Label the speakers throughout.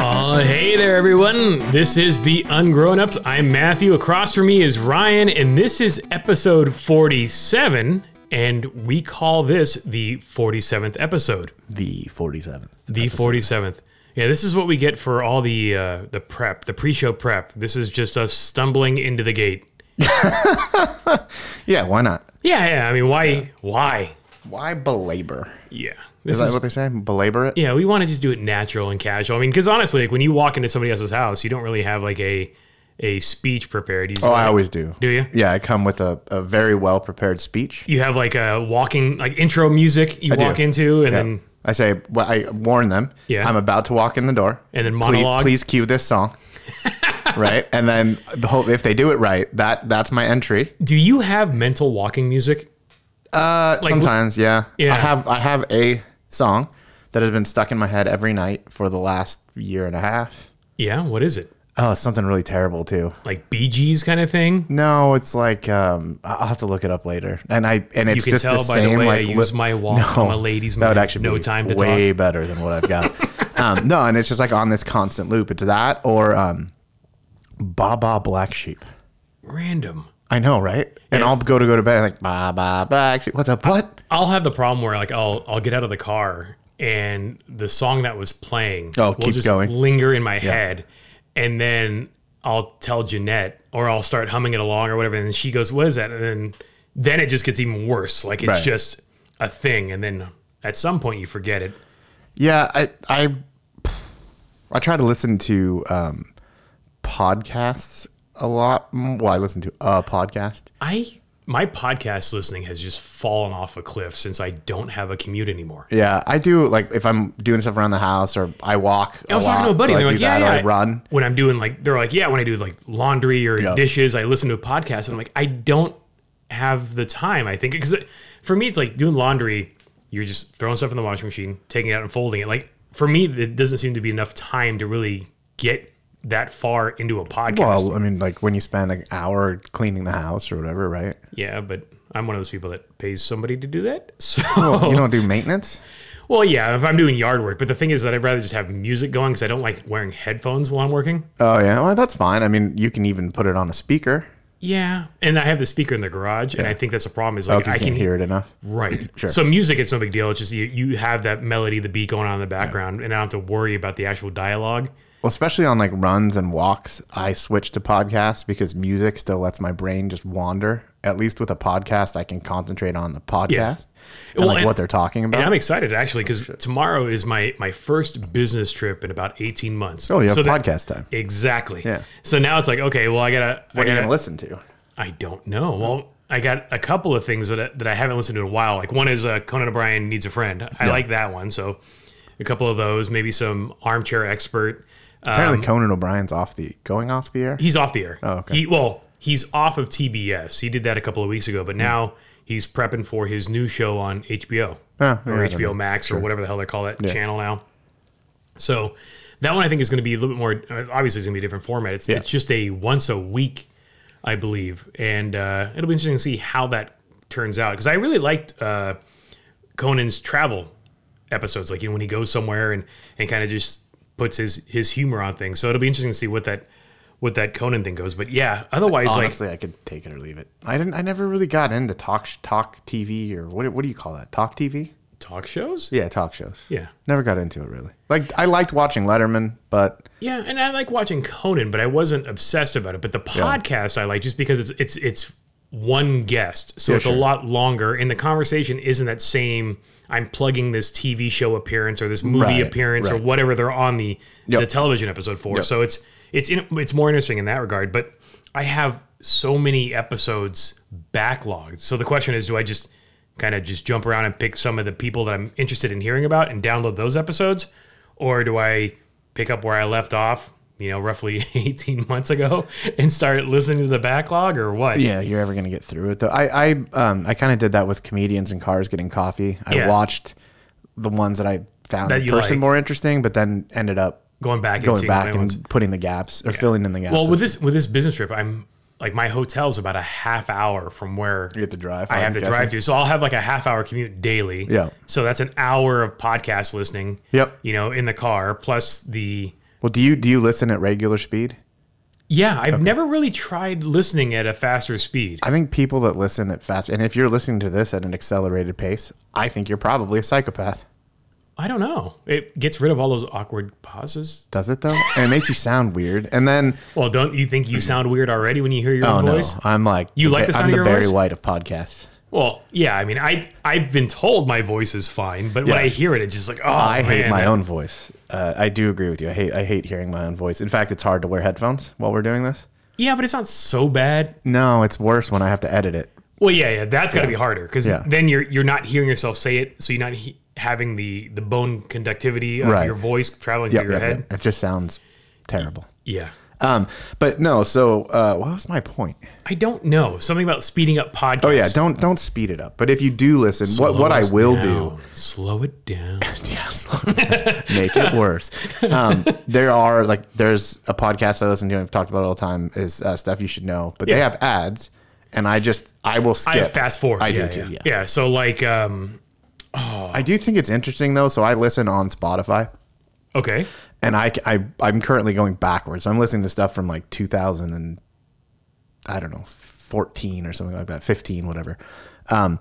Speaker 1: Uh, there, everyone. This is the Ungrown Ups. I'm Matthew. Across from me is Ryan, and this is episode 47. And we call this the 47th episode.
Speaker 2: The 47th.
Speaker 1: The 47th. Yeah, this is what we get for all the uh, the prep, the pre-show prep. This is just us stumbling into the gate.
Speaker 2: Yeah, why not?
Speaker 1: Yeah, yeah. I mean, why? Why?
Speaker 2: Why belabor?
Speaker 1: Yeah. This
Speaker 2: Is that what they say? Belabor it?
Speaker 1: Yeah, we want to just do it natural and casual. I mean, because honestly, like when you walk into somebody else's house, you don't really have like a a speech prepared. You just-
Speaker 2: Oh, I always do.
Speaker 1: do you?
Speaker 2: Yeah, I come with a, a very well prepared speech.
Speaker 1: You have like a walking like intro music you
Speaker 2: do.
Speaker 1: walk into, and
Speaker 2: Yeah.
Speaker 1: then
Speaker 2: I say, well, I warn them.
Speaker 1: Mm. Yeah.
Speaker 2: I'm about to walk in the door.
Speaker 1: and then
Speaker 2: Please,
Speaker 1: monologue.
Speaker 2: please cue this song. right, and then the whole, if they do it right, that that's my entry.
Speaker 1: Do you have mental walking music?
Speaker 2: Uh, sometimes, yeah.
Speaker 1: Yeah.
Speaker 2: I have I have a song that has been stuck in my head every night for the last year and a half.
Speaker 1: Yeah. What is it?
Speaker 2: Oh, it's something really terrible too.
Speaker 1: Like Bee Gees kind of thing.
Speaker 2: No, it's like um, I- I'll have to look it up later, and I and
Speaker 1: You
Speaker 2: it's
Speaker 1: can
Speaker 2: just
Speaker 1: tell
Speaker 2: the
Speaker 1: by
Speaker 2: same
Speaker 1: the way
Speaker 2: like
Speaker 1: I use
Speaker 2: li-
Speaker 1: my walk. I'm a lady's
Speaker 2: that
Speaker 1: man.
Speaker 2: would actually
Speaker 1: no
Speaker 2: be
Speaker 1: time to
Speaker 2: way
Speaker 1: talk.
Speaker 2: better than what I've got. um, no, and it's just like on this constant loop. It's that or um, Baba Black Sheep.
Speaker 1: Random.
Speaker 2: I know, right? And I'll go to go to bed like Baba Black Sheep. What's up? What?
Speaker 1: I'll have the problem where like I'll I'll get out of the car and the song that was playing
Speaker 2: Oh,
Speaker 1: will
Speaker 2: keeps
Speaker 1: just
Speaker 2: going.
Speaker 1: linger in my head, and then I'll tell Jeanette or I'll start humming it along or whatever, and she goes, "What is that?" And then then it just gets even worse. Like it's
Speaker 2: Right.
Speaker 1: just a thing, and then at some point you forget it.
Speaker 2: Yeah, I I I try to listen to um, podcasts a lot. Mm, Well, I listen to a podcast.
Speaker 1: I my podcast listening has just fallen off a cliff since I don't have a commute anymore.
Speaker 2: Yeah, I do. Like if I'm doing stuff around the house or I walk.
Speaker 1: I was talking to a buddy.
Speaker 2: so
Speaker 1: and they're
Speaker 2: I
Speaker 1: like,
Speaker 2: do
Speaker 1: yeah,
Speaker 2: that,
Speaker 1: yeah.
Speaker 2: Or I run.
Speaker 1: When I'm doing like, they're like, yeah, when I do like laundry or dishes, I listen to a podcast. And I'm like, I don't have the time. I think because for me, it's like doing laundry. You're just throwing stuff in the washing machine, taking it out and folding it. Like for me, it doesn't seem to be enough time to really get that far into a podcast.
Speaker 2: Well, I mean, like when you spend an hour cleaning the house or whatever, right?
Speaker 1: yeah, but I'm one of those people that pays somebody to do that. So
Speaker 2: You don't do maintenance.
Speaker 1: Well, yeah, if I'm doing yard work, but the thing is that I'd rather just have music going because I don't like wearing headphones while I'm working.
Speaker 2: Oh yeah, well that's fine. I mean, you can even put it on a speaker.
Speaker 1: Yeah, and I have the speaker in the garage, and I think that's the problem. Is like
Speaker 2: If you
Speaker 1: I
Speaker 2: can
Speaker 1: can
Speaker 2: hear it enough.
Speaker 1: right. So music, it's no big deal. It's just you, you have that melody, the beat going on in the background, and I don't have to worry about the actual dialogue.
Speaker 2: Well, especially on like runs and walks, I switch to podcasts because music still lets my brain just wander. At least with a podcast, I can concentrate on the podcast and
Speaker 1: Well,
Speaker 2: like
Speaker 1: and-
Speaker 2: what they're talking about.
Speaker 1: And I'm excited
Speaker 2: Oh,
Speaker 1: actually because tomorrow is my my first business trip in about 18 months.
Speaker 2: oh, you have
Speaker 1: so that-
Speaker 2: podcast time.
Speaker 1: exactly.
Speaker 2: Yeah.
Speaker 1: So now it's like okay, well I gotta. I
Speaker 2: What are you
Speaker 1: gotta,
Speaker 2: gonna listen to?
Speaker 1: I don't know. Well, I got a couple of things that I, that I haven't listened to in a while. Like one is uh, Conan O'Brien needs a friend. I like that one. So a couple of those, maybe some armchair expert.
Speaker 2: Apparently, Conan O'Brien's off the going off the air.
Speaker 1: Um,
Speaker 2: Oh,
Speaker 1: He's off the air.
Speaker 2: okay.
Speaker 1: He, well, he's off of TBS. He did that a couple of weeks ago,
Speaker 2: Hmm.
Speaker 1: but now he's prepping for his new show on HBO
Speaker 2: Oh, yeah,
Speaker 1: or
Speaker 2: I don't
Speaker 1: HBO Max or whatever the hell they call that channel now. So that one I think is going to be a little bit more. uh, Obviously, it's going to be a different format. It's it's just a once a week, I believe, and uh, it'll be interesting to see how that turns out because I really liked uh, Conan's travel episodes, like you know when he goes somewhere and and kind of just puts his his humor on things. So it'll be interesting to see what that what that Conan thing goes. But yeah, otherwise, like
Speaker 2: Honestly, I could take it or leave it. I didn't. I never really got into talk sh- talk TV or what? What do you call that? Talk TV?
Speaker 1: talk shows.
Speaker 2: Yeah, talk shows.
Speaker 1: Yeah,
Speaker 2: Never got into it really. Like I liked watching Letterman, but
Speaker 1: yeah, and I like watching Conan, but I wasn't obsessed about it. But the podcast I like just because it's it's it's one guest, so it's a
Speaker 2: sure.
Speaker 1: lot longer, and the conversation isn't that same. I'm plugging this TV show appearance or this movie
Speaker 2: Right,
Speaker 1: appearance or
Speaker 2: right.
Speaker 1: whatever they're on the
Speaker 2: Yep.
Speaker 1: the television episode for. So it's it's in, it's more interesting in that regard. But I have so many episodes backlogged. So the question is, do I just kind of just jump around and pick some of the people that I'm interested in hearing about and download those episodes, or do I pick up where I left off? You know, roughly 18 months ago, and start listening to the backlog or what?
Speaker 2: yeah, you're ever gonna get through it though. I I um I kind of did that with comedians in cars getting coffee. I
Speaker 1: Yeah.
Speaker 2: watched the ones that I found
Speaker 1: That
Speaker 2: in
Speaker 1: you
Speaker 2: person
Speaker 1: liked.
Speaker 2: more interesting, but then ended up
Speaker 1: Going back and
Speaker 2: going
Speaker 1: seeing
Speaker 2: back
Speaker 1: my
Speaker 2: and
Speaker 1: ones.
Speaker 2: putting the gaps or filling in the gaps.
Speaker 1: Well, with this with this business trip, I'm like my hotel's about a half hour from where
Speaker 2: you get to drive.
Speaker 1: I have to drive to. So I'll have like a half hour commute daily.
Speaker 2: Yeah.
Speaker 1: So that's an hour of podcast listening.
Speaker 2: Yep.
Speaker 1: You know, in the car plus the
Speaker 2: Well, do you do you listen at regular speed?
Speaker 1: Yeah, I've never really tried listening at a faster speed.
Speaker 2: I think people that listen at fast, and if you're listening to this at an accelerated pace, I think you're probably a psychopath.
Speaker 1: I don't know. It gets rid of all those awkward pauses.
Speaker 2: Does it though? and it makes you sound weird. And then,
Speaker 1: Well, don't you think you sound weird already when you hear your
Speaker 2: oh
Speaker 1: own
Speaker 2: no,
Speaker 1: voice?
Speaker 2: I'm like
Speaker 1: You like the sound
Speaker 2: I'm
Speaker 1: of
Speaker 2: the
Speaker 1: your
Speaker 2: Barry
Speaker 1: voice?
Speaker 2: White of podcasts.
Speaker 1: Well, yeah. I mean, I I've been told my voice is fine, but when
Speaker 2: Yeah.
Speaker 1: I hear it, it's just like, oh,
Speaker 2: I hate
Speaker 1: man,
Speaker 2: my
Speaker 1: that-
Speaker 2: own voice. Uh, I do agree with you. I hate I hate hearing my own voice. In fact, it's hard to wear headphones while we're doing this.
Speaker 1: Yeah, but it's not so bad.
Speaker 2: No, it's worse when I have to edit it.
Speaker 1: Well, yeah, yeah. That's got to be harder because
Speaker 2: Yeah.
Speaker 1: then you're you're not hearing yourself say it, so you're not he- having the the bone conductivity of
Speaker 2: Right.
Speaker 1: your voice traveling
Speaker 2: Yep,
Speaker 1: through your
Speaker 2: yep,
Speaker 1: head.
Speaker 2: yep. It just sounds terrible.
Speaker 1: Yeah.
Speaker 2: Um, but no. So uh, what was my point?
Speaker 1: I don't know something about speeding up podcasts.
Speaker 2: Oh yeah, don't don't speed it up. But if you do listen, what what I will do
Speaker 1: Slow it down.
Speaker 2: Yes. Make it worse. Um, there are like there's a podcast I listen to and I've talked about it all the time is uh, stuff you should know, but they have ads, and I just I will skip.
Speaker 1: I fast forward.
Speaker 2: I do
Speaker 1: yeah,
Speaker 2: too.
Speaker 1: Yeah.
Speaker 2: Yeah.
Speaker 1: yeah. So like, um,
Speaker 2: I do think it's interesting though, so I listen on Spotify,
Speaker 1: okay.
Speaker 2: and I, I I'm currently going backwards. I'm listening to stuff from like 2000 and I don't know 14 or something like that, 15, whatever. Um,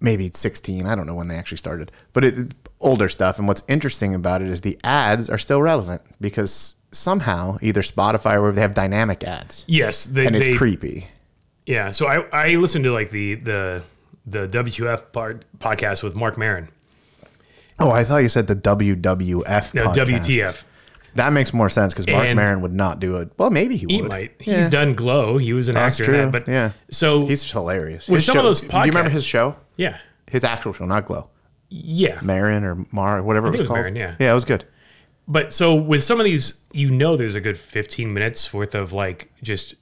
Speaker 2: maybe 16. I don't know when they actually started, but it older stuff. And what's interesting about it is the ads are still relevant because somehow either Spotify or they have dynamic ads,
Speaker 1: Yes. They,
Speaker 2: and it's
Speaker 1: they,
Speaker 2: creepy.
Speaker 1: Yeah, so I I listened to like the the the WF part podcast with Mark Marin.
Speaker 2: Oh, I thought you said the WWF.
Speaker 1: No,
Speaker 2: podcast.
Speaker 1: WTF.
Speaker 2: That makes more sense because Mark
Speaker 1: And-
Speaker 2: Maron would not do it. Well, maybe he,
Speaker 1: He
Speaker 2: would.
Speaker 1: might. He's
Speaker 2: Yeah.
Speaker 1: done Glow. He was an
Speaker 2: That's
Speaker 1: actor in
Speaker 2: true.
Speaker 1: that, but
Speaker 2: yeah,
Speaker 1: So
Speaker 2: he's hilarious.
Speaker 1: With
Speaker 2: His
Speaker 1: some of
Speaker 2: show-
Speaker 1: those
Speaker 2: do you remember
Speaker 1: podcasts-
Speaker 2: his show?
Speaker 1: yeah.
Speaker 2: his actual show, not Glow.
Speaker 1: Yeah.
Speaker 2: Marin or Mar, whatever it
Speaker 1: think it
Speaker 2: was,
Speaker 1: was
Speaker 2: called.
Speaker 1: Marin, yeah.
Speaker 2: yeah, it was good.
Speaker 1: But so with some of these you know there's a good 15 minutes worth of like just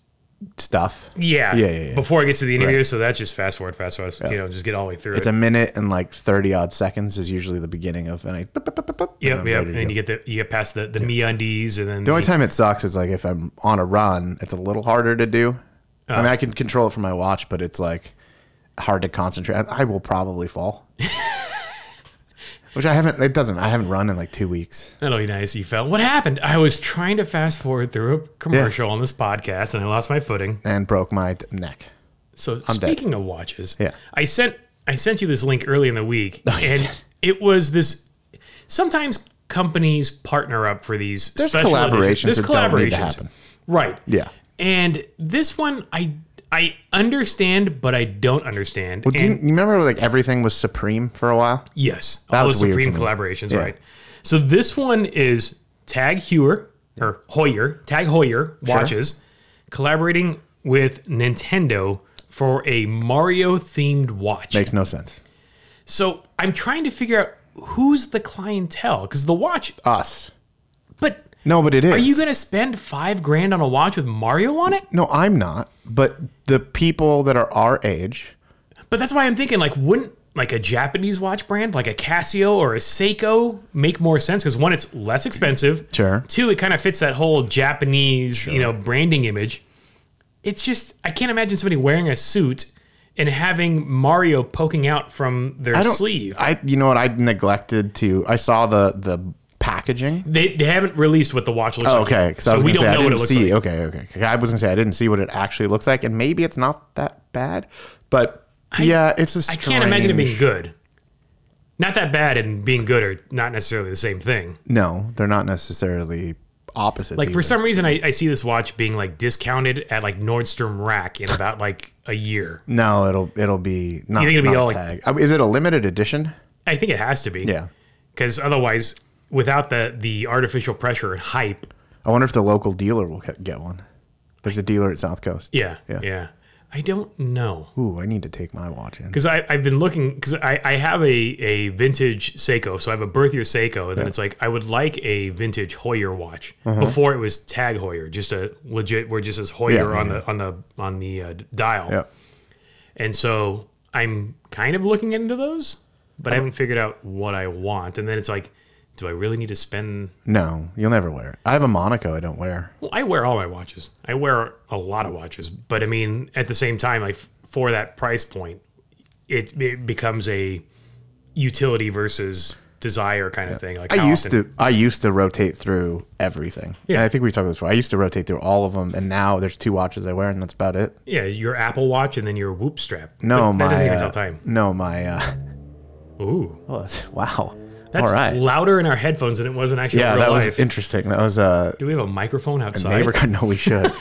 Speaker 2: Stuff.
Speaker 1: yeah,
Speaker 2: Yeah, yeah, yeah.
Speaker 1: before it gets to the interview, so that's just fast forward, fast forward, you know, just get all the way through
Speaker 2: It's
Speaker 1: it.
Speaker 2: a minute and like thirty odd seconds is usually the beginning of, and I. Yep,
Speaker 1: Yep, yep. And then you get the you get past the the meundies and then
Speaker 2: The only time it sucks is like if I'm on a run, it's a little harder to do. I
Speaker 1: Uh.
Speaker 2: mean, I can control it from my watch, but it's like hard to concentrate. I, I will probably fall. Which I haven't. It doesn't. I haven't run in like two weeks.
Speaker 1: That'll be nice. You fell. What happened? I was trying to fast forward through a commercial on this podcast and I lost my footing.
Speaker 2: And broke my d- neck.
Speaker 1: So speaking of watches,
Speaker 2: Yeah.
Speaker 1: I sent I sent you this link early in the week, and it was this. Sometimes companies partner up for these
Speaker 2: There's
Speaker 1: special
Speaker 2: collaborations
Speaker 1: editions. There's
Speaker 2: that don't need to
Speaker 1: collaborations.
Speaker 2: happen.
Speaker 1: right?
Speaker 2: Yeah.
Speaker 1: And this one, I I understand, but I don't understand.
Speaker 2: Do you,
Speaker 1: and
Speaker 2: you remember like everything was supreme for a while?
Speaker 1: yes, all
Speaker 2: was
Speaker 1: those
Speaker 2: weird to
Speaker 1: Supreme
Speaker 2: me.
Speaker 1: collaborations, right? So this one is Tag Heuer or Hoyer, Tag Hoyer watches collaborating with Nintendo for a Mario themed watch.
Speaker 2: Makes no sense.
Speaker 1: So I'm trying to figure out who's the clientele because the watch.
Speaker 2: Us.
Speaker 1: But
Speaker 2: No, but it is.
Speaker 1: are you gonna spend five grand on a watch with Mario on it?
Speaker 2: No, I'm not. But the people that are our age,
Speaker 1: But that's why I'm thinking like, wouldn't like a Japanese watch brand like a Casio or a Seiko make more sense? Because one, it's less expensive.
Speaker 2: Sure.
Speaker 1: Two, it kind of fits that whole Japanese you know branding image. It's just I can't imagine somebody wearing a suit and having Mario poking out from their
Speaker 2: I don't.
Speaker 1: sleeve.
Speaker 2: I, you know what? I neglected to. I saw the the packaging.
Speaker 1: They, they haven't released what the watch looks like.
Speaker 2: Oh, Okay, because I
Speaker 1: so
Speaker 2: was
Speaker 1: we
Speaker 2: gonna
Speaker 1: don't
Speaker 2: say I
Speaker 1: know what
Speaker 2: didn't
Speaker 1: it looks like.
Speaker 2: see. Okay, okay. 'Cause I was gonna say I didn't see what it actually looks like, and maybe it's not that bad. But yeah, it's a
Speaker 1: I
Speaker 2: strange.
Speaker 1: can't imagine it being good. Not that bad and being good are not necessarily the same thing.
Speaker 2: No, they're not necessarily opposites.
Speaker 1: Like for
Speaker 2: either.
Speaker 1: some reason, I, I see this watch being like discounted at like Nordstrom Rack in about like a year.
Speaker 2: no, it'll it'll be not.
Speaker 1: think it'll
Speaker 2: not
Speaker 1: be all, like-
Speaker 2: tag. Uh, Is it a limited edition?
Speaker 1: I think it has to be.
Speaker 2: Yeah.
Speaker 1: Because otherwise, without the the artificial pressure and hype,
Speaker 2: I wonder if the local dealer will get- get one. There's a dealer at South Coast.
Speaker 1: yeah,
Speaker 2: Yeah.
Speaker 1: yeah, I don't know
Speaker 2: Ooh, I need to take my watch in.
Speaker 1: because I I've been looking because I I have a a vintage Seiko, so I have a birth year Seiko, and then it's like I would like a vintage Hoyer watch.
Speaker 2: Uh-huh.
Speaker 1: Before it was Tag Hoyer, just a legit where it just says Hoyer
Speaker 2: yeah,
Speaker 1: on the on the on the uh, dial.
Speaker 2: Yeah.
Speaker 1: And so I'm kind of looking into those,
Speaker 2: Uh-huh.
Speaker 1: but I haven't figured out what I want. And then it's like, do I really need to spend?
Speaker 2: No, you'll never wear it. I have a Monaco I don't wear.
Speaker 1: Well, I wear all my watches. I wear a lot of watches, but I mean, at the same time, like for that price point, it, it becomes a utility versus desire kind of thing. Like
Speaker 2: I used to I used to rotate through everything.
Speaker 1: Yeah.
Speaker 2: And I think we talked about this before. I used to rotate through all of them, and now there's two watches I wear, and that's about it.
Speaker 1: yeah, your Apple Watch and then your Whoop strap.
Speaker 2: No,
Speaker 1: that,
Speaker 2: my
Speaker 1: that doesn't even
Speaker 2: uh,
Speaker 1: tell time.
Speaker 2: No, my uh,
Speaker 1: Ooh,
Speaker 2: well, that's- wow.
Speaker 1: that's
Speaker 2: all right.
Speaker 1: louder in our headphones than it was in actual
Speaker 2: yeah,
Speaker 1: real
Speaker 2: that was
Speaker 1: life.
Speaker 2: interesting. That was uh,
Speaker 1: Do we have a microphone outside?
Speaker 2: neighbor. No, we should.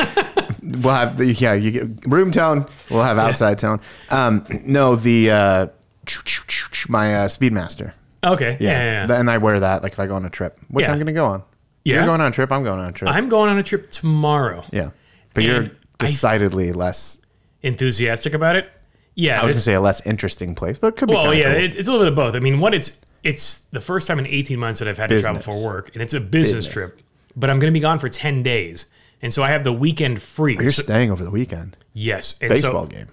Speaker 2: we'll have the, yeah, you get room tone. We'll have outside tone. Um, no, the uh, my uh, Speedmaster.
Speaker 1: Okay, yeah, yeah, yeah.
Speaker 2: And I wear that like if I go on a trip, which
Speaker 1: Yeah.
Speaker 2: I'm going to go on.
Speaker 1: Yeah.
Speaker 2: You're going on a trip. I'm going on a trip.
Speaker 1: I'm going on a trip tomorrow.
Speaker 2: yeah. But
Speaker 1: And
Speaker 2: you're
Speaker 1: I-
Speaker 2: decidedly less.
Speaker 1: Enthusiastic about it? Yeah,
Speaker 2: I was
Speaker 1: it's-
Speaker 2: going to say a less interesting place, but it could be.
Speaker 1: Well,
Speaker 2: kinda
Speaker 1: yeah,
Speaker 2: cool.
Speaker 1: it's, it's a little bit of both. I mean, what it's it's the first time in 18 months that I've had to travel
Speaker 2: Business.
Speaker 1: for work, and it's a business, trip. But I'm going to be gone for 10 days, and so I have the weekend free.
Speaker 2: You're
Speaker 1: So-
Speaker 2: staying over the weekend.
Speaker 1: yes, and
Speaker 2: Baseball
Speaker 1: So,
Speaker 2: game.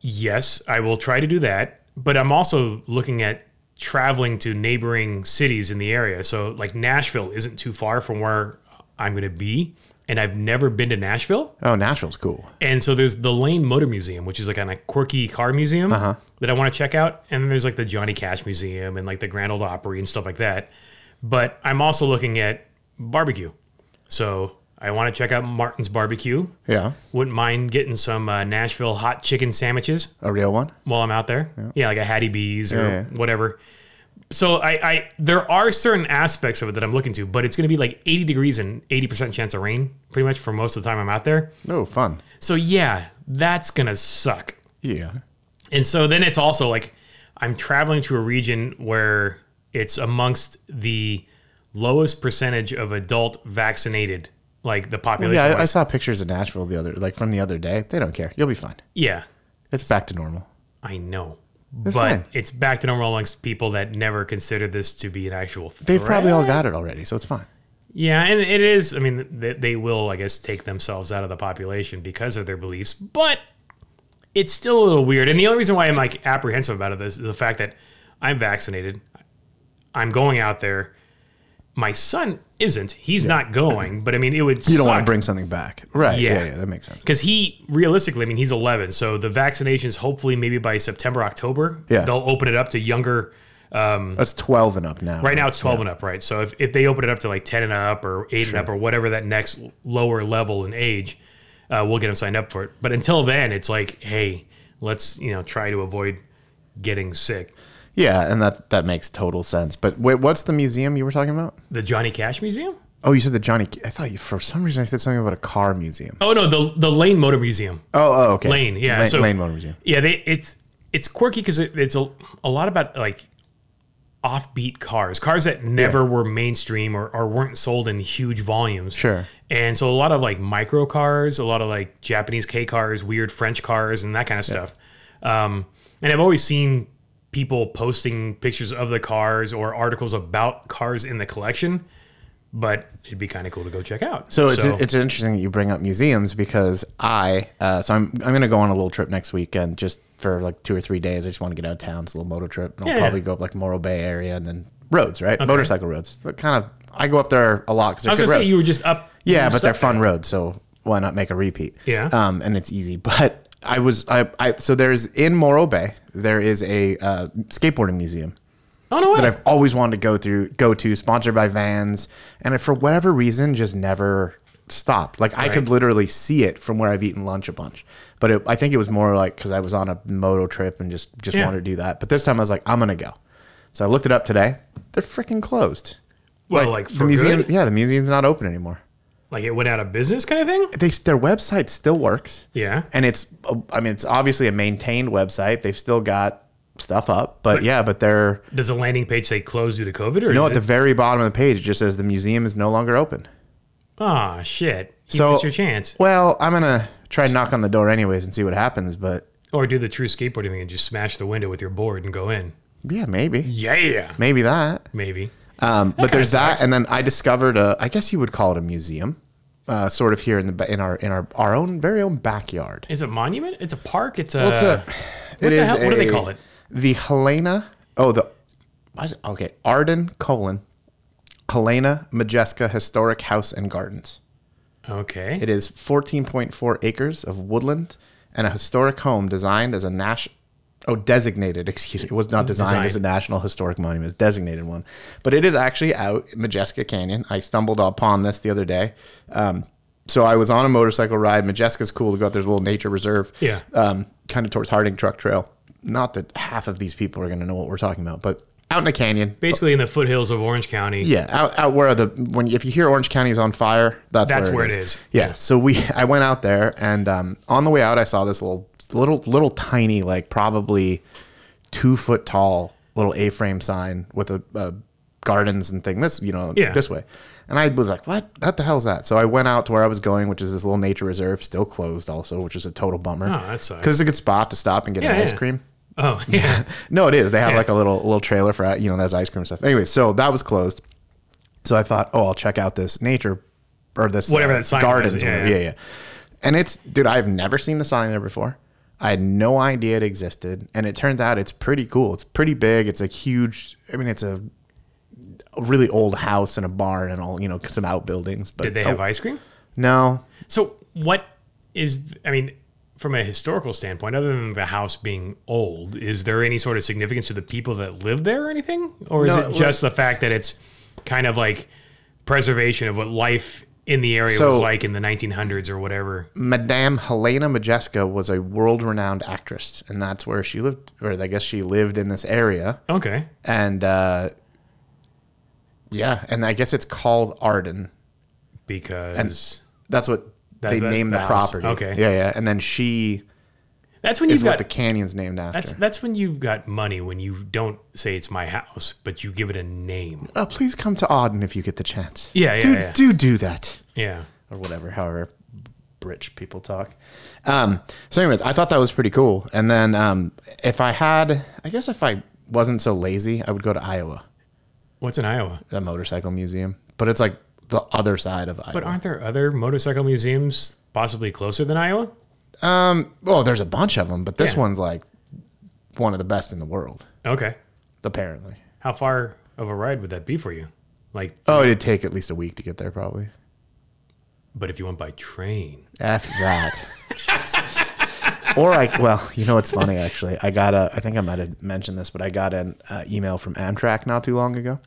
Speaker 1: yes, I will try to do that. But I'm also looking at traveling to neighboring cities in the area. So like Nashville isn't too far from where I'm going to be, and I've never been to Nashville.
Speaker 2: Oh, Nashville's cool.
Speaker 1: And so there's the Lane Motor Museum, which is like kind of quirky car museum
Speaker 2: Uh-huh.
Speaker 1: that I want to check out. And then there's like the Johnny Cash Museum and like the Grand Old Opry and stuff like that. But I'm also looking at barbecue. So I want to check out Martin's Barbecue.
Speaker 2: Yeah.
Speaker 1: Wouldn't mind getting some uh, Nashville hot chicken sandwiches
Speaker 2: A real one.
Speaker 1: while I'm out there. Yeah, like a Hattie B's or
Speaker 2: Yeah, yeah.
Speaker 1: whatever. So I, I there are certain aspects of it that I'm looking to, but it's going to be like 80 degrees and 80% chance of rain pretty much for most of the time I'm out there.
Speaker 2: Oh, fun.
Speaker 1: So yeah, that's gonna suck.
Speaker 2: Yeah.
Speaker 1: And so then it's also like I'm traveling to a region where it's amongst the lowest percentage of adult vaccinated, like the population.
Speaker 2: Yeah.
Speaker 1: Yeah,
Speaker 2: I, I saw pictures of Nashville the other, like from the other day. They don't care. You'll be fine.
Speaker 1: yeah
Speaker 2: It's back to normal.
Speaker 1: I know. but
Speaker 2: fine.
Speaker 1: it's back to normal amongst people that never considered this to be an actual threat.
Speaker 2: They've probably all got it already, so it's fine.
Speaker 1: yeah, and it is. I mean, they, they will, I guess, take themselves out of the population because of their beliefs, but it's still a little weird. And the only reason why I'm like apprehensive about it is the fact that I'm vaccinated. I'm going out there. My son isn't. He's not going. But I mean, it would.
Speaker 2: You don't want to bring something back, right? Yeah.
Speaker 1: Yeah.
Speaker 2: yeah, that makes sense.
Speaker 1: because he realistically, I mean, he's 11, so the vaccinations hopefully maybe by September, October,
Speaker 2: Yeah.
Speaker 1: they'll open it up to younger.
Speaker 2: That's twelve and up now.
Speaker 1: Right now it's 12 and up, right? So if, if they open it up to like 10 and up or 8 and up or whatever that next lower level in age, uh, we'll get them signed up for it. But until then, it's like, hey, let's, you know, try to avoid getting sick.
Speaker 2: Yeah, and that that makes total sense. But wait, what's the museum you were talking about?
Speaker 1: The Johnny Cash Museum?
Speaker 2: Oh, you said the Johnny. I thought you for some reason I said something about a car museum.
Speaker 1: Oh, no, the, the Lane Motor Museum.
Speaker 2: Oh, oh, okay.
Speaker 1: Lane, yeah,
Speaker 2: Lane,
Speaker 1: so-
Speaker 2: Lane Motor Museum.
Speaker 1: Yeah, they, it's it's quirky because it, it's a, a lot about like offbeat cars, cars that never were mainstream or, or weren't sold in huge volumes.
Speaker 2: Sure.
Speaker 1: And so a lot of like micro cars, a lot of like Japanese K cars, weird French cars, and that kind of stuff. Um, and I've always seen people posting pictures of the cars or articles about cars in the collection, but it'd be kind of cool to go check out.
Speaker 2: So it's it's interesting that you bring up museums because I uh, so I'm I'm gonna go on a little trip next weekend just for like two or three days. I just want to get out of town. It's a little motor trip. And I'll
Speaker 1: Yeah.
Speaker 2: probably go up like Morro Bay area and then roads, right? Motorcycle roads. But kind of I go up there a lot because
Speaker 1: I was
Speaker 2: good
Speaker 1: gonna
Speaker 2: roads.
Speaker 1: say you were just up.
Speaker 2: Yeah, but they're fun roads, so why not make a repeat?
Speaker 1: Yeah.
Speaker 2: Um, and it's easy. But I was I, I so there's in Morro Bay there is a uh, skateboarding museum
Speaker 1: Oh no!
Speaker 2: that
Speaker 1: What?
Speaker 2: I've always wanted to go through go to, sponsored by Vans, and I, for whatever reason just never stopped. Like I could literally see it from where I've eaten lunch a bunch. But it, I think it was more like because I was on a moto trip and just just
Speaker 1: Yeah.
Speaker 2: wanted to do that. But this time I was like, I'm gonna go. So I looked it up today. They're freaking closed.
Speaker 1: Well, like, for
Speaker 2: the museum,
Speaker 1: good?
Speaker 2: yeah, the museum's not open anymore.
Speaker 1: like it went out of business, kind of thing.
Speaker 2: They, their website still works.
Speaker 1: Yeah.
Speaker 2: and it's uh, I mean it's obviously a maintained website. They've still got stuff up, but, yeah, but they're
Speaker 1: Does the landing page say closed due to COVID or
Speaker 2: you know
Speaker 1: is
Speaker 2: at the very bottom of the page it just says the museum is no longer open.
Speaker 1: Ah, shit. You
Speaker 2: So-
Speaker 1: missed your chance.
Speaker 2: Well, I'm gonna try and knock on the door anyways and see what happens, but
Speaker 1: Or do the true skateboarding thing and just smash the window with your board and go in.
Speaker 2: yeah, maybe
Speaker 1: Yeah.
Speaker 2: maybe that.
Speaker 1: Maybe.
Speaker 2: Um, but there's that, and then I discovered a I guess you would call it a museum, uh, sort of here in the ba- in our in our our own very own backyard.
Speaker 1: Is it a monument? It's a park. It's a.
Speaker 2: It's a- it
Speaker 1: the
Speaker 2: is
Speaker 1: hell- what do they
Speaker 2: a-
Speaker 1: call it?
Speaker 2: The Helena. Oh, the. Why is it, okay, Arden colon Helena Majeska Historic House and Gardens.
Speaker 1: okay.
Speaker 2: It is 14.4 acres of woodland and a historic home designed as a Nash Oh, designated. Excuse me. It was not designed
Speaker 1: Designed.
Speaker 2: as a national historic monument. It's designated one, but it is actually out in Majeska Canyon. I stumbled upon this the other day. Um, so I was on a motorcycle ride. Majeska's cool to go out. There's a little nature reserve.
Speaker 1: Yeah.
Speaker 2: Um, kind of towards Harding Truck Trail. Not that half of these people are going to know what we're talking about, but out in a canyon.
Speaker 1: Basically, in the foothills of Orange County.
Speaker 2: Yeah, out, out where the when if you hear Orange County is on fire, that's
Speaker 1: That's
Speaker 2: where,
Speaker 1: where
Speaker 2: it is.
Speaker 1: it is.
Speaker 2: Yeah. So we I went out there and um, on the way out I saw this little little little tiny like probably two foot tall little A frame sign with a, a gardens and thing this you know
Speaker 1: Yeah.
Speaker 2: this way, and I was like what what the hell's that? So I went out to where I was going, which is this little nature reserve, still closed also, which is a total bummer.
Speaker 1: Oh, that sucks.
Speaker 2: Because it's a good spot to stop and get an
Speaker 1: Yeah,
Speaker 2: ice
Speaker 1: yeah.
Speaker 2: cream.
Speaker 1: Oh, yeah.
Speaker 2: No, it is. They have like a little little trailer for you know that's ice cream and stuff. Anyway, so that was closed. So I thought, oh, I'll check out this nature or this uh,
Speaker 1: Whatever that sign
Speaker 2: gardens,
Speaker 1: was,
Speaker 2: yeah,
Speaker 1: yeah,
Speaker 2: whatever. Yeah, yeah. And it's dude, I've never seen the sign there before. I had no idea it existed, and it turns out it's pretty cool. It's pretty big. It's a huge. I mean, it's a a really old house and a barn and all you know some outbuildings. But oh,
Speaker 1: Did they have ice cream?
Speaker 2: no,
Speaker 1: So what is I mean, from a historical standpoint, other than the house being old, is there any sort of significance to the people that live there or anything? Or is
Speaker 2: No,
Speaker 1: it
Speaker 2: like-
Speaker 1: just the fact that it's kind of like preservation of what life in the area
Speaker 2: So-
Speaker 1: was like in the 1900s or whatever?
Speaker 2: Madame Helena Majeska was a world-renowned actress, and that's where she lived. Or I guess she lived in this area.
Speaker 1: Okay.
Speaker 2: and uh, yeah, and I guess it's called Arden.
Speaker 1: Because
Speaker 2: That's what
Speaker 1: That-
Speaker 2: they
Speaker 1: that-
Speaker 2: named the
Speaker 1: the house.
Speaker 2: property.
Speaker 1: Okay.
Speaker 2: Yeah, yeah, and then she
Speaker 1: that's when
Speaker 2: is
Speaker 1: you've
Speaker 2: what
Speaker 1: got
Speaker 2: the canyon's named after.
Speaker 1: that's that's when you've got money when you don't say it's my house, but you give it a name.
Speaker 2: oh, please come to Arden if you get the chance.
Speaker 1: Yeah, yeah,
Speaker 2: do
Speaker 1: yeah.
Speaker 2: do do that
Speaker 1: Yeah.
Speaker 2: or whatever. However, rich people talk. Um, so, anyways, I thought that was pretty cool. And then um, if I had, I guess if I wasn't so lazy, I would go to Iowa,
Speaker 1: What's in Iowa?
Speaker 2: the motorcycle museum. But it's like the other side of Iowa.
Speaker 1: But aren't there other motorcycle museums possibly closer than Iowa?
Speaker 2: Um, Well, there's a bunch of them, but this
Speaker 1: Yeah.
Speaker 2: one's like one of the best in the world,
Speaker 1: Okay.
Speaker 2: apparently.
Speaker 1: How far of a ride would that be for you? Like,
Speaker 2: Oh, it'd take at least a week to get there, probably.
Speaker 1: but if you went by train,
Speaker 2: F that. Jesus. Or I, well, you know what's funny actually? I got a, I think I might have mentioned this, but I got an uh, email from Amtrak not too long ago,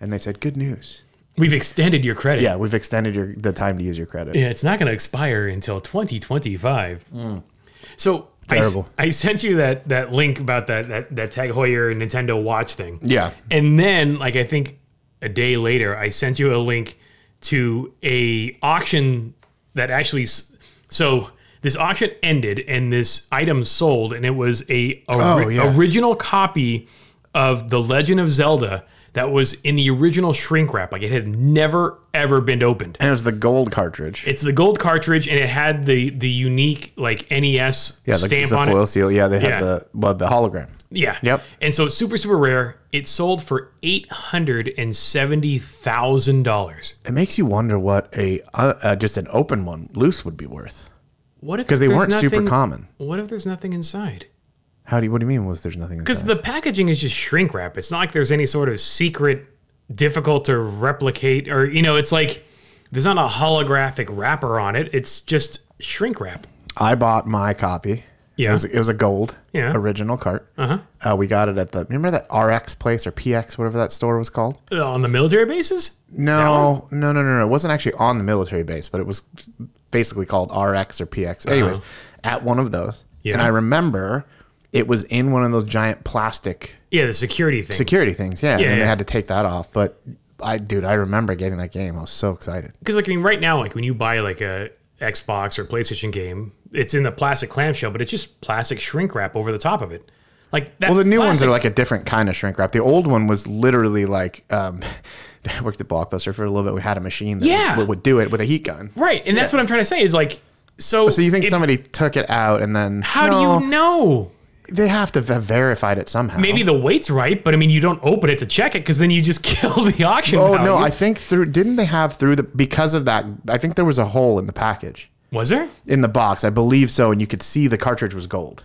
Speaker 2: and they said, "Good news.
Speaker 1: we've extended your credit.
Speaker 2: Yeah, we've extended your the time to use your credit."
Speaker 1: Yeah, it's not going to expire until 2025. So I s-
Speaker 2: Mm. Terrible.
Speaker 1: I, sent you that that link about that that that Tag Heuer Nintendo Watch thing.
Speaker 2: Yeah.
Speaker 1: And then, like I think a day later, I sent you a link to a auction that actually. s- So this auction ended, and this item sold, and it was a, ori-
Speaker 2: Oh, yeah.
Speaker 1: original copy of the Legend of Zelda that was in the original shrink wrap. Like it had never ever been opened.
Speaker 2: And it was the gold cartridge.
Speaker 1: It's the gold cartridge, and it had the the unique like NES
Speaker 2: yeah, the,
Speaker 1: stamp
Speaker 2: the
Speaker 1: on
Speaker 2: foil
Speaker 1: it.
Speaker 2: seal. Yeah, they had
Speaker 1: Yeah.
Speaker 2: the well, the hologram.
Speaker 1: Yeah.
Speaker 2: Yep.
Speaker 1: And so it's super super rare. It sold for eight hundred and seventy thousand dollars.
Speaker 2: It makes you wonder what a uh, uh, just an open one loose would be worth
Speaker 1: What if
Speaker 2: because they
Speaker 1: there's
Speaker 2: weren't super
Speaker 1: nothing-
Speaker 2: common.
Speaker 1: What if there's nothing inside?
Speaker 2: How do you, what do you mean? Was there's nothing?
Speaker 1: Because the packaging is just shrink wrap. It's not like there's any sort of secret, difficult to replicate, or you know, it's like there's not a holographic wrapper on it. It's just shrink wrap.
Speaker 2: I bought my copy.
Speaker 1: Yeah.
Speaker 2: It was, it was a gold
Speaker 1: Yeah.
Speaker 2: original cart. Uh-huh. we got it at the, remember that RX place or PX, whatever that store was called?
Speaker 1: Uh, on the military bases.
Speaker 2: No, no, no, no, no. It wasn't actually on the military base, but it was basically called RX or PX. Anyways, at one of those. And
Speaker 1: Uh-huh. Yeah.
Speaker 2: I remember it was in one of those giant plastic
Speaker 1: Yeah, the security thing.
Speaker 2: security things. Yeah. and
Speaker 1: Yeah,
Speaker 2: they
Speaker 1: yeah.
Speaker 2: had to take that off. But I, dude, I remember getting that game. I was so excited.
Speaker 1: because like I mean, right now, like when you buy like a Xbox or PlayStation game, it's in the plastic clamshell, but it's just plastic shrink wrap over the top of it. Like that
Speaker 2: Well, the new ones
Speaker 1: plastic-
Speaker 2: are like a different kind of shrink wrap. The old one was literally like um, I worked at Blockbuster for a little bit. We had a machine that
Speaker 1: Yeah.
Speaker 2: would, would do it with a heat gun.
Speaker 1: right, and that's what I'm trying to say is like so.
Speaker 2: So you think
Speaker 1: if-
Speaker 2: somebody took it out and then
Speaker 1: How do you know?
Speaker 2: you? They have to have verified it somehow.
Speaker 1: Maybe the weight's right, but I mean, you don't open it to check it because then you just kill the auction.
Speaker 2: Oh
Speaker 1: value.
Speaker 2: no! I think through didn't they have through the because of that? I think there was a hole in the package
Speaker 1: was there?
Speaker 2: in the box. I believe so, and you could see the cartridge was gold.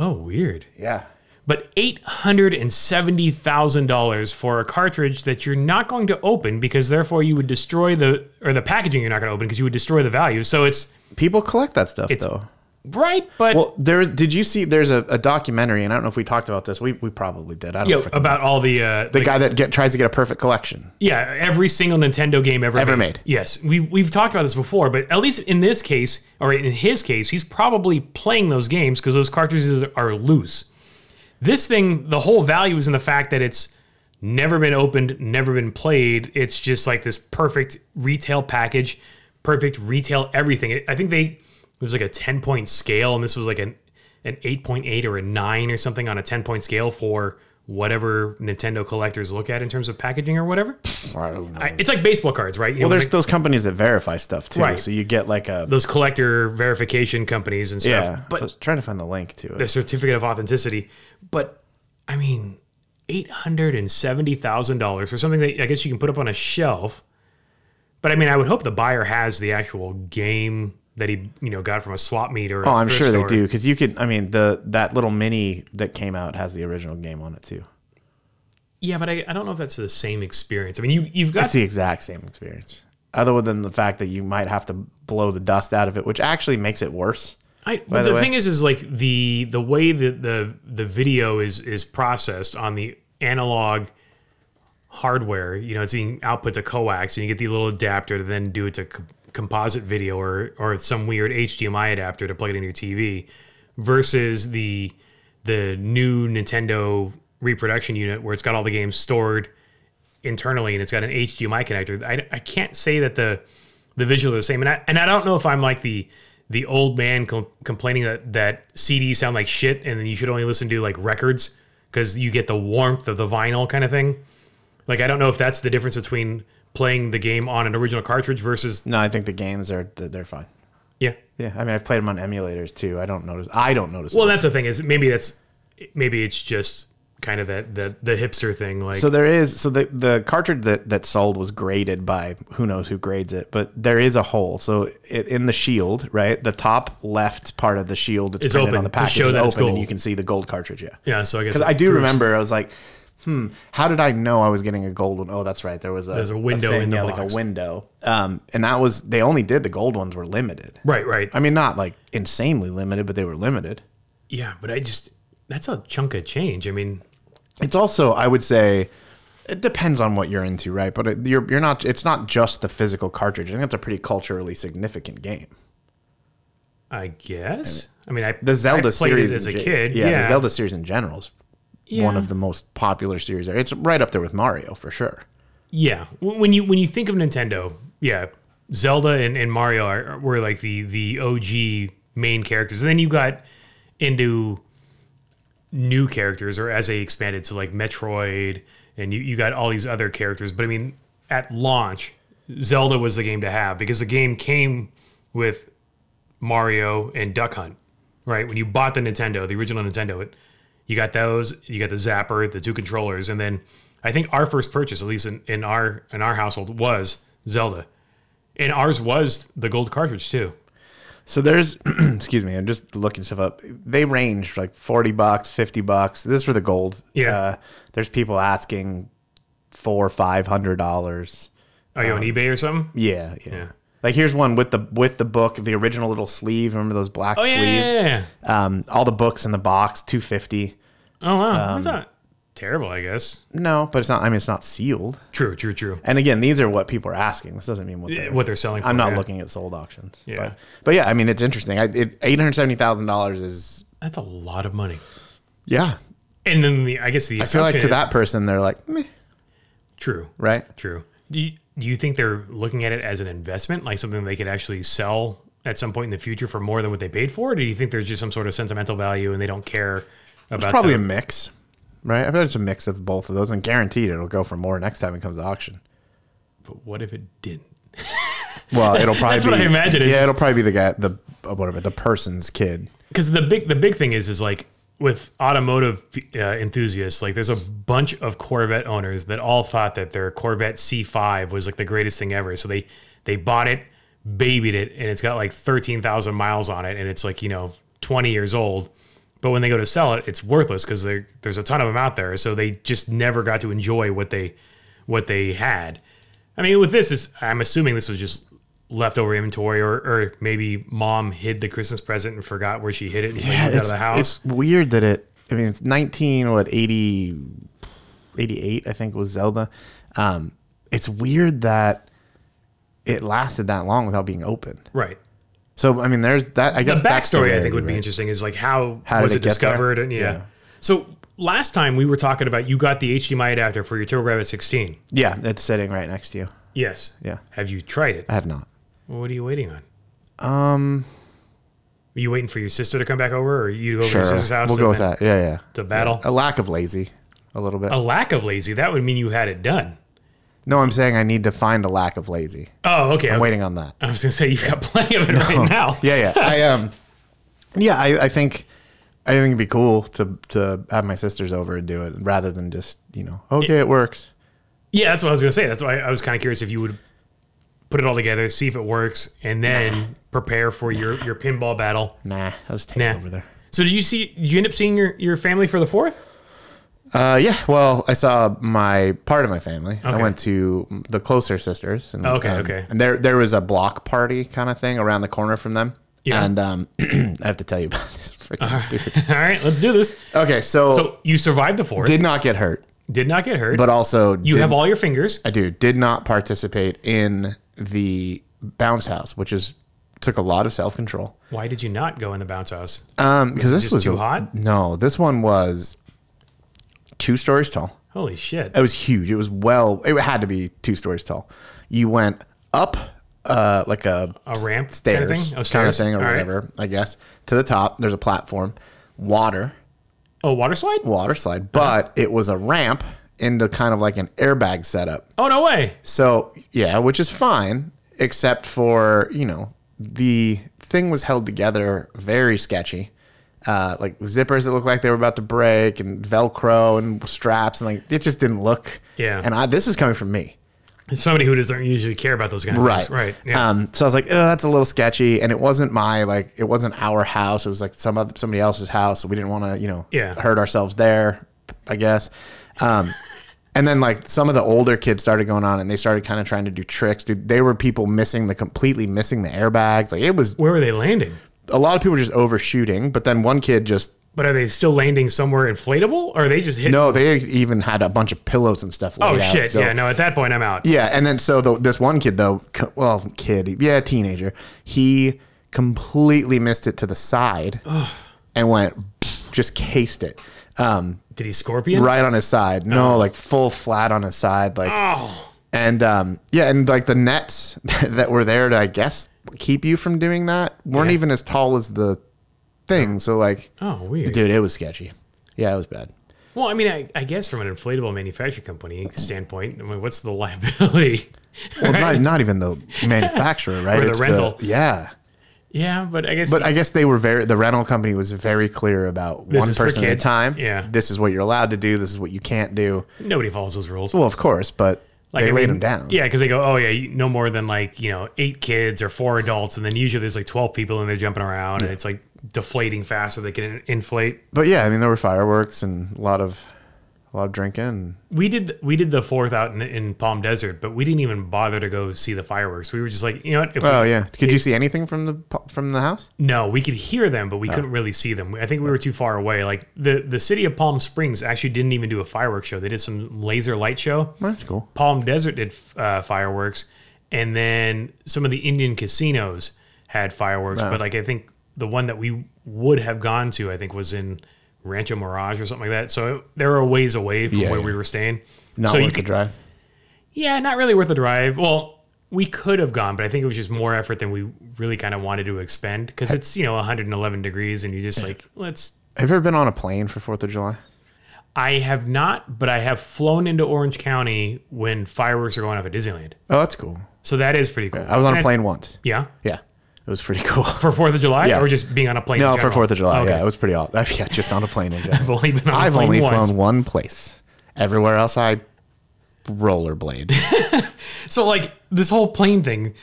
Speaker 1: Oh, weird.
Speaker 2: Yeah.
Speaker 1: But eight hundred and seventy thousand dollars for a cartridge that you're not going to open because therefore you would destroy the or the packaging you're not going to open because you would destroy the value. So it's
Speaker 2: People collect that stuff though.
Speaker 1: right, but
Speaker 2: Well, there did you see? There's a, a documentary, and I don't know if we talked about this. We, we probably did. I don't
Speaker 1: you
Speaker 2: know,
Speaker 1: know, about all the uh,
Speaker 2: the guy that get, tries to get a perfect collection.
Speaker 1: Yeah, every single Nintendo game ever
Speaker 2: Ever made.
Speaker 1: Yes, we we've talked about this before, but at least in this case, or in his case, he's probably playing those games because those cartridges are loose. This thing, the whole value is in the fact that it's never been opened, never been played. It's just like this perfect retail package, perfect retail everything. It- I think they it was like a ten point scale, and this was like an an eight point eight or a nine or something on a ten point scale for whatever Nintendo collectors look at in terms of packaging or whatever.
Speaker 2: I don't know.
Speaker 1: I- it's like baseball cards, right? You
Speaker 2: well,
Speaker 1: know,
Speaker 2: there's
Speaker 1: like
Speaker 2: those companies that verify stuff too.
Speaker 1: Right.
Speaker 2: So you get like a
Speaker 1: those collector verification companies and stuff.
Speaker 2: yeah. I
Speaker 1: But
Speaker 2: was trying to find the link to it.
Speaker 1: the certificate of authenticity. But I mean, eight hundred and seventy thousand dollars for something that I guess you can put up on a shelf. But I mean, I would hope the buyer has the actual game that he you know got from a swap meet or.
Speaker 2: Oh, I'm sure they do because you could. I mean, the that little mini that came out has the original game on it too.
Speaker 1: Yeah, but I, I don't know if that's the same experience. I mean, you you've got
Speaker 2: It's the exact same experience, other than the fact that you might have to blow the dust out of it, which actually makes it worse.
Speaker 1: I, but
Speaker 2: the
Speaker 1: the
Speaker 2: way.
Speaker 1: thing is, is like the the way that the the video is is processed on the analog hardware. You know, it's being output to coax, and you get the little adapter to then do it to co- composite video or or some weird HDMI adapter to plug it into your TV, versus the the new Nintendo reproduction unit where it's got all the games stored internally and it's got an HDMI connector. I, I can't say that the the visuals are the same, and I and I don't know if I'm like the the old man com- complaining that that CDs sound like shit, and then you should only listen to like records because you get the warmth of the vinyl kind of thing. Like I don't know if that's the difference between playing the game on an original cartridge versus
Speaker 2: No, I think the games are th- they're fine.
Speaker 1: yeah.
Speaker 2: Yeah, I mean, I've played them on emulators too. I don't notice. I don't notice.
Speaker 1: Well, that's the thing is maybe that's maybe it's just kind of that that the hipster thing like
Speaker 2: So there is so the the cartridge that that sold was graded by who knows who grades it, but there is a hole. So it, in the shield, right, the top left part of the shield that's
Speaker 1: Is
Speaker 2: printed
Speaker 1: open
Speaker 2: on the
Speaker 1: to
Speaker 2: package
Speaker 1: show
Speaker 2: is
Speaker 1: that it's
Speaker 2: open, and
Speaker 1: gold.
Speaker 2: you can see the gold cartridge. Yeah,
Speaker 1: yeah. So I guess
Speaker 2: because I
Speaker 1: it
Speaker 2: do
Speaker 1: proves-
Speaker 2: remember I was like, hmm, how did I know I was getting a gold one? Oh, that's right, there was a
Speaker 1: There's a window in the
Speaker 2: yeah, like
Speaker 1: box.
Speaker 2: a window. Um, and that was they only did the gold ones were limited.
Speaker 1: right right
Speaker 2: I mean, not like insanely limited, but they were limited.
Speaker 1: yeah. But I just that's a chunk of change. I mean
Speaker 2: it's also i would say it depends on what you're into right but it, you're, you're not it's not just the physical cartridge i think that's a pretty culturally significant game
Speaker 1: I guess I mean I
Speaker 2: the zelda
Speaker 1: I played
Speaker 2: series
Speaker 1: it as a
Speaker 2: in ge-
Speaker 1: kid.
Speaker 2: yeah,
Speaker 1: Yeah,
Speaker 2: the zelda series in general is one
Speaker 1: Yeah.
Speaker 2: of the most popular series there. it's right up there with mario for sure
Speaker 1: Yeah, Wh- when you when you think of Nintendo, yeah, Zelda and, and Mario are, are- were like the the OG main characters, and then you got into new characters, or as they expanded to like Metroid, and you you got all these other characters. But I mean, at launch, Zelda was the game to have because the game came with Mario and Duck Hunt, right? When you bought the Nintendo, the original Nintendo, it you got those, you got the Zapper, the two controllers, and then I think our first purchase, at least in, in our in our household, was Zelda, and ours was the gold cartridge too.
Speaker 2: so there's excuse me i'm just looking stuff up they range like 40 bucks 50 bucks this is for the gold Uh,
Speaker 1: Yeah.
Speaker 2: there's people asking four five hundred dollars
Speaker 1: Are you on
Speaker 2: Uh-huh.
Speaker 1: eBay or something?
Speaker 2: Yeah, yeah. Like here's one with the with the book, the original little sleeve. Remember those black
Speaker 1: Oh yeah, yeah,
Speaker 2: sleeves?
Speaker 1: yeah, yeah.
Speaker 2: Um, all the books in the box, two fifty.
Speaker 1: Oh wow,
Speaker 2: Um,
Speaker 1: that's not terrible, I guess.
Speaker 2: No, but it's not. I mean, it's not sealed.
Speaker 1: True, true, true.
Speaker 2: And again, these are what people are asking. This doesn't mean what they're.
Speaker 1: What they're selling? For,
Speaker 2: I'm not
Speaker 1: yeah.
Speaker 2: looking at sold auctions.
Speaker 1: Yeah.
Speaker 2: but, but yeah, I mean, it's interesting. I, it, Eight hundred seventy thousand dollars is
Speaker 1: That's a lot of money.
Speaker 2: yeah.
Speaker 1: And then the I guess the
Speaker 2: I feel like to
Speaker 1: assumption is-
Speaker 2: that person, they're like, Meh,
Speaker 1: true,
Speaker 2: right?
Speaker 1: True. Do you, do you think they're looking at it as an investment, like something they could actually sell at some point in the future for more than what they paid for? Or do you think there's just some sort of sentimental value and they don't care about
Speaker 2: Probably
Speaker 1: the-
Speaker 2: a mix, right? I bet it's a mix of both of those, and guaranteed it'll go for more next time it comes to auction.
Speaker 1: But what if it didn't?
Speaker 2: Well, it'll probably
Speaker 1: That's
Speaker 2: be,
Speaker 1: what I imagine, is
Speaker 2: Yeah,
Speaker 1: just-
Speaker 2: it'll probably be the guy, the uh, whatever, the person's kid.
Speaker 1: Because the big the big thing is is like with automotive uh, enthusiasts, like there's a bunch of Corvette owners that all thought that their Corvette C5 was like the greatest thing ever. So they they bought it, babied it, and it's got like thirteen thousand miles on it, and it's like you know twenty years old. But when they go to sell it, it's worthless because there's a ton of them out there. So they just never got to enjoy what they what they had. I mean, with this, is I'm assuming this was just leftover inventory, or or maybe mom hid the Christmas present and forgot where she hid it. And yeah, out of the house.
Speaker 2: It's weird that it. I mean, it's 19 what 80, 88, I think was Zelda. Um, it's weird that it lasted that long without being open.
Speaker 1: right.
Speaker 2: So I mean, there's that. I guess
Speaker 1: the
Speaker 2: that's
Speaker 1: backstory I
Speaker 2: way
Speaker 1: think would be
Speaker 2: right?
Speaker 1: interesting is like how,
Speaker 2: How did
Speaker 1: was
Speaker 2: it
Speaker 1: it,
Speaker 2: get
Speaker 1: discovered
Speaker 2: there?
Speaker 1: and yeah.
Speaker 2: Yeah.
Speaker 1: So last time we were talking about you got the HDMI adapter for your TurboGrafx 16.
Speaker 2: Yeah, it's sitting right next to you.
Speaker 1: Yes.
Speaker 2: Yeah,
Speaker 1: Have you tried it?
Speaker 2: I have not.
Speaker 1: What are you waiting on?
Speaker 2: Um,
Speaker 1: Are you waiting for your sister to come back over, or are you over
Speaker 2: sure.
Speaker 1: to your sister's house?
Speaker 2: We'll
Speaker 1: and
Speaker 2: go with
Speaker 1: then
Speaker 2: that. Yeah, yeah.
Speaker 1: The battle.
Speaker 2: A lack of lazy, a little bit.
Speaker 1: A lack of lazy. That would mean you had it done.
Speaker 2: No, I'm saying I need to find a lack of lazy.
Speaker 1: Oh, okay.
Speaker 2: I'm
Speaker 1: okay.
Speaker 2: waiting on that.
Speaker 1: I was gonna say you've got plenty of it right now.
Speaker 2: Yeah, yeah. I um, yeah. I, I think I think it'd be cool to to have my sisters over and do it rather than just you know okay it works.
Speaker 1: Yeah, that's what I was gonna say. That's why I was kind of curious if you would put it all together, see if it works, and then prepare for your your pinball battle.
Speaker 2: Nah, let's take
Speaker 1: Nah.
Speaker 2: it over there.
Speaker 1: So did you see? Did you end up seeing your, your family for the fourth?
Speaker 2: Uh, yeah. Well, I saw my part of my family. I
Speaker 1: Okay.
Speaker 2: went to the closer sisters. And,
Speaker 1: Okay,
Speaker 2: um,
Speaker 1: okay.
Speaker 2: And there there was a block party kind of thing around the corner from them.
Speaker 1: Yeah.
Speaker 2: And um, I have to tell you about this. Freaking dude.
Speaker 1: All right, let's do this.
Speaker 2: Okay, so,
Speaker 1: So you survived the fourth. Did,
Speaker 2: Oh. did not get hurt,
Speaker 1: not get hurt.
Speaker 2: but also
Speaker 1: you have all your fingers.
Speaker 2: I do did not participate in the bounce house, which is took a lot of self control.
Speaker 1: Why did you not go in the bounce house?
Speaker 2: Um, because this
Speaker 1: just
Speaker 2: was
Speaker 1: too
Speaker 2: a-
Speaker 1: hot?
Speaker 2: No, this one was two stories tall.
Speaker 1: Holy shit!
Speaker 2: It was huge. It was well. It had to be two stories tall. You went up uh, like a,
Speaker 1: A ramp
Speaker 2: stairs
Speaker 1: kind of thing. Oh,
Speaker 2: kinda
Speaker 1: stairs?
Speaker 2: thing or
Speaker 1: All right.
Speaker 2: whatever, I guess, to the top. There's a platform, water,
Speaker 1: Oh, water slide?
Speaker 2: water slide,
Speaker 1: Uh-huh.
Speaker 2: but it was a ramp into kind of like an airbag setup.
Speaker 1: Oh no way!
Speaker 2: So yeah, which is fine, except for you know the thing was held together very sketchy. Uh, like zippers that looked like they were about to break, and Velcro and straps, and like it just didn't look.
Speaker 1: Yeah.
Speaker 2: And I, this is coming from me.
Speaker 1: Somebody who doesn't usually care about those kind of
Speaker 2: Right.
Speaker 1: things. Right. Yeah.
Speaker 2: Um, so I was like, oh, that's a little sketchy. And it wasn't my, like, it wasn't our house. It was like some other, somebody else's house. So we didn't want to, you know,
Speaker 1: Yeah.
Speaker 2: hurt ourselves there, I guess. Um, and then like some of the older kids started going on and they started kind of trying to do tricks. Dude, they were people missing the completely missing the airbags. Like it was
Speaker 1: Where were they landing?
Speaker 2: a lot of people were just overshooting, but then one kid just,
Speaker 1: But are they still landing somewhere inflatable, or are they just hitting?
Speaker 2: no, they even had a bunch of pillows and stuff.
Speaker 1: oh
Speaker 2: laid out.
Speaker 1: shit!
Speaker 2: So-
Speaker 1: yeah. No. At that point, I'm out.
Speaker 2: Yeah, and then so the, this one kid though, co- well, kid, yeah, teenager, he completely missed it to the side and went just cased it um,
Speaker 1: Did he scorpion?
Speaker 2: right on his side. No, like full flat on his side, like
Speaker 1: Oh.
Speaker 2: and um, yeah, and like the nets that were there to I guess keep you from doing that weren't even as tall as the thing. So like,
Speaker 1: Oh weird.
Speaker 2: dude, it was sketchy. Yeah, it was bad.
Speaker 1: Well, I mean, I, I guess from an inflatable manufacturing company standpoint, I mean, what's the liability?
Speaker 2: Well, not, not even the manufacturer, right?
Speaker 1: Or the rental.
Speaker 2: yeah.
Speaker 1: yeah, but I guess
Speaker 2: But I guess they were very. The rental company was very clear about one
Speaker 1: is for
Speaker 2: person at a
Speaker 1: kids.
Speaker 2: time.
Speaker 1: Yeah.
Speaker 2: this is what you're allowed to do. This is what you can't do.
Speaker 1: nobody follows those rules.
Speaker 2: Well, of course, but they
Speaker 1: I
Speaker 2: laid
Speaker 1: mean,
Speaker 2: them down.
Speaker 1: Yeah, because they go, oh yeah, you- no more than like you know eight kids or four adults, and then usually there's like twelve people and they're jumping around and it's like deflating faster. They can in- inflate.
Speaker 2: But yeah, I mean, there were fireworks and a lot of, a lot of drinking.
Speaker 1: We did we did the fourth out in, in Palm Desert, but we didn't even bother to go see the fireworks. We were just like, you know what? If
Speaker 2: Oh yeah, could you see anything from the po- from the house?
Speaker 1: we, no, we could hear them, but we couldn't really see them. I think we were too far away. Like the the city of Palm Springs actually didn't even do a fireworks show. They did some laser light show.
Speaker 2: Well, that's cool.
Speaker 1: Palm Desert did uh, fireworks, and then some of the Indian casinos had fireworks. But like I think the one that we would have gone to, I think was in Rancho Mirage or something like that. So there were ways away from
Speaker 2: Yeah,
Speaker 1: where
Speaker 2: yeah.
Speaker 1: we were staying.
Speaker 2: Not
Speaker 1: so you
Speaker 2: worth the
Speaker 1: could-
Speaker 2: drive.
Speaker 1: yeah, not really worth the drive. Well, we could have gone, but I think it was just more effort than we really kind of wanted to expend because it's you know 111 degrees, and you're just like let's.
Speaker 2: Have you ever been on a plane for Fourth of July?
Speaker 1: I have not, but I have flown into Orange County when fireworks are going off at Disneyland.
Speaker 2: Oh, that's cool.
Speaker 1: So that is pretty cool.
Speaker 2: I was on a
Speaker 1: And
Speaker 2: plane once.
Speaker 1: Yeah.
Speaker 2: Yeah, it was pretty cool.
Speaker 1: For Fourth of July,
Speaker 2: Yeah.
Speaker 1: or just being on a plane?
Speaker 2: no,
Speaker 1: in
Speaker 2: for
Speaker 1: general?
Speaker 2: Fourth of July.
Speaker 1: Okay.
Speaker 2: Yeah, it was pretty awesome. Yeah, just on a plane in general.
Speaker 1: I've only been on a
Speaker 2: I've
Speaker 1: plane
Speaker 2: only
Speaker 1: once.
Speaker 2: flown one place. Everywhere else, I rollerblade.
Speaker 1: So like this whole plane thing,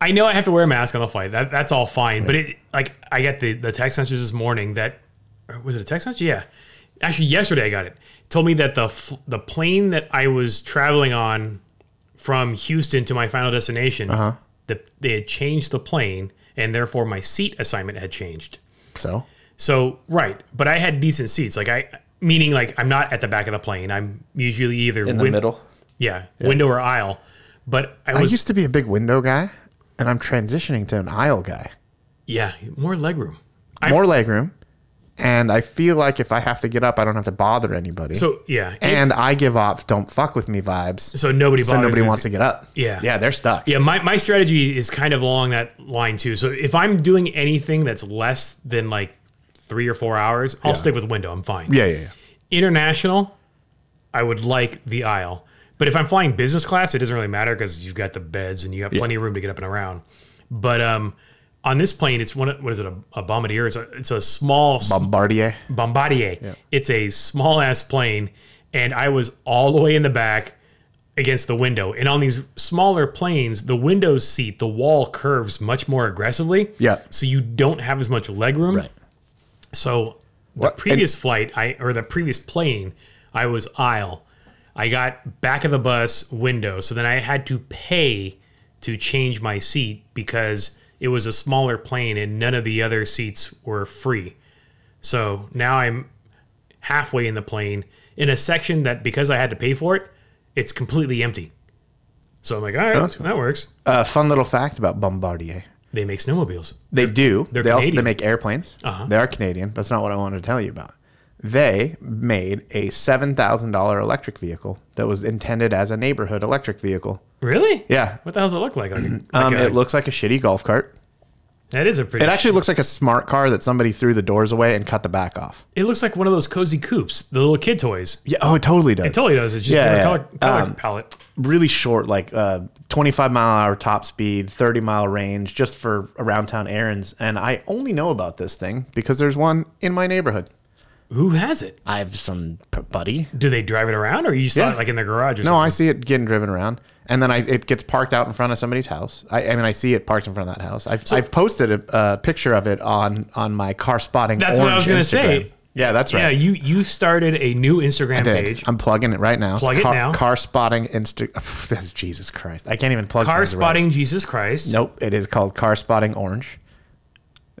Speaker 1: I know I have to wear a mask on the flight. That, that's all fine. But it like I got the the text message this morning that or was it a text message? Yeah. Actually, yesterday I got it. It Told me that the fl- the
Speaker 2: Uh-huh.
Speaker 1: plane that I was traveling on from Houston to my final destination the, they had changed the plane, and therefore my seat assignment had changed.
Speaker 2: So
Speaker 1: So right, but I had decent seats. Like I, meaning like I'm not at the back of the plane. I'm usually either
Speaker 3: in the
Speaker 1: win-
Speaker 3: middle.
Speaker 1: yeah, window or aisle. But I
Speaker 2: I
Speaker 1: was
Speaker 2: used to be a big window guy, and I'm transitioning to an aisle guy.
Speaker 1: yeah more legroom.
Speaker 2: More legroom, and I feel like if I have to get up, I don't have to bother anybody.
Speaker 1: So yeah,
Speaker 2: and I give off "don't fuck with me" vibes,
Speaker 1: so nobody
Speaker 2: so
Speaker 1: bothers
Speaker 2: nobody
Speaker 1: me.
Speaker 2: wants to get up.
Speaker 1: Yeah.
Speaker 2: yeah, they're stuck.
Speaker 1: Yeah, my, my strategy is kind of along that line too. So if I'm doing anything that's less than like three or four hours, I'll stick with window. I'm fine.
Speaker 2: yeah, yeah. yeah.
Speaker 1: International, I would like the aisle. But if I'm flying business class, it doesn't really matter because you've got the beds and you have plenty of room to get up and around. But um, on this plane, it's one. of- What is it? A, a bombardier? It's a it's a small s-
Speaker 2: Bombardier.
Speaker 1: Bombardier. It's a small ass plane, and I was all the way in the back against the window. And on these smaller planes, the window seat, the wall curves much more aggressively.
Speaker 2: Yeah.
Speaker 1: So you don't have as much leg room.
Speaker 2: Right.
Speaker 1: So
Speaker 2: What-
Speaker 1: the previous flight, I or the previous plane, I was aisle. I got back of the bus window. So then I had to pay to change my seat because it was a smaller plane and none of the other seats were free. So now I'm halfway in the plane in a section that because I had to pay for it, it's completely empty. So I'm like, all right, that works.
Speaker 2: Uh, fun little fact about Bombardier.
Speaker 1: They make snowmobiles.
Speaker 2: They do. they also they
Speaker 1: Canadian.
Speaker 2: make airplanes. They are Canadian. That's not what I wanted to tell you about. They made a seven thousand dollar electric vehicle that was intended as a neighborhood electric vehicle.
Speaker 1: Really?
Speaker 2: Yeah,
Speaker 1: What the hell does it look like? Like, a- like
Speaker 2: um,
Speaker 1: a-
Speaker 2: it looks like a shitty golf cart.
Speaker 1: that is a pretty.
Speaker 2: It actually looks like a smart car that somebody threw the doors away and cut the back off.
Speaker 1: It looks like one of those cozy coupes, the little kid toys.
Speaker 2: Yeah. Oh, it totally does.
Speaker 1: It totally does. It's just
Speaker 2: Yeah,
Speaker 1: yeah,
Speaker 2: yeah.
Speaker 1: color, color
Speaker 2: Um,
Speaker 1: palette.
Speaker 2: really short, like uh, 25 mile an hour top speed, 30 mile range, just for around town errands. And I only know about this thing because there's one in my neighborhood.
Speaker 1: Who has it?
Speaker 2: I have some p- buddy.
Speaker 1: Do they drive it around, or you saw
Speaker 2: Yeah.
Speaker 1: it like in their garage? Or
Speaker 2: No,
Speaker 1: something?
Speaker 2: I see it getting driven around, and then I it gets parked out in front of somebody's house. I, I mean, I see it parked in front of that house. I've, I've posted a, a picture of it on on my car spotting.
Speaker 1: That's what I
Speaker 2: orange
Speaker 1: was gonna
Speaker 2: Instagram.
Speaker 1: say.
Speaker 2: Yeah, that's right.
Speaker 1: Yeah, you you started a new Instagram
Speaker 2: Dude,
Speaker 1: page.
Speaker 2: I'm plugging it right now.
Speaker 1: Plug it
Speaker 2: car,
Speaker 1: now.
Speaker 2: Car spotting Insta. That's Jesus Christ. I can't even plug
Speaker 1: Car
Speaker 2: things right.
Speaker 1: spotting Jesus Christ.
Speaker 2: Nope, it is called Car Spotting Orange,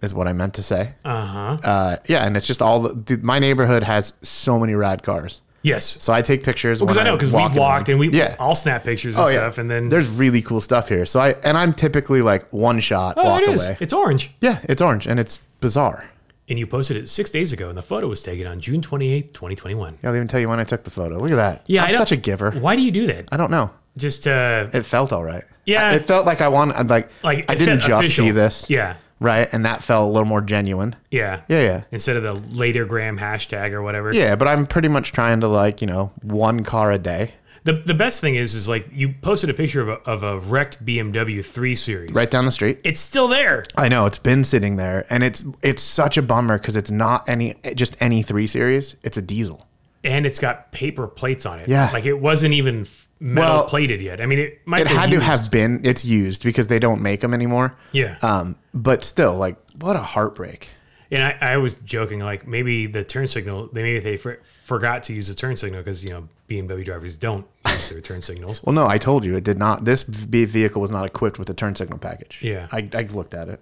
Speaker 2: is what I meant to say.
Speaker 1: Uh huh.
Speaker 2: Uh, yeah, and it's just all the, dude, my neighborhood has so many rad cars.
Speaker 1: Yes.
Speaker 2: So I take pictures.
Speaker 1: Because I know, because we
Speaker 2: walk in
Speaker 1: walked
Speaker 2: them.
Speaker 1: and we
Speaker 2: yeah.
Speaker 1: all snap pictures and
Speaker 2: Oh, yeah.
Speaker 1: stuff, and then
Speaker 2: There's really cool stuff here. So I and I'm typically like one shot
Speaker 1: oh,
Speaker 2: walk
Speaker 1: there it is.
Speaker 2: away.
Speaker 1: It's orange,
Speaker 2: Yeah, it's orange and it's bizarre.
Speaker 1: and you posted it six days ago, and the photo was taken on June twenty eighth, twenty twenty one.
Speaker 2: I'll even tell you when I took the photo. Look at that.
Speaker 1: Yeah, I
Speaker 2: I'm
Speaker 1: don't-
Speaker 2: such a giver.
Speaker 1: Why do you do that?
Speaker 2: I don't know.
Speaker 1: Just uh,
Speaker 2: It felt all right.
Speaker 1: Yeah.
Speaker 2: I- it felt like I wanted. I'd Like,
Speaker 1: like
Speaker 2: I didn't just
Speaker 1: official.
Speaker 2: see this.
Speaker 1: Yeah,
Speaker 2: Right, and that felt a little more genuine.
Speaker 1: yeah,
Speaker 2: Yeah, yeah.
Speaker 1: Instead of the later gram hashtag or whatever.
Speaker 2: Yeah, but I'm pretty much trying to like, you know, one car a day.
Speaker 1: The, the best thing is is like you posted a picture of a, of a wrecked BMW 3 Series.
Speaker 2: Right down the street.
Speaker 1: It's still there.
Speaker 2: I know it's been sitting there, and it's it's such a bummer because it's not any just any three series. It's a diesel.
Speaker 1: And it's got paper plates on it.
Speaker 2: Yeah.
Speaker 1: Like it wasn't even f- metal
Speaker 2: Well,
Speaker 1: plated yet. I mean, it might
Speaker 2: It
Speaker 1: have
Speaker 2: had
Speaker 1: been
Speaker 2: to
Speaker 1: used.
Speaker 2: have been. It's used because they don't make them anymore.
Speaker 1: Yeah.
Speaker 2: Um, but still, like, what a heartbreak.
Speaker 1: and I, I was joking, like maybe the turn signal, they maybe they for, forgot to use the turn signal because, you know, BMW drivers don't use their turn signals.
Speaker 2: Well, no, I told you it did not. This v- vehicle was not equipped with a turn signal package.
Speaker 1: Yeah.
Speaker 2: I, I looked at it.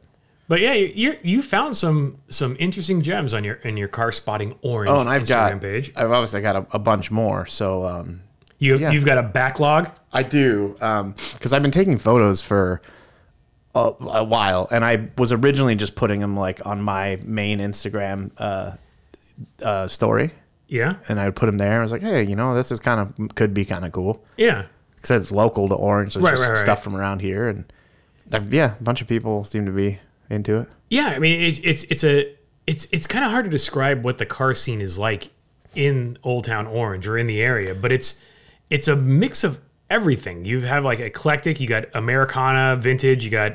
Speaker 1: But yeah, you you're, you found some some interesting gems on your in your car spotting orange
Speaker 2: Oh, and I've
Speaker 1: Instagram
Speaker 2: got.
Speaker 1: page.
Speaker 2: I've obviously got a, a bunch more. So um,
Speaker 1: You you've got a backlog.
Speaker 2: I do, because I've been taking photos for a, a while, and I was originally just putting them like on my main Instagram uh, uh, story,
Speaker 1: Yeah.
Speaker 2: and I would put them there. I was like, hey, you know, this is kind of could be kind of cool
Speaker 1: Yeah.
Speaker 2: because it's local to Orange, so it's
Speaker 1: Right,
Speaker 2: just
Speaker 1: right, right.
Speaker 2: stuff from around here, and uh, yeah, a bunch of people seem to be into it.
Speaker 1: Yeah, I mean it, it's it's a it's it's kind of hard to describe what the car scene is like in Old Town Orange or in the area, but it's it's a mix of everything. You have like eclectic, you got Americana, vintage, you got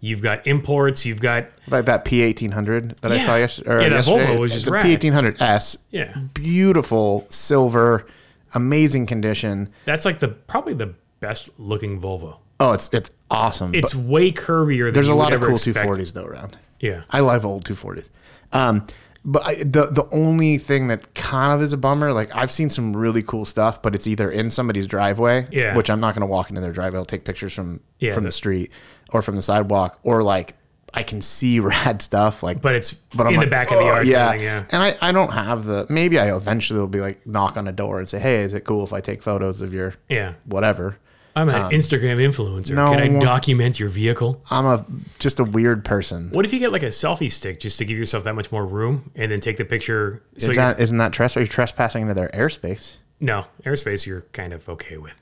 Speaker 1: you've got imports, you've got
Speaker 2: Like that P eighteen hundred that I
Speaker 1: Yeah.
Speaker 2: saw yesterday. Or
Speaker 1: Yeah, that
Speaker 2: yesterday.
Speaker 1: Volvo was
Speaker 2: It's
Speaker 1: just
Speaker 2: a
Speaker 1: rad.
Speaker 2: P eighteen hundred S.
Speaker 1: yeah.
Speaker 2: Beautiful silver, amazing condition.
Speaker 1: That's like the probably the best looking Volvo.
Speaker 2: Oh, it's it's awesome.
Speaker 1: It's way curvier than
Speaker 2: There's a
Speaker 1: you would
Speaker 2: lot of
Speaker 1: ever
Speaker 2: cool
Speaker 1: expect.
Speaker 2: 240s though around.
Speaker 1: Yeah.
Speaker 2: I love old 240s. Um, But I, the the only thing that kind of is a bummer, like I've seen some really cool stuff, but it's either in somebody's driveway,
Speaker 1: Yeah.
Speaker 2: which I'm not going to walk into their driveway. I'll take pictures from
Speaker 1: Yeah,
Speaker 2: from
Speaker 1: the-
Speaker 2: the street or from the sidewalk, or like I can see rad stuff, like
Speaker 1: But it's
Speaker 2: but I'm
Speaker 1: in
Speaker 2: like,
Speaker 1: the back of the
Speaker 2: "Oh,
Speaker 1: yard.
Speaker 2: Yeah.
Speaker 1: Yeah. yeah.
Speaker 2: And I, I don't have the maybe I eventually will be like knock on a door and say, Hey, is it cool if I take photos of your
Speaker 1: Yeah.
Speaker 2: whatever?
Speaker 1: I'm an Instagram influencer.
Speaker 2: Um, no.
Speaker 1: Can I document your vehicle?
Speaker 2: I'm a just a weird person.
Speaker 1: What if you get like a selfie stick just to give yourself that much more room and then take the picture? So
Speaker 2: Is
Speaker 1: you're-
Speaker 2: that isn't that trespass? Are you trespassing into their airspace?
Speaker 1: no, airspace you're kind of okay with.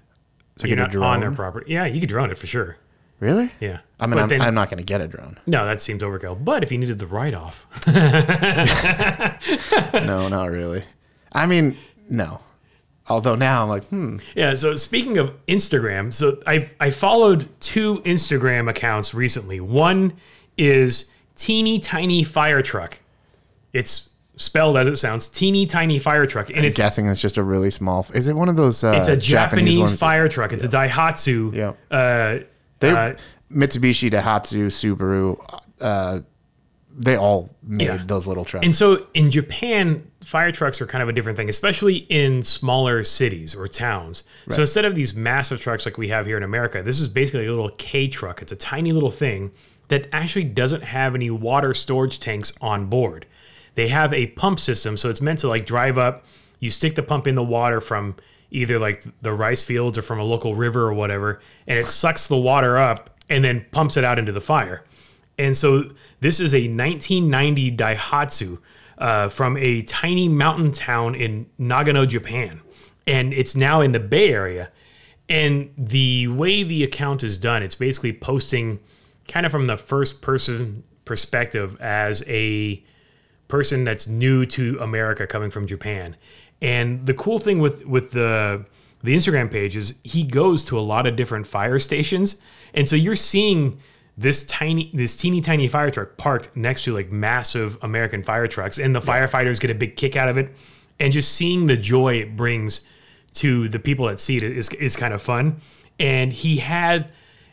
Speaker 2: So
Speaker 1: You're
Speaker 2: get a
Speaker 1: not on their property. Yeah, you could drone it for sure.
Speaker 2: Really?
Speaker 1: Yeah.
Speaker 2: I mean,
Speaker 1: But
Speaker 2: I'm,
Speaker 1: then-
Speaker 2: I'm not going to get a drone.
Speaker 1: no, that seems overkill. But if you needed the write off,
Speaker 2: No, not really. I mean, no. Although now I'm like, hmm.
Speaker 1: Yeah. So speaking of Instagram, so I I followed two Instagram accounts recently. One is teeny tiny fire truck. It's spelled as it sounds, teeny tiny fire truck, and it's
Speaker 2: Guessing it's just a really small. Is it one of those? Uh,
Speaker 1: it's a Japanese,
Speaker 2: ones?
Speaker 1: fire truck. It's a Daihatsu.
Speaker 2: Yeah.
Speaker 1: Uh,
Speaker 2: They,
Speaker 1: uh,
Speaker 2: Mitsubishi, Daihatsu, Subaru. Uh, they all made
Speaker 1: Yeah.
Speaker 2: those little trucks.
Speaker 1: And so in Japan, fire trucks are kind of a different thing, especially in smaller cities or towns. So instead of these massive trucks like we have here in America, this is basically a little K truck. It's a tiny little thing that actually doesn't have any water storage tanks on board. They have a pump system, so it's meant to like drive up, you stick the pump in the water from either like the rice fields or from a local river or whatever, and it sucks the water up and then pumps it out into the fire. And so this is a 1990 Daihatsu uh, from a tiny mountain town in Nagano, Japan. And it's now in the Bay Area. And the way the account is done, it's basically posting kind of from the first person perspective as a person that's new to America coming from Japan. And the cool thing with with the the Instagram page is he goes to a lot of different fire stations, and so you're seeing this tiny this teeny tiny fire truck parked next to like massive American fire trucks, and the firefighters get a big kick out of it, and just seeing the joy it brings to the people that see it is is kind of fun. And he had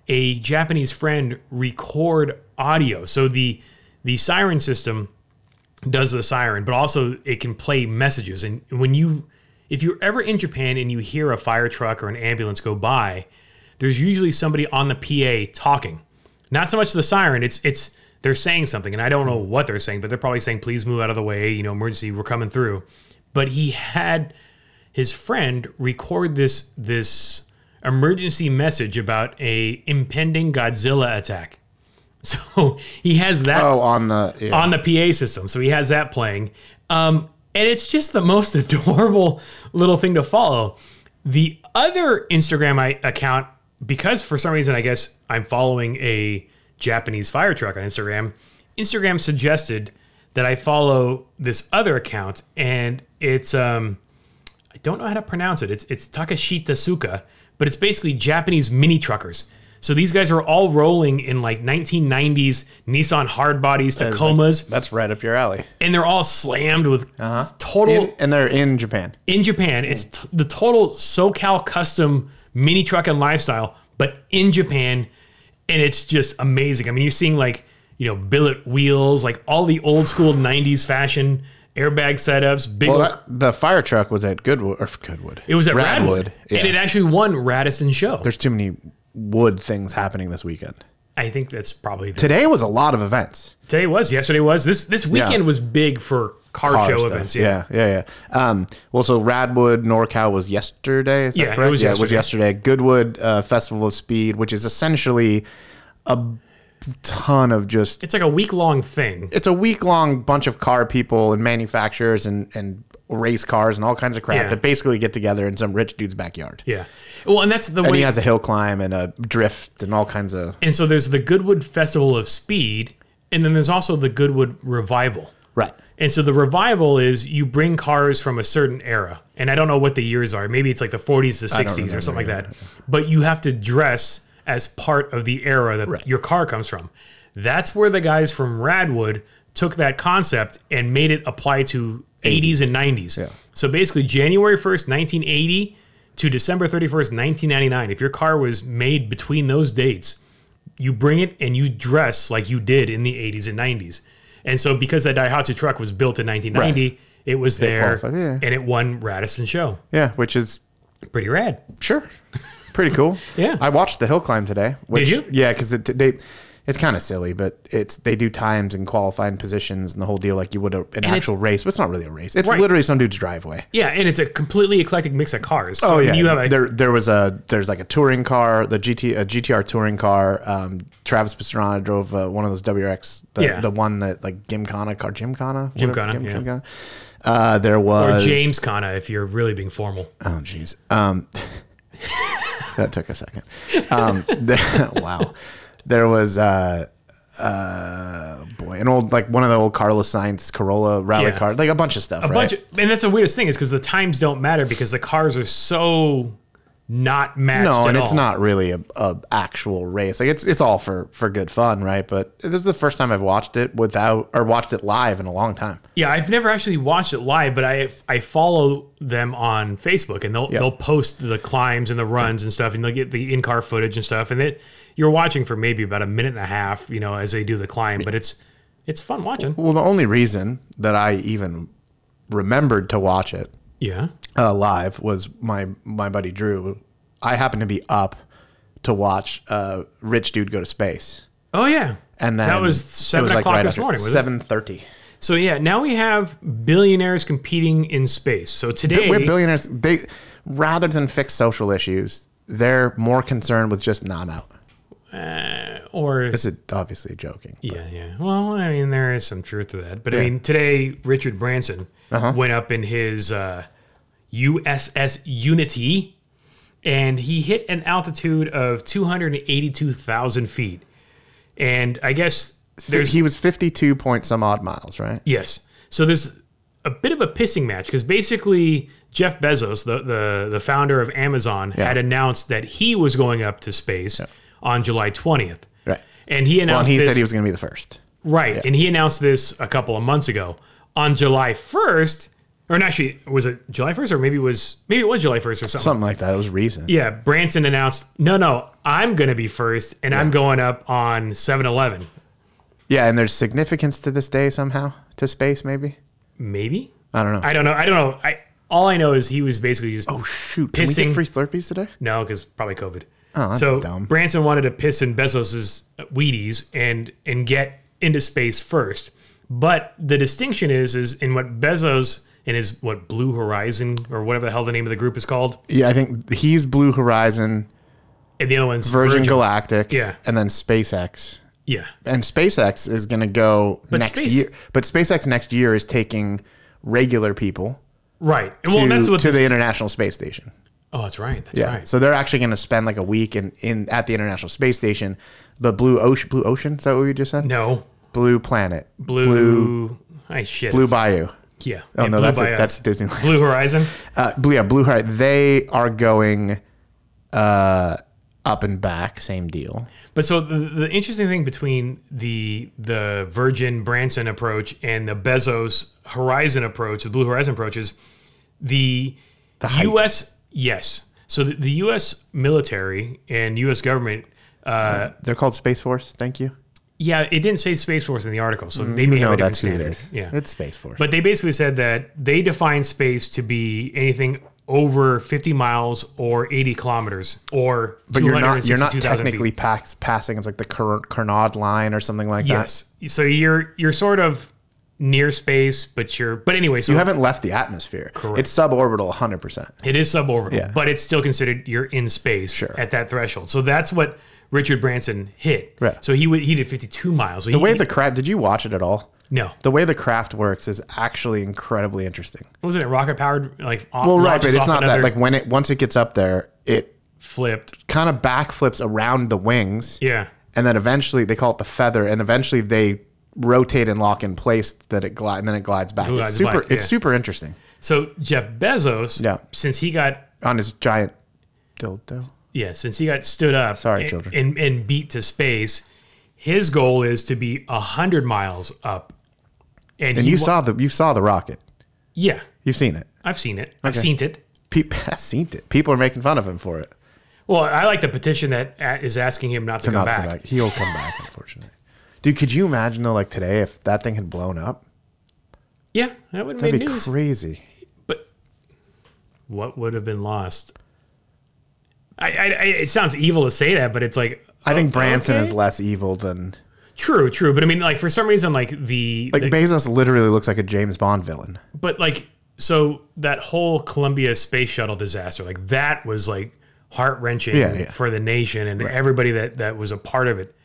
Speaker 1: a Japanese friend record audio, so the the siren system does the siren, but also it can play messages. And when you, if you're ever in Japan and you hear a fire truck or an ambulance go by, there's usually somebody on the PA talking. Not so much the siren. It's it's they're saying something, and I don't know what they're saying, but they're probably saying, "Please move out of the way," you know, emergency, we're coming through. But he had his friend record this this emergency message about a impending Godzilla attack. So he has that
Speaker 2: oh, on the yeah.
Speaker 1: on the PA system. So he has that playing. Um, and it's just the most adorable little thing to follow. The other Instagram I, account, because for some reason, I guess I'm following a Japanese fire truck on Instagram, Instagram suggested that I follow this other account. And it's, um, I don't know how to pronounce it. It's, it's Takashita Suka, but it's basically Japanese mini truckers. So these guys are all rolling in like 1990s Nissan hardbodies,
Speaker 2: It's
Speaker 1: Tacomas
Speaker 2: like, that's right up your alley.
Speaker 1: and they're all slammed with total
Speaker 2: Uh-huh. In, and they're in Japan.
Speaker 1: in Japan. It's t- the total SoCal custom mini truck and lifestyle, but in Japan, and it's just amazing. I mean, you're seeing like you know billet wheels, like all the old school '90s fashion airbag setups. Big,
Speaker 2: Well, that, the fire truck was at Goodwood. Or Goodwood.
Speaker 1: it was at Radwood,
Speaker 2: Yeah.
Speaker 1: and it actually won Radisson Show.
Speaker 2: There's too many wood things happening this weekend.
Speaker 1: I think that's probably the,
Speaker 2: Today was a lot of events.
Speaker 1: today was yesterday was this this weekend was big for car,
Speaker 2: Car
Speaker 1: show
Speaker 2: stuff.
Speaker 1: events.
Speaker 2: yeah, yeah, yeah. Um, well, so Radwood NorCal was yesterday. Is that
Speaker 1: Yeah, it
Speaker 2: correct?
Speaker 1: was
Speaker 2: yeah, it was yesterday. Goodwood uh, Festival of Speed, which is essentially a ton of just
Speaker 1: it's like a week long thing.
Speaker 2: it's a week long bunch of car people and manufacturers and and race cars and all kinds of crap
Speaker 1: Yeah.
Speaker 2: that basically get together in some rich dude's backyard.
Speaker 1: Yeah, well, and that's the
Speaker 2: And
Speaker 1: way
Speaker 2: he has a hill climb and a drift and all kinds of
Speaker 1: And so there's the Goodwood Festival of Speed, and then there's also the Goodwood Revival.
Speaker 2: right.
Speaker 1: And so the revival is you bring cars from a certain era. And I don't know what the years are. Maybe it's like the 40s, the 60s, or something like that. But you have to dress as part of the era that your car comes from. That's where the guys from Radwood took that concept and made it apply to 80s, and 90s. So basically, January 1st, 1980 to December 31st, 1999, if your car was made between those dates, you bring it and you dress like you did in the 80s and 90s. And so because that Daihatsu truck was built in 1990, it was there
Speaker 2: qualified, yeah.
Speaker 1: and it won Radisson Show.
Speaker 2: Yeah, which is
Speaker 1: Pretty rad.
Speaker 2: sure, pretty cool.
Speaker 1: Yeah.
Speaker 2: I watched the hill climb today. Which,
Speaker 1: you?
Speaker 2: Yeah, because it they. It's kind of silly, but it's they do times and qualifying positions and the whole deal like you would a, an
Speaker 1: it's-
Speaker 2: actual race, but it's not really a race. It's
Speaker 1: Right.
Speaker 2: literally some dude's driveway.
Speaker 1: Yeah, and it's a completely eclectic mix of cars. So
Speaker 2: Oh yeah,
Speaker 1: you have a,
Speaker 2: there there was a there's like a touring car, the GT a GTR touring car. Um, Travis Pastrana drove uh, one of those WRX, the,
Speaker 1: Yeah.
Speaker 2: the one that like Gymkhana car, Gymkhana, Whatever-
Speaker 1: Gymkhana, yeah.
Speaker 2: Gymkhana. Uh, there
Speaker 1: or
Speaker 2: was
Speaker 1: James Connor if you're really being formal.
Speaker 2: Oh jeez, um, that took a second. Um, there- wow, there was. Uh, uh, boy, an old like one of the old Carlos Sainz Corolla rally
Speaker 1: Yeah.
Speaker 2: car, like a bunch of stuff,
Speaker 1: A
Speaker 2: right?
Speaker 1: bunch, of- and that's the weirdest thing is because the times don't matter because the cars are so not matched.
Speaker 2: No,
Speaker 1: at
Speaker 2: and it's
Speaker 1: all.
Speaker 2: not really a, a actual race. Like it's it's all for for good fun, right? But this is the first time I've watched it without or watched it live in a long time.
Speaker 1: Yeah, I've never actually watched it live, but I I follow them on Facebook, and they'll they'll post the climbs and the runs and stuff, and they'll get the in car footage and stuff, and it you're watching for maybe about a minute and a half, you know, as they do the climb, but it's it's fun watching.
Speaker 2: Well, the only reason that I even remembered to watch it
Speaker 1: Yeah,
Speaker 2: uh, live was my my buddy Drew. I happened to be up to watch uh, rich dude go to space,
Speaker 1: oh yeah,
Speaker 2: and then
Speaker 1: That was
Speaker 2: it
Speaker 1: seven o'clock this morning, was it?
Speaker 2: Seven thirty.
Speaker 1: so yeah, now we have billionaires competing in space. So today,
Speaker 2: We're billionaires. They rather than fix social issues, they're more concerned with just nah, I'm out.
Speaker 1: uh, or
Speaker 2: This is obviously joking.
Speaker 1: Yeah, yeah. Well, I mean, there is some truth to that. But I mean, today Richard Branson
Speaker 2: Uh-huh.
Speaker 1: went up in his uh, USS Unity, and he hit an altitude of two hundred eighty-two thousand feet. And I guess there's
Speaker 2: he was 52 point some odd miles, right?
Speaker 1: yes. So there's a bit of a pissing match because basically Jeff Bezos, the the, the founder of Amazon, had announced that he was going up to space on July twentieth.
Speaker 2: Right.
Speaker 1: And he
Speaker 2: And
Speaker 1: announced
Speaker 2: he
Speaker 1: this,
Speaker 2: said he was going to be the first.
Speaker 1: Right. And he announced this a couple of months ago. On July 1st, or not actually, was it July 1st or maybe it was maybe it was July 1st or something.
Speaker 2: Something like that. It was recent.
Speaker 1: yeah, Branson announced, "No, no, I'm going to be first and I'm going up on 7-Eleven."
Speaker 2: Yeah, and there's significance to this day somehow to space, maybe.
Speaker 1: Maybe?
Speaker 2: I don't know.
Speaker 1: I don't know. I don't know. I all I know is he was basically just
Speaker 2: oh shoot! Can we
Speaker 1: Pissing.
Speaker 2: get free Slurpees today?
Speaker 1: no cuz probably COVID.
Speaker 2: Oh, that's
Speaker 1: so
Speaker 2: dumb.
Speaker 1: Branson wanted to piss in Bezos's Wheaties and and get into space first. But the distinction is is in what Bezos and his what Blue Horizon or whatever the hell the name of the group is called,
Speaker 2: Yeah, I think he's Blue Horizon,
Speaker 1: and the other one's
Speaker 2: Virgin, Galactic,
Speaker 1: Yeah.
Speaker 2: and then SpaceX.
Speaker 1: Yeah,
Speaker 2: And SpaceX is going to go next
Speaker 1: space-
Speaker 2: year, but SpaceX next year is taking regular people
Speaker 1: right. And
Speaker 2: to,
Speaker 1: well, that's what.
Speaker 2: to
Speaker 1: this-
Speaker 2: the International Space Station.
Speaker 1: oh, that's right. That's
Speaker 2: Yeah.
Speaker 1: right.
Speaker 2: So they're actually going to spend like a week in, in at the International Space Station, the blue ocean. Blue ocean. Is that what we just said?
Speaker 1: No,
Speaker 2: Blue planet.
Speaker 1: blue. I shit.
Speaker 2: Blue bayou.
Speaker 1: Yeah.
Speaker 2: Oh no, that's
Speaker 1: bio.
Speaker 2: it. That's Disneyland.
Speaker 1: Blue Horizon.
Speaker 2: Uh, blue, yeah, blue heart. They are going uh, up and back. Same deal.
Speaker 1: But so the, the interesting thing between the the Virgin Branson approach and the Bezos Horizon approach, the Blue Horizon approach, is the the
Speaker 2: height.
Speaker 1: U.S. Yes. So the, the U.S. military and U.S. government. Uh,
Speaker 2: They're called Space Force. Thank you.
Speaker 1: yeah, it didn't say Space Force in the article, so they may have
Speaker 2: No,
Speaker 1: a different
Speaker 2: Mm, that's who it
Speaker 1: standard.
Speaker 2: is.
Speaker 1: Yeah,
Speaker 2: it's Space Force.
Speaker 1: But they basically said that they define space to be anything over 50 miles or 80 kilometers or
Speaker 2: But you're not. You're not
Speaker 1: 262,000 feet.
Speaker 2: technically pax, passing. It's like the Car- Carnot line or something like that.
Speaker 1: Yes. So you're you're sort of near space, but you're but anyway, so
Speaker 2: You haven't left the atmosphere. Correct. It's suborbital, 100. percent
Speaker 1: it is suborbital, but it's still considered you're in space at that threshold. So that's what Richard Branson hit.
Speaker 2: Right.
Speaker 1: So he would he did 52 miles. So
Speaker 2: The way the craft. Did you watch it at all?
Speaker 1: no
Speaker 2: The way the craft works is actually incredibly interesting.
Speaker 1: wasn't it rocket powered like off,
Speaker 2: Well, right, but
Speaker 1: launches
Speaker 2: it's
Speaker 1: off
Speaker 2: not that.
Speaker 1: another-
Speaker 2: Like when it once it gets up there, it
Speaker 1: flipped.
Speaker 2: kind of backflips around the wings,
Speaker 1: Yeah.
Speaker 2: and then eventually they call it the feather, and eventually they rotate and lock in place that it glide, and then it glides back.
Speaker 1: Glides
Speaker 2: it's super.
Speaker 1: back,
Speaker 2: It's
Speaker 1: yeah.
Speaker 2: super interesting
Speaker 1: So Jeff Bezos,
Speaker 2: Yeah.
Speaker 1: since he got
Speaker 2: on his giant dildo.
Speaker 1: Yeah, since he got stood up,
Speaker 2: Sorry,
Speaker 1: and,
Speaker 2: children.
Speaker 1: and and beat to space, his goal is to be hundred miles up. And,
Speaker 2: And
Speaker 1: he
Speaker 2: you
Speaker 1: wa-
Speaker 2: saw the you saw the rocket.
Speaker 1: yeah,
Speaker 2: You've seen it.
Speaker 1: I've seen it. I've seen it.
Speaker 2: People have seen it. People are making fun of him for it.
Speaker 1: Well, I like the petition that a- is asking him not to come
Speaker 2: Not
Speaker 1: back.
Speaker 2: come back. He'll come back, unfortunately. Dude, could you imagine though, like today, if that thing had blown up?
Speaker 1: Yeah, that would have
Speaker 2: That'd
Speaker 1: made
Speaker 2: be
Speaker 1: news.
Speaker 2: crazy.
Speaker 1: but what would have been lost? I, I, I it sounds evil to say that, but it's like oh,
Speaker 2: I think Branson
Speaker 1: okay.
Speaker 2: is less evil than
Speaker 1: true, true. But I mean, like for some reason, like the
Speaker 2: like Bezos. Literally looks like a James Bond villain.
Speaker 1: but like so that whole Columbia space shuttle disaster, like that was like heart wrenching
Speaker 2: Yeah, yeah.
Speaker 1: for the nation and everybody that that was a part of it.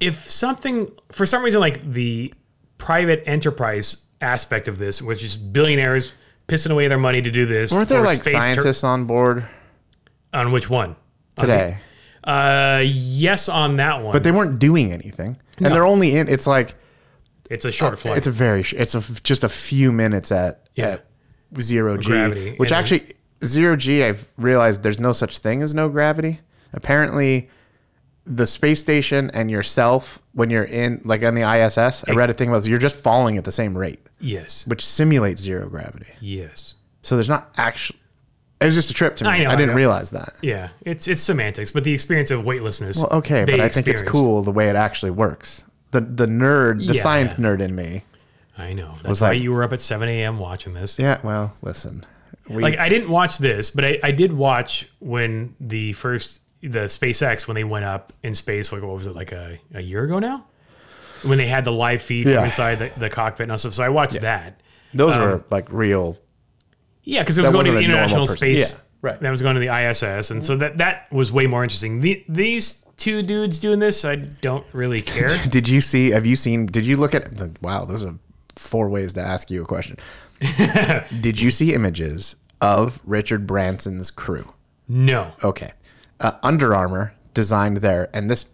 Speaker 1: If something for some reason like the private enterprise aspect of this, which is billionaires pissing away their money to do this,
Speaker 2: Weren't there
Speaker 1: for
Speaker 2: like
Speaker 1: tur-
Speaker 2: scientists on board
Speaker 1: on which one?
Speaker 2: today?
Speaker 1: Uh, yes, on that one.
Speaker 2: But they weren't doing anything, and they're only in. It's like
Speaker 1: it's a short flight.
Speaker 2: uh, it's a very. sh- It's a, f- just a few minutes at
Speaker 1: Yeah.
Speaker 2: at zero g,
Speaker 1: Gravity,
Speaker 2: which
Speaker 1: yeah.
Speaker 2: actually zero g. I've realized there's no such thing as no gravity. Apparently, the space station and yourself when you're in like on the ISS. I read a thing about this, you're just falling at the same rate,
Speaker 1: yes,
Speaker 2: which simulates zero gravity.
Speaker 1: yes.
Speaker 2: So there's not actually. It was just a trip to me.
Speaker 1: I
Speaker 2: I,
Speaker 1: know, I
Speaker 2: didn't
Speaker 1: know.
Speaker 2: realize that.
Speaker 1: Yeah, it's it's semantics, but the experience of weightlessness.
Speaker 2: Well, okay,
Speaker 1: they
Speaker 2: but I think it's
Speaker 1: experienced.
Speaker 2: cool the way it actually works. The the nerd, the
Speaker 1: Yeah.
Speaker 2: science nerd in me.
Speaker 1: I know. That's why
Speaker 2: like-
Speaker 1: you were up at seven a.m. watching this.
Speaker 2: Yeah, well, listen. We
Speaker 1: Like I didn't watch this, but I, I did watch when the first the SpaceX when they went up in space. Like what was it like a, a year ago now? When they had the live feed
Speaker 2: Yeah.
Speaker 1: from inside the, the cockpit and all stuff. So I watched that.
Speaker 2: those
Speaker 1: Um,
Speaker 2: were like real
Speaker 1: Yeah, because it was
Speaker 2: That
Speaker 1: going to the
Speaker 2: wasn't a normal
Speaker 1: international
Speaker 2: person.
Speaker 1: space.
Speaker 2: Yeah, right.
Speaker 1: That was going to the ISS, and so that that was way more interesting. The, these two dudes doing this, I don't really care.
Speaker 2: Did you see have you seen did you look at the wow, those are four ways to ask you a question. did you see images of Richard Branson's crew?
Speaker 1: no.
Speaker 2: Okay. Uh, Under Armour designed there and this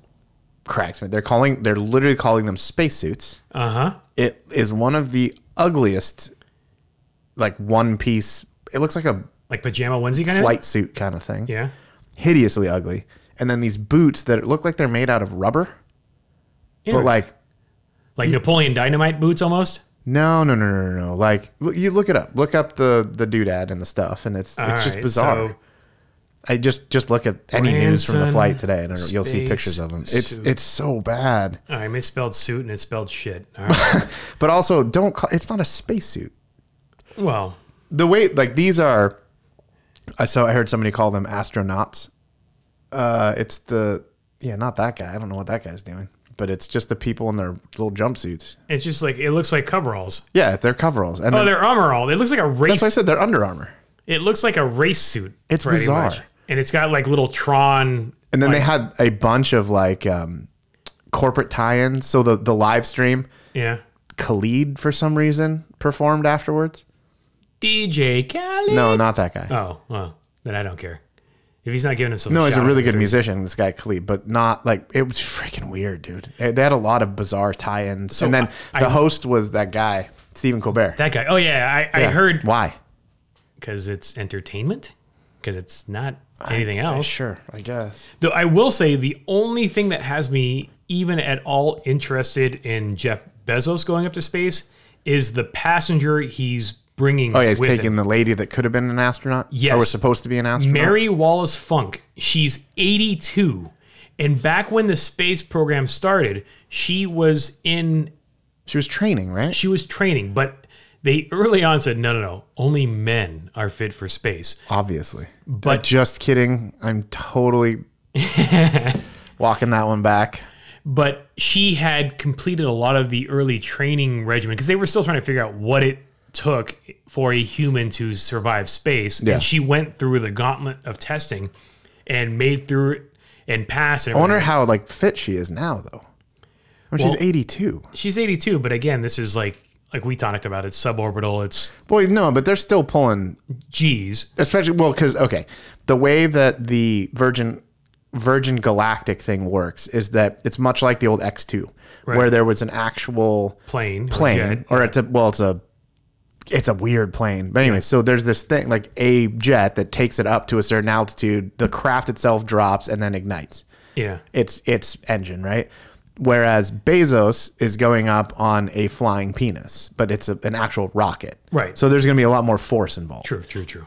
Speaker 2: cracks me. They're calling they're literally calling them spacesuits.
Speaker 1: Uh huh.
Speaker 2: It is one of the ugliest, like one piece. It looks like a
Speaker 1: Like pajama onesie kind of.
Speaker 2: flight suit kind of thing.
Speaker 1: Yeah.
Speaker 2: Hideously ugly. And then these boots that look like they're made out of rubber, but
Speaker 1: Inter-
Speaker 2: like
Speaker 1: like Napoleon Dynamite boots almost.
Speaker 2: no, no, no, no, no, no. Like l- you look it up. Look up the the doodad and the stuff, and it's it's just
Speaker 1: Alright,
Speaker 2: bizarre.
Speaker 1: so-
Speaker 2: I just just look at any news from the
Speaker 1: Branson
Speaker 2: flight today, and you'll see
Speaker 1: space
Speaker 2: pictures of them. It's
Speaker 1: suit.
Speaker 2: it's so bad.
Speaker 1: I misspelled suit and it spelled shit. All right.
Speaker 2: But also, don't call. It's not a spacesuit.
Speaker 1: well,
Speaker 2: the way like these are i saw i heard somebody call them astronauts uh it's the yeah not that guy i don't know what that guy's doing but it's just the people in their little jumpsuits
Speaker 1: it's just like it looks like coveralls.
Speaker 2: yeah they're coveralls and
Speaker 1: Oh,
Speaker 2: then,
Speaker 1: they're armor all. It looks like a
Speaker 2: that's why i
Speaker 1: race.
Speaker 2: said they're under armor
Speaker 1: It looks like a race suit.
Speaker 2: It's
Speaker 1: pretty
Speaker 2: bizarre.
Speaker 1: and it's got like little Tron.
Speaker 2: and then they had a bunch of like um corporate tie-ins so the the live stream
Speaker 1: Yeah.
Speaker 2: khalid for some reason performed afterwards
Speaker 1: DJ Khaled.
Speaker 2: no not that guy
Speaker 1: Oh, well, then I don't care. If he's not giving himself
Speaker 2: no
Speaker 1: a
Speaker 2: he's a
Speaker 1: shout
Speaker 2: really
Speaker 1: out.
Speaker 2: good musician this guy khalid but not like it was freaking weird dude Eh, they had a lot of bizarre tie-ins and then
Speaker 1: I-
Speaker 2: the
Speaker 1: I-
Speaker 2: host was that guy stephen colbert
Speaker 1: That guy. Oh, yeah. I, I
Speaker 2: Yeah.
Speaker 1: heard
Speaker 2: why
Speaker 1: because it's entertainment, because it's not anything else.
Speaker 2: sure i guess
Speaker 1: Though Oh, I will say the only thing that has me even at all interested in Jeff Bezos going up to space is the passenger he's bringing.
Speaker 2: oh yeah he's
Speaker 1: with
Speaker 2: taking
Speaker 1: him.
Speaker 2: the lady that could have been an astronaut
Speaker 1: Yes.
Speaker 2: or was supposed to be an astronaut
Speaker 1: Mary Wallace Funk. She's 82, and back when the space program started, she was in
Speaker 2: she was training right
Speaker 1: she was training, but they early on said no, no, no, only men are fit for space.
Speaker 2: obviously but just kidding i'm totally walking that one back
Speaker 1: but she had completed a lot of the early training regimen because they were still trying to figure out what it took for a human to survive space.
Speaker 2: Yeah.
Speaker 1: And she went through the gauntlet of testing and made through it and passed. And
Speaker 2: i wonder how like fit she is now though I mean, she's 82
Speaker 1: she's 82, but again, this is like like we talked about. It's suborbital. It's
Speaker 2: boy no but they're still pulling
Speaker 1: G's.
Speaker 2: especially well because okay the way that the virgin virgin galactic thing works is that it's much like the old x2 where there was an actual
Speaker 1: Plane. or
Speaker 2: plane
Speaker 1: jet.
Speaker 2: or it's a well it's a it's a weird plane but anyway so there's this thing like a jet that takes it up to a certain altitude the craft itself drops and then ignites
Speaker 1: Yeah.
Speaker 2: its its engine right whereas bezos is going up on a flying penis but it's a, an actual rocket
Speaker 1: Right.
Speaker 2: so there's going to be a lot more force involved
Speaker 1: True. True. True.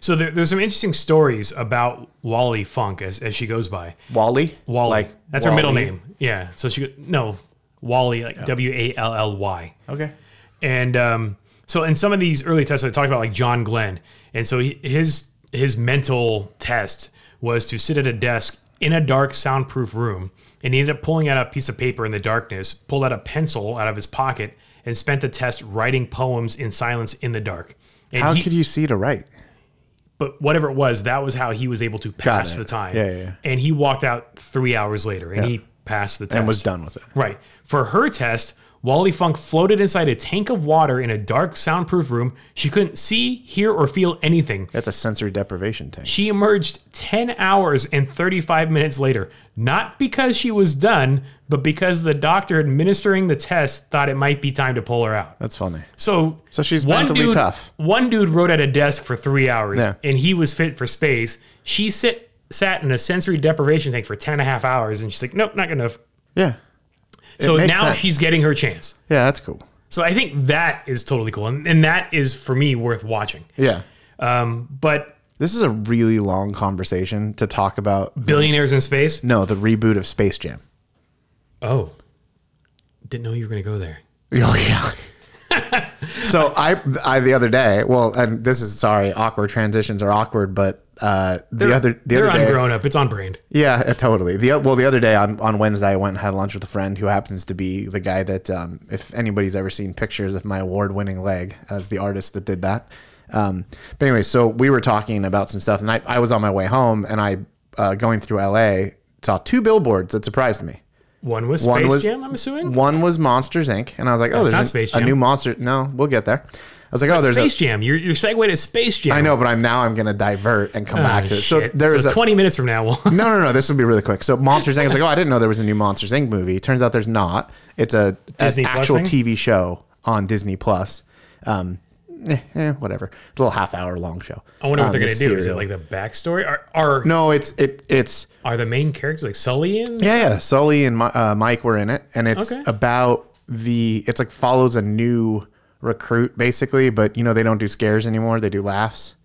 Speaker 1: So there, there's some interesting stories about Wally Funk as, as she goes by.
Speaker 2: Wally?
Speaker 1: Wally.
Speaker 2: Like
Speaker 1: That's her middle name. Yeah. So she go- no Wally like W A L L Y.
Speaker 2: Okay.
Speaker 1: And um, so in some of these early tests, I talked about like John Glenn, and so he, his his mental test was to sit at a desk in a dark, soundproof room, and he ended up pulling out a piece of paper in the darkness, pulled out a pencil out of his pocket, and spent the test writing poems in silence in the dark. And
Speaker 2: How
Speaker 1: he-
Speaker 2: could you see to write?
Speaker 1: but whatever it was, that was how he was able to pass
Speaker 2: it.
Speaker 1: the time.
Speaker 2: Yeah, yeah, yeah.
Speaker 1: And he walked out three hours later, and he passed the test
Speaker 2: And was done with it.
Speaker 1: Right. For her test, Wally Funk floated inside a tank of water in a dark, soundproof room. She couldn't see, hear, or feel anything.
Speaker 2: That's a sensory deprivation tank.
Speaker 1: She emerged 10 hours and 35 minutes later, not because she was done, but because the doctor administering the test thought it might be time to pull her out.
Speaker 2: That's funny.
Speaker 1: So,
Speaker 2: So she's mentally
Speaker 1: dude,
Speaker 2: tough.
Speaker 1: One dude wrote at a desk for three hours
Speaker 2: Yeah.
Speaker 1: and he was fit for space. She sit, sat in a sensory deprivation tank for 10 and a half hours and she's like, nope, not good enough.
Speaker 2: Yeah.
Speaker 1: so
Speaker 2: makes
Speaker 1: now
Speaker 2: sense.
Speaker 1: she's getting her chance.
Speaker 2: Yeah, that's cool.
Speaker 1: So I think that is totally cool, and, and that is for me worth watching.
Speaker 2: Yeah.
Speaker 1: But
Speaker 2: This is a really long conversation to talk about.
Speaker 1: billionaires in space?
Speaker 2: No, the reboot of Space Jam.
Speaker 1: Oh, didn't know you were gonna go there.
Speaker 2: Oh yeah. so I, I the other day. Well, and this is sorry. Awkward transitions are awkward, but uh, the other the
Speaker 1: They're
Speaker 2: other
Speaker 1: on
Speaker 2: day.
Speaker 1: grown up. It's on brand.
Speaker 2: Yeah, uh, totally. The o- well, the other day on, on Wednesday, I went and had lunch with a friend who happens to be the guy that, um, if anybody's ever seen pictures of my award winning leg as the artist that did that. Um, but anyway, so we were talking about some stuff, and I, I was on my way home, and I uh, going through LA saw two billboards that surprised me.
Speaker 1: One was Space
Speaker 2: One was-
Speaker 1: Jam. I'm assuming.
Speaker 2: One was Monsters Inc., and I was like, oh, there's
Speaker 1: not
Speaker 2: an-
Speaker 1: Space
Speaker 2: a
Speaker 1: Jam.
Speaker 2: new monster. No, we'll get there. I was like, oh, there's
Speaker 1: Space
Speaker 2: a.
Speaker 1: Jam. Your your segue to Space Jam. Ah,
Speaker 2: I know, but I'm now I'm gonna divert and come back to it. So
Speaker 1: Shit.
Speaker 2: there's
Speaker 1: so
Speaker 2: a
Speaker 1: 20 minutes from now. We'll,
Speaker 2: No, no, no. This will be really quick. So Monsters Inc. I was like, oh, I didn't know there was a new Monsters Inc. movie. Turns out there's not. It's a
Speaker 1: Disney
Speaker 2: an
Speaker 1: Plus
Speaker 2: actual
Speaker 1: thing?
Speaker 2: TV show on Disney Plus. Um, eh, eh, whatever. It's a little half hour long show.
Speaker 1: I wonder what
Speaker 2: Um,
Speaker 1: they're gonna
Speaker 2: it's
Speaker 1: do. Is it
Speaker 2: serial.
Speaker 1: like the backstory? Are are,
Speaker 2: No, it's it it's
Speaker 1: are the main characters like Sully in?
Speaker 2: yeah, yeah. Sully and Mi- uh, Mike were in it, and it's
Speaker 1: Okay.
Speaker 2: about the it's like follows a new recruit basically, but you know they don't do scares anymore. They do laughs.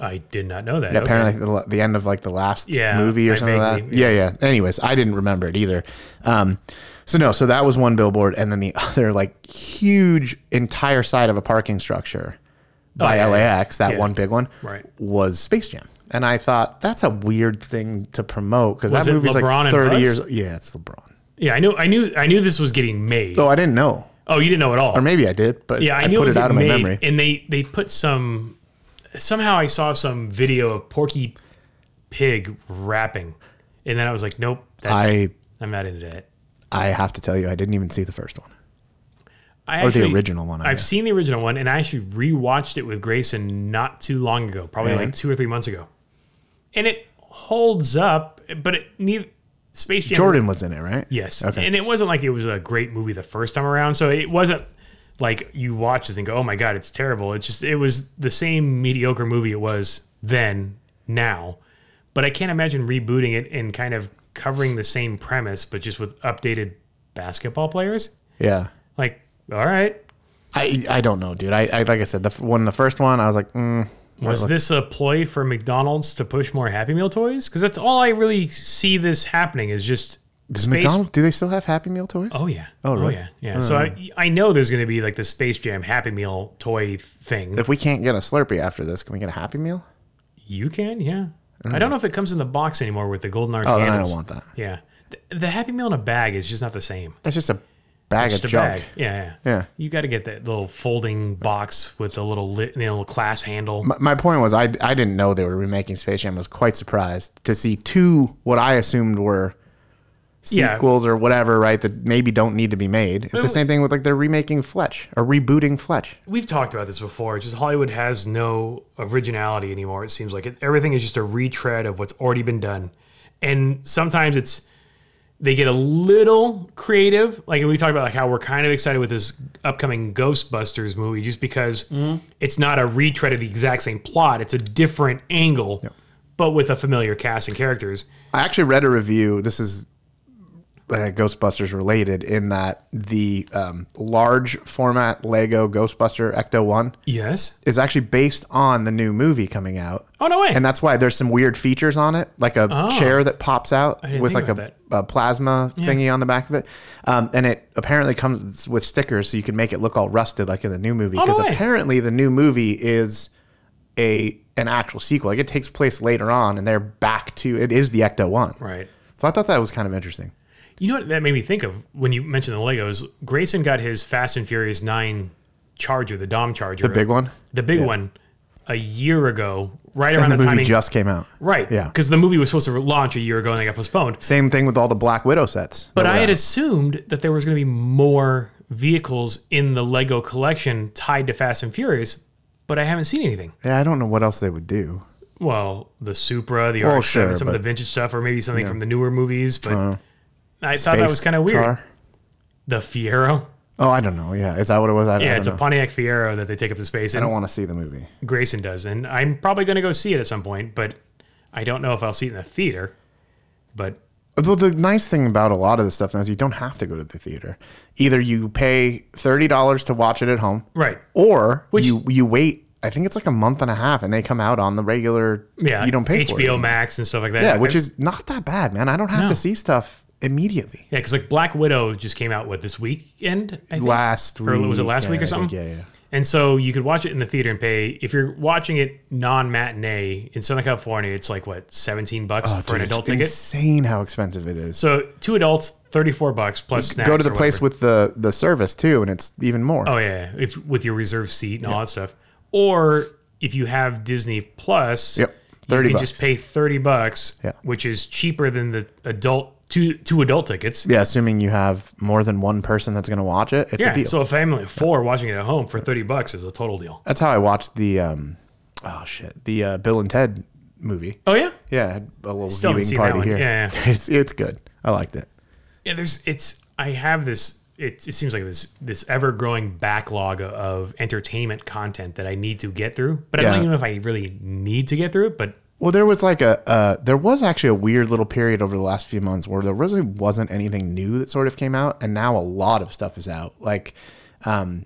Speaker 1: I did not know that. Okay.
Speaker 2: apparently the, the end of like the last
Speaker 1: Yeah,
Speaker 2: movie or
Speaker 1: I
Speaker 2: something like that.
Speaker 1: vaguely-
Speaker 2: Yeah. yeah, Anyways, I didn't remember it either. Um, so no, so that was one billboard, and then the other like huge entire side of a parking structure by
Speaker 1: yeah, yeah.
Speaker 2: LAX, that
Speaker 1: Yeah.
Speaker 2: one big one,
Speaker 1: Right.
Speaker 2: was Space Jam. And I thought that's a weird thing to promote because
Speaker 1: Was
Speaker 2: that
Speaker 1: it
Speaker 2: movie's
Speaker 1: LeBron
Speaker 2: like
Speaker 1: and
Speaker 2: thirty
Speaker 1: Buzz?
Speaker 2: years. Yeah, it's LeBron.
Speaker 1: Yeah, I knew I knew I knew this was getting made.
Speaker 2: Oh, I didn't know,
Speaker 1: Oh, you didn't know at all.
Speaker 2: or maybe I did, but
Speaker 1: Yeah, I,
Speaker 2: I,
Speaker 1: knew
Speaker 2: put
Speaker 1: it, was
Speaker 2: it out of my
Speaker 1: made,
Speaker 2: memory.
Speaker 1: And they they put some somehow I saw some video of Porky Pig rapping, and then I was like, nope, that's,
Speaker 2: I-
Speaker 1: I'm not into that.
Speaker 2: I have to tell you, I didn't even see the first one
Speaker 1: I
Speaker 2: or
Speaker 1: actually,
Speaker 2: the original one. I
Speaker 1: I've
Speaker 2: guess.
Speaker 1: seen the original one, and I actually rewatched it with Grayson not too long ago, probably like two or three months ago, and it holds up. But it need Space Jam.
Speaker 2: Jordan was in it, right?
Speaker 1: Yes.
Speaker 2: Okay.
Speaker 1: And it wasn't like it was a great movie the first time around. So it wasn't like you watch this and go, oh my God, it's terrible. It's just, it was the same mediocre movie it was then, now. But I can't imagine rebooting it and kind of covering the same premise, but just with updated basketball players.
Speaker 2: Yeah.
Speaker 1: Like, all right.
Speaker 2: I I don't know, dude. I, I like I said, the f- when the first one, I was like, mm,
Speaker 1: Was this a ploy for McDonald's to push more Happy Meal toys? Because that's all I really see this happening is just
Speaker 2: does McDonald's do they still have Happy Meal toys?
Speaker 1: Oh yeah. Oh,
Speaker 2: really?
Speaker 1: yeah. Yeah. So I, I know there's going to be like the Space Jam Happy Meal toy thing.
Speaker 2: If we can't get a Slurpee after this, can we get a Happy Meal?
Speaker 1: You can, yeah. I don't know if it comes in the box anymore with the golden arch
Speaker 2: Uh-huh. Oh, then I
Speaker 1: handles.
Speaker 2: don't want that.
Speaker 1: Yeah. The, the Happy Meal in a bag is just not the same.
Speaker 2: That's just a bag
Speaker 1: Just
Speaker 2: of
Speaker 1: a
Speaker 2: junk.
Speaker 1: bag. Yeah, yeah.
Speaker 2: Yeah.
Speaker 1: You got to get that little folding box with the little lit, you know, little class handle.
Speaker 2: My, my point was, I I didn't know they were remaking Space Jam. I was quite surprised to see two what I assumed were
Speaker 1: Yeah.
Speaker 2: sequels or whatever, right? That maybe don't need to be made. It's the same thing with like they're remaking Fletch or rebooting Fletch.
Speaker 1: We've talked about this before. Just Hollywood has no originality anymore. It seems like it, everything is just a retread of what's already been done, and sometimes it's they get a little creative. Like we talked about, like how we're kind of excited with this upcoming Ghostbusters movie, just because it's not a retread of the exact same plot. It's a different angle, but with a familiar cast and characters.
Speaker 2: I actually read a review. This is uh, Ghostbusters related in that the um, large format Lego Ghostbuster Ecto 1
Speaker 1: Yes.
Speaker 2: is actually based on the new movie coming out.
Speaker 1: Oh no way.
Speaker 2: And that's why there's some weird features on it, like a
Speaker 1: Oh.
Speaker 2: chair that pops out
Speaker 1: didn't
Speaker 2: with
Speaker 1: think
Speaker 2: like a,
Speaker 1: about
Speaker 2: a plasma thingy on the back of it. Um, and it apparently comes with stickers so you can make it look all rusted like in the new movie.
Speaker 1: Oh, no
Speaker 2: Because
Speaker 1: way.
Speaker 2: apparently the new movie is a an actual sequel. Like it takes place later on and they're back to it is the Ecto 1.
Speaker 1: right.
Speaker 2: So I thought that was kind of interesting.
Speaker 1: You know what that made me think of when you mentioned the Legos. Grayson got his Fast and Furious Nine Charger, the Dom Charger,
Speaker 2: The big one.
Speaker 1: the big one, a year ago, right around
Speaker 2: And the,
Speaker 1: the,
Speaker 2: movie
Speaker 1: timing.
Speaker 2: just came out.
Speaker 1: right.
Speaker 2: Yeah.
Speaker 1: Because the movie was supposed to launch a year ago and they got postponed.
Speaker 2: Same thing with all the Black Widow sets.
Speaker 1: But I had assumed that there was going to be more vehicles in the Lego collection tied to Fast and Furious, but I haven't seen anything.
Speaker 2: yeah, I don't know what else they would do.
Speaker 1: Well, the Supra, the RX-7,
Speaker 2: sure,
Speaker 1: some of the
Speaker 2: but-
Speaker 1: vintage stuff, or maybe something from the newer movies. But I thought that was
Speaker 2: Base
Speaker 1: kind of weird.
Speaker 2: car?
Speaker 1: The Fiero,
Speaker 2: Oh, I don't know. Yeah, is that what it was? I,
Speaker 1: yeah,
Speaker 2: I
Speaker 1: it's
Speaker 2: don't
Speaker 1: a
Speaker 2: know.
Speaker 1: Pontiac Fiero that they take up the space,
Speaker 2: I
Speaker 1: and
Speaker 2: don't want to see the movie.
Speaker 1: Grayson does, and I'm probably going to go see it at some point, but I don't know if I'll see it in the theater. But
Speaker 2: Well, the nice thing about a lot of this stuff now is you don't have to go to the theater. Either you pay thirty dollars to watch it at home,
Speaker 1: right,
Speaker 2: or you you wait. I think it's like a month and a half, and they come out on the regular.
Speaker 1: yeah,
Speaker 2: you don't pay
Speaker 1: HBO
Speaker 2: for it.
Speaker 1: Max and stuff like that.
Speaker 2: Yeah, which is not that bad, man. I don't have
Speaker 1: No.
Speaker 2: to see stuff immediately.
Speaker 1: yeah, because like Black Widow just came out what this weekend, I think?
Speaker 2: Last
Speaker 1: Or
Speaker 2: week,
Speaker 1: was it last
Speaker 2: yeah,
Speaker 1: week or
Speaker 2: I think,
Speaker 1: something?
Speaker 2: yeah, yeah.
Speaker 1: And so you could watch it in the theater and pay. If you're watching it non matinee in Southern California, it's like what seventeen bucks for an
Speaker 2: Oh, Dude, it's
Speaker 1: adult ticket.
Speaker 2: Insane how expensive it is.
Speaker 1: So two adults, thirty-four bucks plus snacks.
Speaker 2: go to the
Speaker 1: or
Speaker 2: place with the the service too, and it's even more.
Speaker 1: whatever. Oh yeah, yeah. if with your reserve seat and all that stuff, or if you have Disney Plus,
Speaker 2: Yep. 30
Speaker 1: you can
Speaker 2: bucks.
Speaker 1: just pay thirty bucks,
Speaker 2: Yeah.
Speaker 1: which is cheaper than the adult two two adult tickets.
Speaker 2: Yeah, assuming you have more than one person that's going to watch it, it's a
Speaker 1: Yeah,
Speaker 2: deal.
Speaker 1: so a family of four watching it at home for thirty bucks is a total deal.
Speaker 2: that's how I watched the um, oh shit, the uh, Bill and Ted movie.
Speaker 1: Oh yeah,
Speaker 2: Yeah, I had a little
Speaker 1: Still haven't
Speaker 2: viewing
Speaker 1: seen that
Speaker 2: party
Speaker 1: one.
Speaker 2: here.
Speaker 1: Yeah, yeah.
Speaker 2: it's it's good. I liked it.
Speaker 1: yeah there's it's i have this it, it seems like this this ever growing backlog of entertainment content that i need to get through but i
Speaker 2: Yeah.
Speaker 1: don't even know if i really need to get through it but
Speaker 2: Well, there was like a uh, there was actually a weird little period over the last few months where there really wasn't anything new that sort of came out, and now a lot of stuff is out. Like, um,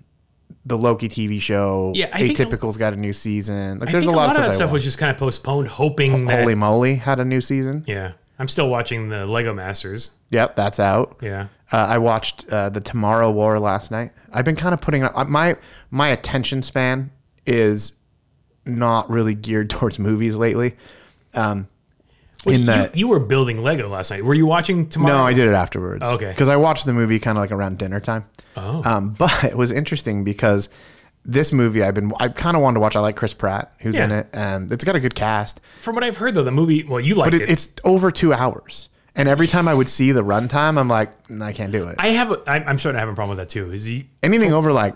Speaker 2: the Loki TV show.
Speaker 1: Yeah, I think a-
Speaker 2: Atypical's got a new season. Like,
Speaker 1: I
Speaker 2: there's
Speaker 1: think
Speaker 2: a lot,
Speaker 1: of
Speaker 2: of
Speaker 1: that
Speaker 2: stuff. I
Speaker 1: stuff
Speaker 2: watched.
Speaker 1: was just kind of postponed hoping that
Speaker 2: Holy moly, had a new season.
Speaker 1: yeah i'm still watching the lego masters
Speaker 2: Yep, that's out.
Speaker 1: yeah
Speaker 2: Uh, I watched uh, the Tomorrow War last night. I've been kind of putting uh, my my attention span is not really geared towards movies lately. Um, in
Speaker 1: you,
Speaker 2: that,
Speaker 1: you were building lego last night were you watching tomorrow
Speaker 2: no, I did it afterwards.
Speaker 1: Okay.
Speaker 2: because I watched the movie kind of like around dinner time.
Speaker 1: Oh.
Speaker 2: um, but it was interesting because this movie I've been I kind of wanted to watch. I like Chris Pratt, who's in
Speaker 1: Yeah.
Speaker 2: it, and it's got a good cast.
Speaker 1: from what i've heard though the movie well you liked
Speaker 2: But
Speaker 1: it,
Speaker 2: it, it's over two hours, and every time I would see the runtime, I'm like, "Nah, I can't do it.
Speaker 1: i have a, I'm, I'm starting to have a problem with that too is he
Speaker 2: Anything over like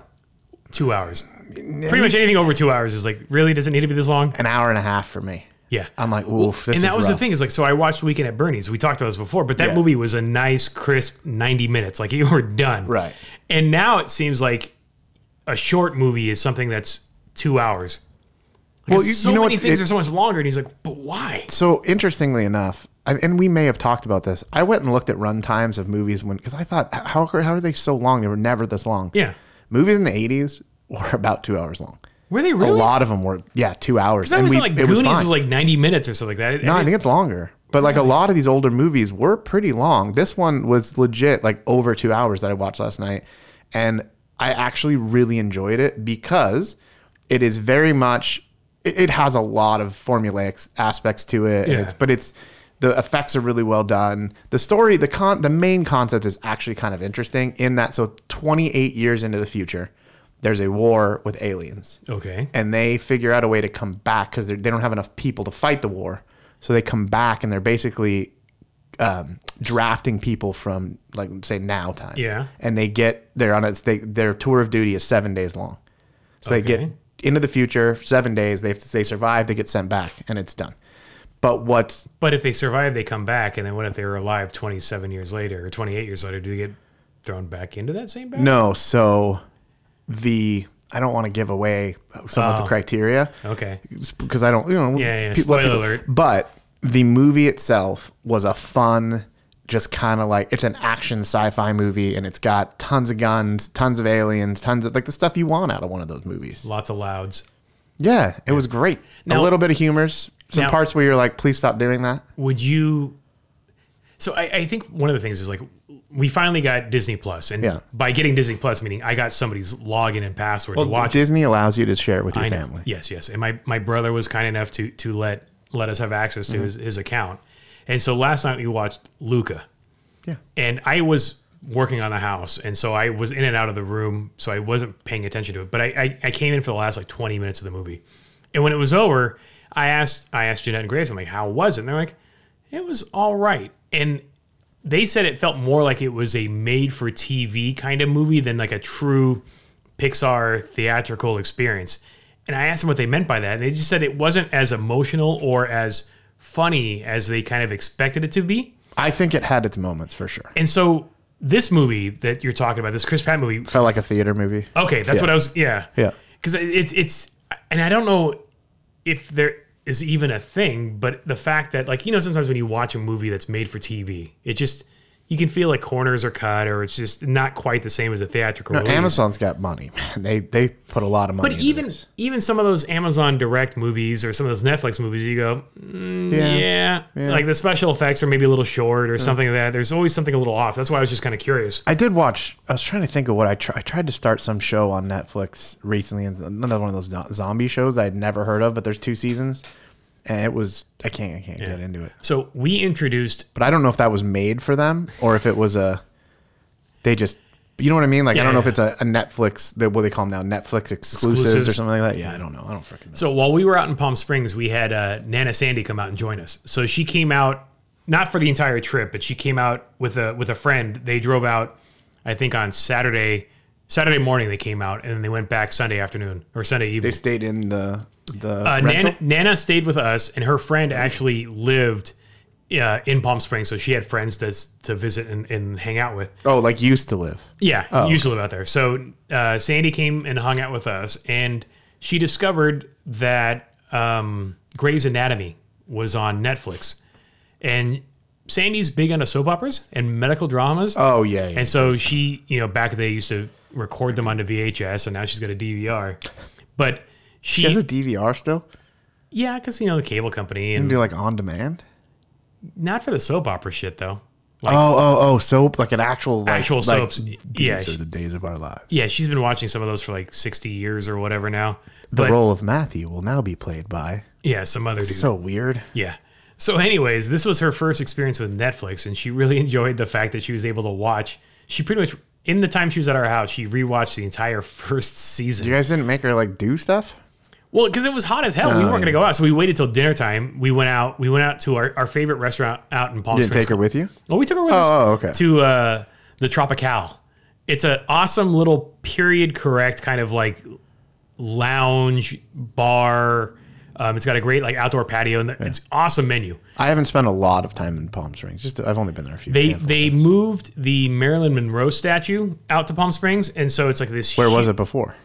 Speaker 1: two hours pretty much anything over two hours is like really does it need to be this long
Speaker 2: an hour and a half for me.
Speaker 1: yeah
Speaker 2: I'm like, oof, Uh, this
Speaker 1: and that
Speaker 2: is
Speaker 1: was the
Speaker 2: rough.
Speaker 1: thing is like so i watched weekend at bernie's we talked about this before but that
Speaker 2: Yeah.
Speaker 1: movie was a nice crisp 90 minutes like you were done
Speaker 2: Right.
Speaker 1: and now it seems like a short movie is something that's two hours like,
Speaker 2: Well,
Speaker 1: it's
Speaker 2: you-
Speaker 1: so
Speaker 2: you know
Speaker 1: many
Speaker 2: what,
Speaker 1: things
Speaker 2: it-
Speaker 1: are so much longer and he's like but why
Speaker 2: So interestingly enough, I, and we may have talked about this. I went and looked at run times of movies when because I thought "H- how how are they so long? They were never this long.
Speaker 1: yeah
Speaker 2: movies in the 80s were about two hours long.
Speaker 1: were they
Speaker 2: A
Speaker 1: really
Speaker 2: lot of them were yeah two hours.
Speaker 1: I
Speaker 2: And
Speaker 1: always
Speaker 2: we,
Speaker 1: thought like
Speaker 2: it
Speaker 1: Goonies
Speaker 2: was
Speaker 1: was,
Speaker 2: fine.
Speaker 1: like 90 minutes or something like that.
Speaker 2: no, I think it's longer. But like a lot of these older movies were pretty long. This one was legit like over two hours that I watched last night, and I actually really enjoyed it because it is very much. It, it has a lot of formulaic s- aspects to it, and
Speaker 1: Yeah.
Speaker 2: it's but it's the effects are really well done. The story, the con, the main concept is actually kind of interesting in that. So twenty eight years into the future, there's a war with aliens
Speaker 1: okay.
Speaker 2: and they figure out a way to come back because they don't have enough people to fight the war. So they come back and they're basically um, drafting people from like say now time.
Speaker 1: Yeah.
Speaker 2: And they get they're on it's they their tour of duty is seven days long. So they
Speaker 1: Okay.
Speaker 2: get into the future seven days. They have to, they survive. They get sent back and it's done. But what's
Speaker 1: But if they survive, they come back. And then what if they were alive 27 years later or 28 years later? Do they get thrown back into that same bag?
Speaker 2: no so the I don't want to give away some
Speaker 1: Oh.
Speaker 2: of the criteria.
Speaker 1: Okay.
Speaker 2: because I don't, you know,
Speaker 1: Yeah, yeah,
Speaker 2: people-
Speaker 1: spoiler
Speaker 2: people-
Speaker 1: alert.
Speaker 2: But the movie itself was a fun just kind of like it's an action sci-fi movie and it's got tons of guns, tons of aliens, tons of like the stuff you want out of one of those movies.
Speaker 1: Lots of louds.
Speaker 2: Yeah, it was great.
Speaker 1: Now-
Speaker 2: a little bit of humors, some
Speaker 1: Now-
Speaker 2: parts where you're like, please stop doing that.
Speaker 1: Would you? So I, I think one of the things is like we finally got Disney Plus, and
Speaker 2: Yeah.
Speaker 1: by getting Disney Plus, meaning I got somebody's login and password to watch
Speaker 2: Disney allows you to share it with your
Speaker 1: I know.
Speaker 2: family.
Speaker 1: Yes, yes. And my, my brother was kind enough to to let let us have access
Speaker 2: Mm-hmm.
Speaker 1: to his, his account. And so last night we watched Luca.
Speaker 2: Yeah.
Speaker 1: And I was working on the house and so I was in and out of the room, so I wasn't paying attention to it. But I, I, I came in for the last like twenty minutes of the movie. And when it was over, I asked I asked Jeanette and Grace, I'm like, how was it? And they're like, It was all right. And they said it felt more like it was a made for TV kind of movie than like a true Pixar theatrical experience. And I asked them what they meant by that. And they just said it wasn't as emotional or as funny as they kind of expected it to be.
Speaker 2: I think it had its moments for sure.
Speaker 1: And so this movie that you're talking about, this Chris Pratt movie,
Speaker 2: Felt like a theater movie.
Speaker 1: okay, that's
Speaker 2: Yeah.
Speaker 1: what I was, yeah.
Speaker 2: Yeah.
Speaker 1: Because it's, it's, and I don't know if there is even a thing, but the fact that, like, you know, sometimes when you watch a movie that's made for TV, it just, you can feel like corners are cut or it's just not quite the same as a theatrical release.
Speaker 2: Amazon's got money, man. They they put a lot of money.
Speaker 1: Oh, But
Speaker 2: into
Speaker 1: even
Speaker 2: this.
Speaker 1: even some of those Amazon Direct movies or some of those Netflix movies, you go, mm, yeah.
Speaker 2: Yeah.
Speaker 1: like the special effects are maybe a little short or something like that. There's always something a little off. That's why I was just kind of curious.
Speaker 2: I did watch. I was trying to think of what I tried. I tried to start some show on Netflix recently, and another one of those zo- zombie shows I had never heard of. But there's two seasons, and it was I can't I can't get into it.
Speaker 1: So we introduced,
Speaker 2: But I don't know if that was made for them or if it was a. They just, you know what I mean? Like I don't know if
Speaker 1: yeah.
Speaker 2: it's a, a Netflix. The, what do they call them now? Netflix exclusives, or
Speaker 1: Exclusives.
Speaker 2: something like that. Yeah, I don't know. I don't freaking know.
Speaker 1: so while we were out in Palm Springs, we had uh, Nana Sandy come out and join us. So she came out not for the entire trip, but she came out with a with a friend. They drove out, I think on Saturday Saturday morning they came out, and then they went back Sunday afternoon or Sunday evening.
Speaker 2: They stayed in the the
Speaker 1: Uh,
Speaker 2: rental?
Speaker 1: Nana, Nana stayed with us, and her friend actually lived uh, in Palm Springs, so she had friends that's to visit and, and hang out with.
Speaker 2: Oh, like used to live.
Speaker 1: Yeah, used to live out there. So uh, Sandy came and hung out with us, and she discovered that um, Grey's Anatomy was on Netflix, and Sandy's big into soap operas and medical dramas.
Speaker 2: Oh yeah. yeah.
Speaker 1: And so she, you know, back they used to record them onto VHS, and now she's got a DVR. But she,
Speaker 2: she has a DVR still.
Speaker 1: yeah, because you know the cable company and
Speaker 2: Do like on demand? Mm-hmm.
Speaker 1: Not for the soap opera shit though. Like
Speaker 2: Oh, oh, oh, soap like an actual like,
Speaker 1: actual
Speaker 2: like,
Speaker 1: soaps.
Speaker 2: These
Speaker 1: yeah.
Speaker 2: are
Speaker 1: she-
Speaker 2: the days of our lives.
Speaker 1: yeah, she's been watching some of those for like 60 years or whatever now.
Speaker 2: the
Speaker 1: but
Speaker 2: role of Matthew will now be played by.
Speaker 1: yeah, some other dude.
Speaker 2: So weird.
Speaker 1: Yeah. So anyways, this was her first experience with Netflix and she really enjoyed the fact that she was able to watch. She pretty much in the time she was at our house, she rewatched the entire first season.
Speaker 2: You guys didn't make her like do stuff.
Speaker 1: Well, because it was hot as hell. we weren't
Speaker 2: Uh, yeah.
Speaker 1: going to go out. So we waited till dinner time. We went out. We went out to our, our favorite restaurant out in Palm
Speaker 2: Didn't
Speaker 1: Springs.
Speaker 2: take her with you.
Speaker 1: Well, we took her with us
Speaker 2: oh, okay.
Speaker 1: to uh, the Tropicale. It's an awesome little period correct kind of like lounge bar. Um, it's got a great like outdoor patio and the, it's awesome menu.
Speaker 2: I haven't spent a lot of time in Palm Springs. Just I've only been there a few.
Speaker 1: They
Speaker 2: handful.
Speaker 1: they moved the Marilyn Monroe statue out to Palm Springs, and so it's like this.
Speaker 2: Where was it before?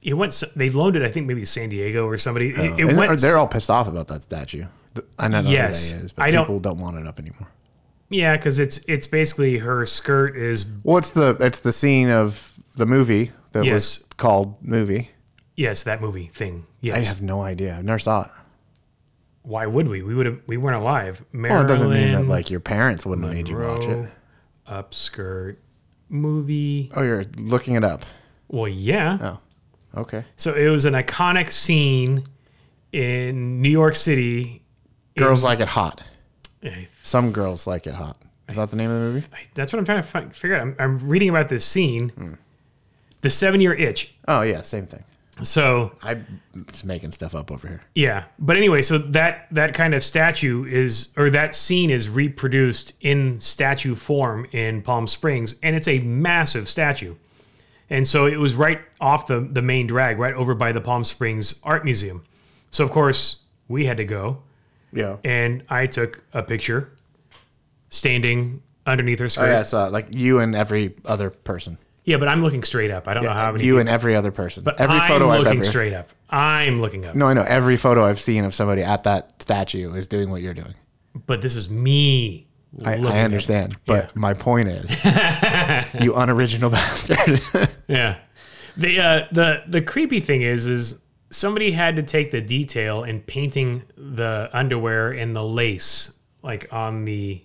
Speaker 1: It went. s- They loaned it, I think, maybe to San Diego or somebody. It- it
Speaker 2: Isn't-
Speaker 1: went.
Speaker 2: or they're all pissed off about that statue. Th- I know who
Speaker 1: Yes.
Speaker 2: that is, but
Speaker 1: I don't-
Speaker 2: people don't want it up anymore.
Speaker 1: yeah, because it's it's basically her skirt is
Speaker 2: Well, it's the it's the scene of the movie that
Speaker 1: Yes.
Speaker 2: was called movie.
Speaker 1: yes that movie thing.
Speaker 2: I
Speaker 1: Yes.
Speaker 2: have no idea. I've never saw it.
Speaker 1: Why would we? We would have. We weren't alive. Marilyn.
Speaker 2: Well, it doesn't mean that like your parents wouldn't have made you watch
Speaker 1: Monroe
Speaker 2: it.
Speaker 1: upskirt movie.
Speaker 2: Oh, you're looking it up.
Speaker 1: Well, yeah.
Speaker 2: Oh, okay.
Speaker 1: So it was an iconic scene in New York City.
Speaker 2: Girls like it hot.
Speaker 1: I-
Speaker 2: Some girls like it hot. Is that the name of the movie?
Speaker 1: That's what I'm trying to fi- figure out. I'm, I'm reading about this scene,
Speaker 2: Hmm.
Speaker 1: the seven year itch.
Speaker 2: Oh yeah, same thing.
Speaker 1: So
Speaker 2: I'm just making stuff up over here.
Speaker 1: yeah, but anyway, so that that kind of statue is, or that scene is reproduced in statue form in Palm Springs, and it's a massive statue. And so it was right off the, the main drag, right over by the Palm Springs Art Museum. So, of course, we had to go,
Speaker 2: Yeah.
Speaker 1: and I took a picture standing underneath her
Speaker 2: Oh,
Speaker 1: skirt.
Speaker 2: yeah,
Speaker 1: yeah.
Speaker 2: so like you and every other person.
Speaker 1: but I'm looking straight up. I don't know how many.
Speaker 2: You and every other person. But every
Speaker 1: I'm
Speaker 2: photo I've
Speaker 1: looking
Speaker 2: ever.
Speaker 1: straight up. I'm looking up.
Speaker 2: No, I know every photo I've seen of somebody at that statue is doing what you're doing.
Speaker 1: But this is me
Speaker 2: I, I understand, but my point is, you unoriginal bastard.
Speaker 1: Yeah. The uh, the the creepy thing is is somebody had to take the detail in painting the underwear and the lace like on the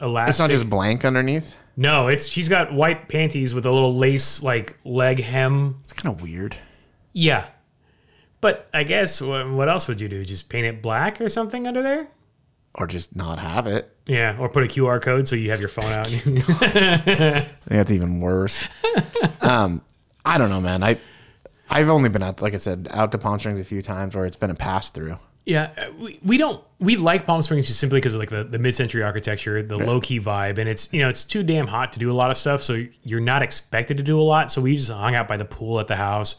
Speaker 1: elastic.
Speaker 2: it's not just blank underneath.
Speaker 1: no, it's she's got white panties with a little lace like leg hem.
Speaker 2: It's kind of weird.
Speaker 1: Yeah. But I guess what, what else would you do? Just paint it black or something under there?
Speaker 2: Or just not have it.
Speaker 1: Yeah, or put a QR code so you have your phone out.
Speaker 2: I think that's even worse. um, I don't know, man. I I've only been out, like I said, out to Palm Springs a few times where it's been a pass through.
Speaker 1: Yeah, uh, we, we don't we like Palm Springs just simply because of like the, the mid century architecture, the low key vibe, and it's you know it's too damn hot to do a lot of stuff, so you're not expected to do a lot. So we just hung out by the pool at the house,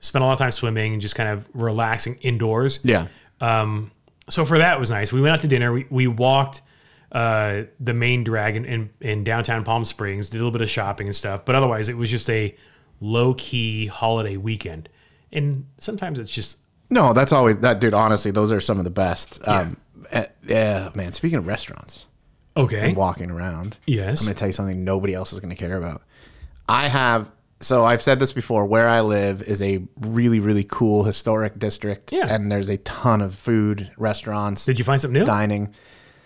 Speaker 1: spent a lot of time swimming, and just kind of relaxing indoors.
Speaker 2: Yeah,
Speaker 1: So for that it was nice. We went out to dinner. We we walked uh, the main drag in, in in downtown Palm Springs, did a little bit of shopping and stuff, but otherwise it was just a low key holiday weekend. And sometimes it's just
Speaker 2: no, that's always that, dude. Honestly, those are some of the best. Um, eh, yeah, man. Speaking of restaurants,
Speaker 1: okay.
Speaker 2: walking around.
Speaker 1: Yes.
Speaker 2: I'm going to tell you something nobody else is going to care about. I have, so I've said this before, where I live is a really, really cool historic district.
Speaker 1: Yeah.
Speaker 2: And there's a ton of food, restaurants,
Speaker 1: Did you find something new?
Speaker 2: dining.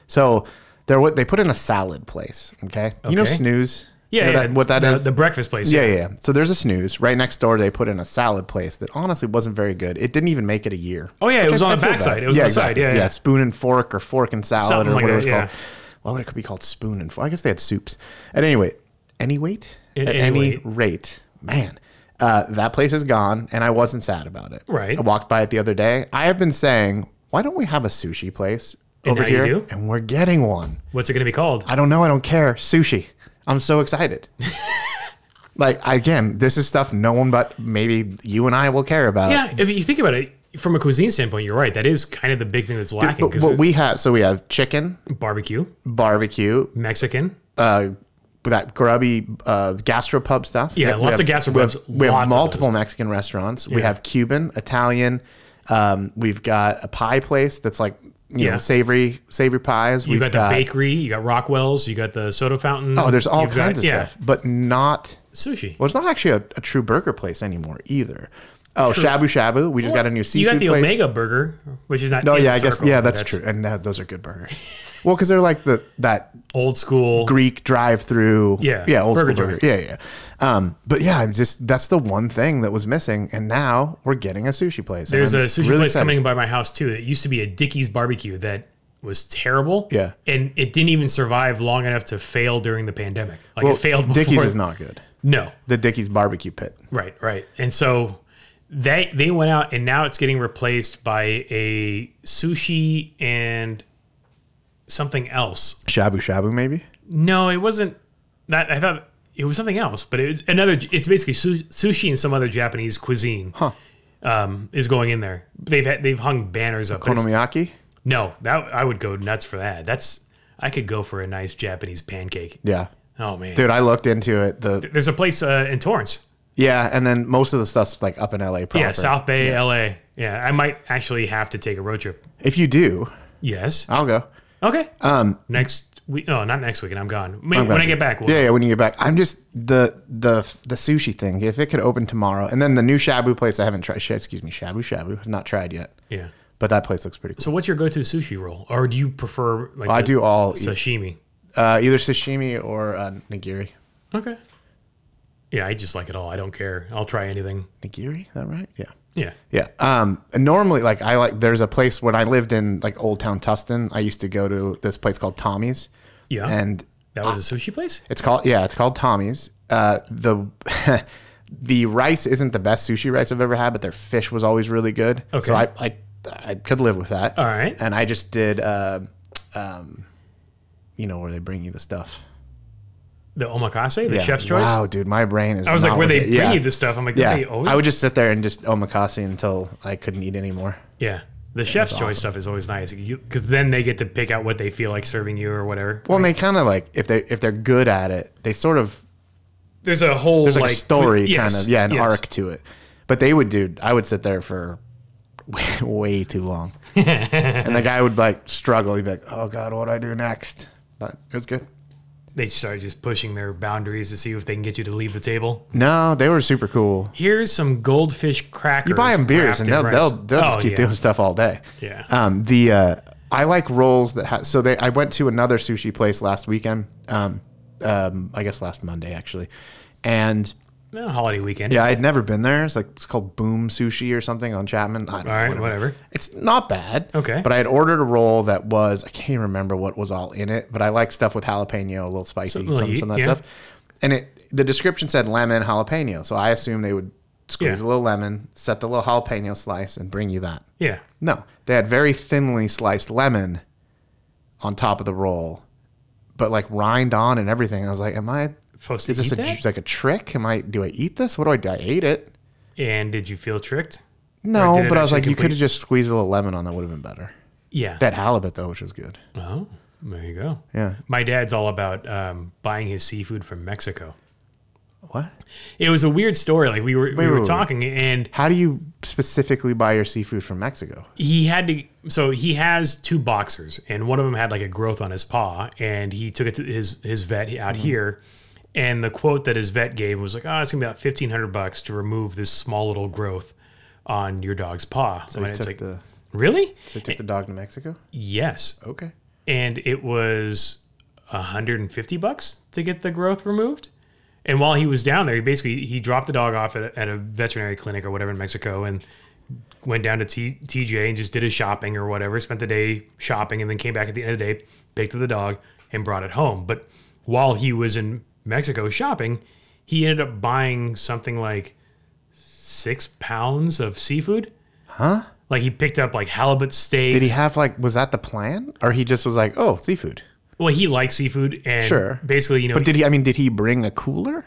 Speaker 2: So they're what they put in a salad place. Okay. You know,
Speaker 1: Okay.
Speaker 2: snooze. You
Speaker 1: Yeah,
Speaker 2: know
Speaker 1: yeah,
Speaker 2: that- what that is.
Speaker 1: the, the breakfast place.
Speaker 2: Yeah, yeah. So there's a snooze right next door. They put in a salad place that honestly wasn't very good. It didn't even make it a year.
Speaker 1: Oh, yeah, it
Speaker 2: Which
Speaker 1: was on the
Speaker 2: feel
Speaker 1: backside.
Speaker 2: bad.
Speaker 1: It was on the side. Yeah, yeah.
Speaker 2: Spoon and fork or fork and salad
Speaker 1: Something
Speaker 2: or
Speaker 1: like
Speaker 2: whatever
Speaker 1: that,
Speaker 2: it's called.
Speaker 1: yeah.
Speaker 2: Why would it be called spoon and fork? I guess they had soups. At any rate, any weight,
Speaker 1: At
Speaker 2: at,
Speaker 1: any
Speaker 2: any rate, man. Uh, that place is gone, and I wasn't sad about it.
Speaker 1: Right.
Speaker 2: I walked by it the other day. I have been saying, why don't we have a sushi place over
Speaker 1: Oh, now you
Speaker 2: here?
Speaker 1: do?
Speaker 2: And we're getting one.
Speaker 1: What's it going to be called?
Speaker 2: I don't know. I don't care. Sushi. I'm so excited. like again, this is stuff no one but maybe you and I will care about.
Speaker 1: Yeah, if you think about it from a cuisine standpoint, you're right. That is kind of the big thing that's lacking
Speaker 2: But
Speaker 1: because
Speaker 2: what we have, so we have chicken,
Speaker 1: barbecue,
Speaker 2: barbecue,
Speaker 1: Mexican.
Speaker 2: uh, that grubby uh, gastropub stuff.
Speaker 1: Yeah,
Speaker 2: We
Speaker 1: lots of gastropubs,
Speaker 2: We have, we have
Speaker 1: lots of
Speaker 2: multiple Mexican restaurants. We have Cuban, Italian. Um, we've got a pie place that's like you
Speaker 1: Yeah.
Speaker 2: know savory savory pies.
Speaker 1: You
Speaker 2: we've
Speaker 1: got the bakery. You got Rockwell's. You got the soda fountain.
Speaker 2: oh, there's all
Speaker 1: You've got-
Speaker 2: kinds of
Speaker 1: yeah,
Speaker 2: stuff, but not
Speaker 1: Sushi.
Speaker 2: Well, it's not actually a, a true burger place anymore either. Oh, Shabu Shabu. We just got a new
Speaker 1: you
Speaker 2: seafood
Speaker 1: got the
Speaker 2: place.
Speaker 1: Omega Burger, which is not.
Speaker 2: Oh
Speaker 1: in
Speaker 2: yeah,
Speaker 1: the
Speaker 2: I guess
Speaker 1: circle,
Speaker 2: yeah,
Speaker 1: but
Speaker 2: that's, true. And that, those are good burgers. well, because they're like the that
Speaker 1: Old school.
Speaker 2: Greek drive-through.
Speaker 1: Yeah,
Speaker 2: yeah, old
Speaker 1: burger
Speaker 2: school burger. Yeah, yeah. Um, but yeah, I'm just that's the one thing that was missing, and now we're getting a sushi place. and
Speaker 1: There's
Speaker 2: I'm
Speaker 1: a sushi
Speaker 2: really
Speaker 1: place
Speaker 2: excited.
Speaker 1: coming by my house too. That used to be a Dickie's barbecue that was terrible.
Speaker 2: Yeah.
Speaker 1: and it didn't even survive long enough to fail during the pandemic. Like
Speaker 2: Well,
Speaker 1: it failed. Before,
Speaker 2: Dickie's is not good.
Speaker 1: No,
Speaker 2: The Dickie's barbecue pit.
Speaker 1: Right, right. And so they they went out and now it's getting replaced by a sushi and something else.
Speaker 2: Shabu Shabu, maybe.
Speaker 1: No, it wasn't that I thought it was something else, but it's another it's basically su- sushi and some other Japanese cuisine.
Speaker 2: Huh.
Speaker 1: Um, is going in there. They've had, they've hung banners up. but it's-
Speaker 2: Onomiyaki.
Speaker 1: No, that I would go nuts for that. That's I could go for a nice Japanese pancake.
Speaker 2: Yeah,
Speaker 1: Oh man,
Speaker 2: dude, I looked into it. The
Speaker 1: there's a place uh, in Torrance.
Speaker 2: yeah, and then most of the stuff's like up in LA. Proper.
Speaker 1: Yeah, South Bay, L.A. Yeah, I might actually have to take a road trip.
Speaker 2: If you do,
Speaker 1: Yes.
Speaker 2: I'll go.
Speaker 1: Okay.
Speaker 2: Um,
Speaker 1: next week? Oh, not next weekend. I'm gone. When, when I get back, we'll,
Speaker 2: yeah, yeah. When you get back, I'm just the the the sushi thing. If it could open tomorrow, and then the new shabu place I haven't tried. sh- Excuse me, shabu shabu. I've not tried yet,
Speaker 1: yeah.
Speaker 2: but that place looks pretty cool.
Speaker 1: So, what's your go-to sushi roll, or do you prefer like
Speaker 2: I
Speaker 1: the
Speaker 2: do all e-
Speaker 1: sashimi?
Speaker 2: uh, either sashimi or uh, nigiri.
Speaker 1: Okay. Yeah, I just like it all. I don't care. I'll try anything.
Speaker 2: Nigiri, is that right? Yeah.
Speaker 1: Yeah.
Speaker 2: Yeah. Um, and normally, like I like, there's a place when I lived in like Old Town Tustin. I used to go to this place called Tommy's,
Speaker 1: Yeah.
Speaker 2: and
Speaker 1: that was a sushi place.
Speaker 2: It's called yeah, it's called Tommy's. Uh, the the rice isn't the best sushi rice I've ever had, but their fish was always really good.
Speaker 1: Okay.
Speaker 2: So I I, I could live with that.
Speaker 1: All right.
Speaker 2: And I just did uh, um, you know where they bring you the stuff.
Speaker 1: The omakase, the
Speaker 2: Yeah.
Speaker 1: chef's choice.
Speaker 2: Wow, dude, my brain is.
Speaker 1: I was like, where they bring
Speaker 2: yeah.
Speaker 1: you this stuff? I'm like, oh, yeah.
Speaker 2: Yeah,
Speaker 1: They always?
Speaker 2: I would just sit there and just omakase until I couldn't eat anymore.
Speaker 1: yeah. The chef's choice stuff is always nice because then they get to pick out what they feel like serving you or whatever.
Speaker 2: Well, and they kind of like if they if they're good at it, they sort of
Speaker 1: There's a whole
Speaker 2: there's like, a story
Speaker 1: yes,
Speaker 2: kind of yeah an
Speaker 1: yes.
Speaker 2: arc to it but they would do i would sit there for way, way too long and the guy would like struggle he'd be like oh god what do i do next but it was good.
Speaker 1: They started just pushing their boundaries to see if they can get you to leave the table.
Speaker 2: No, they were super cool.
Speaker 1: Here's some goldfish crackers.
Speaker 2: You buy them beers
Speaker 1: wrapped
Speaker 2: and
Speaker 1: in
Speaker 2: they'll
Speaker 1: rice.
Speaker 2: they'll, they'll just
Speaker 1: Oh,
Speaker 2: keep
Speaker 1: yeah.
Speaker 2: doing stuff all day.
Speaker 1: Yeah.
Speaker 2: Um, the uh, I like rolls that have. So they I went to another sushi place last weekend. Um, um, I guess last Monday actually, and
Speaker 1: No, holiday weekend.
Speaker 2: yeah, I'd never been there. It's like it's called Boom Sushi or something on Chapman. I don't know,
Speaker 1: All right,
Speaker 2: whatever.
Speaker 1: whatever.
Speaker 2: It's not bad.
Speaker 1: Okay.
Speaker 2: But I had ordered a roll that was I can't even remember what was all in it, but I like stuff with jalapeno, a little spicy,
Speaker 1: Something
Speaker 2: some,
Speaker 1: to
Speaker 2: some of
Speaker 1: eat,
Speaker 2: that
Speaker 1: yeah.
Speaker 2: stuff. And it the description said lemon jalapeno, so I assumed they would squeeze
Speaker 1: Yeah.
Speaker 2: a little lemon, set the little jalapeno slice, and bring you that.
Speaker 1: Yeah.
Speaker 2: No, they had very thinly sliced lemon on top of the roll, but like rind on and everything. I was like, am I?
Speaker 1: Supposed to
Speaker 2: Is this
Speaker 1: eat
Speaker 2: a,
Speaker 1: that?
Speaker 2: like a trick? Am I? Do I eat this? What do I do? I ate it.
Speaker 1: And did you feel tricked? Or did
Speaker 2: No,
Speaker 1: it
Speaker 2: but I was
Speaker 1: actually
Speaker 2: like, you
Speaker 1: complete-
Speaker 2: could have just squeezed a little lemon on that. Would have been better.
Speaker 1: Yeah.
Speaker 2: That halibut though, which was good.
Speaker 1: Oh, there you go.
Speaker 2: Yeah.
Speaker 1: My dad's all about um, buying his seafood from Mexico.
Speaker 2: What?
Speaker 1: It was a weird story. Like we were we
Speaker 2: wait,
Speaker 1: were
Speaker 2: wait.
Speaker 1: talking, and
Speaker 2: How do you specifically buy your seafood from Mexico?
Speaker 1: he had to. So he has two boxers, and one of them had like a growth on his paw, and he took it to his his vet out here. And the quote that his vet gave was like, "Oh, it's gonna be about fifteen hundred bucks to remove this small little growth on your dog's paw." So
Speaker 2: They
Speaker 1: it's
Speaker 2: took
Speaker 1: like,
Speaker 2: the
Speaker 1: really?
Speaker 2: they took the dog to Mexico.
Speaker 1: Yes.
Speaker 2: Okay.
Speaker 1: and it was 150 bucks to get the growth removed. And while he was down there, he basically he dropped the dog off at a, at a veterinary clinic or whatever in Mexico, and went down to T, TJ and just did his shopping or whatever. Spent the day shopping, and then came back at the end of the day, picked up the dog, and brought it home. But while he was in Mexico shopping, he ended up buying something like six pounds of seafood.
Speaker 2: Huh?
Speaker 1: Like he picked up like halibut steaks.
Speaker 2: Did he have like? Was that the plan, or he just was like, oh, seafood?
Speaker 1: well, he likes seafood, and
Speaker 2: Sure.
Speaker 1: basically, you know,
Speaker 2: But did he? I mean, did he bring a cooler?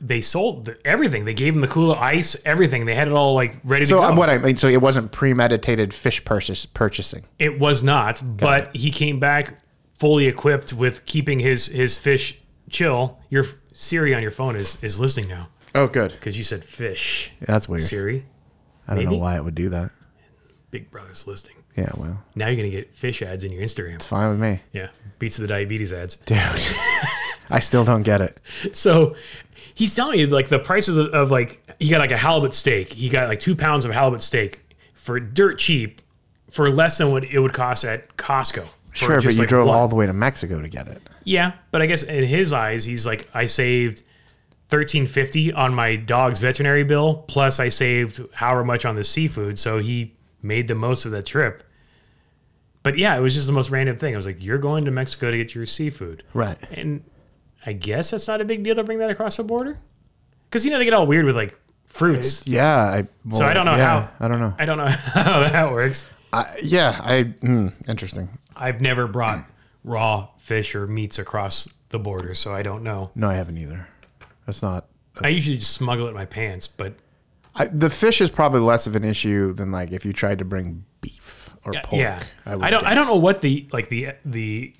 Speaker 1: they sold the, everything. They gave him the cooler ice, everything. They had it all like ready
Speaker 2: So
Speaker 1: to go.
Speaker 2: um, what I mean, so it wasn't premeditated fish purchase purchasing.
Speaker 1: it was not, but he came back fully equipped with keeping his his fish chill. Your Siri on your phone is is listening now
Speaker 2: Oh, good.
Speaker 1: because you said fish.
Speaker 2: That's weird.
Speaker 1: Siri,
Speaker 2: I don't
Speaker 1: maybe?
Speaker 2: know why it would do that.
Speaker 1: Big Brother's listening.
Speaker 2: Yeah, well,
Speaker 1: Now you're gonna get fish ads in your Instagram.
Speaker 2: it's fine with me,
Speaker 1: Yeah, beats the diabetes ads.
Speaker 2: dude. I still don't get it.
Speaker 1: So he's telling you like the prices of, of like he got like a halibut steak. He got like two pounds of halibut steak for dirt cheap, for less than what it would cost at Costco. for
Speaker 2: Sure, but
Speaker 1: just,
Speaker 2: you
Speaker 1: like,
Speaker 2: drove
Speaker 1: one-
Speaker 2: all the way to Mexico to get it.
Speaker 1: Yeah, but I guess in his eyes, he's like, I saved thirteen fifty on my dog's veterinary bill, plus I saved however much on the seafood. So he made the most of that trip. But yeah, it was just the most random thing. I was like, you're going to Mexico to get your seafood.
Speaker 2: Right.
Speaker 1: And I guess that's not a big deal to bring that across the border. Because, you know, they get all weird with like fruits.
Speaker 2: Yeah. I, well,
Speaker 1: I don't know
Speaker 2: yeah,
Speaker 1: how-
Speaker 2: I don't know.
Speaker 1: I don't know how that works.
Speaker 2: I, yeah. I. Mm, interesting.
Speaker 1: I've never brought raw fish or meats across the border, so I don't know.
Speaker 2: No, I haven't either. That's not.
Speaker 1: I usually just smuggle it in my pants, but
Speaker 2: I, the fish is probably less of an issue than like if you tried to bring beef or pork.
Speaker 1: yeah. I,
Speaker 2: would
Speaker 1: don't I don't
Speaker 2: guess.
Speaker 1: know what the like the the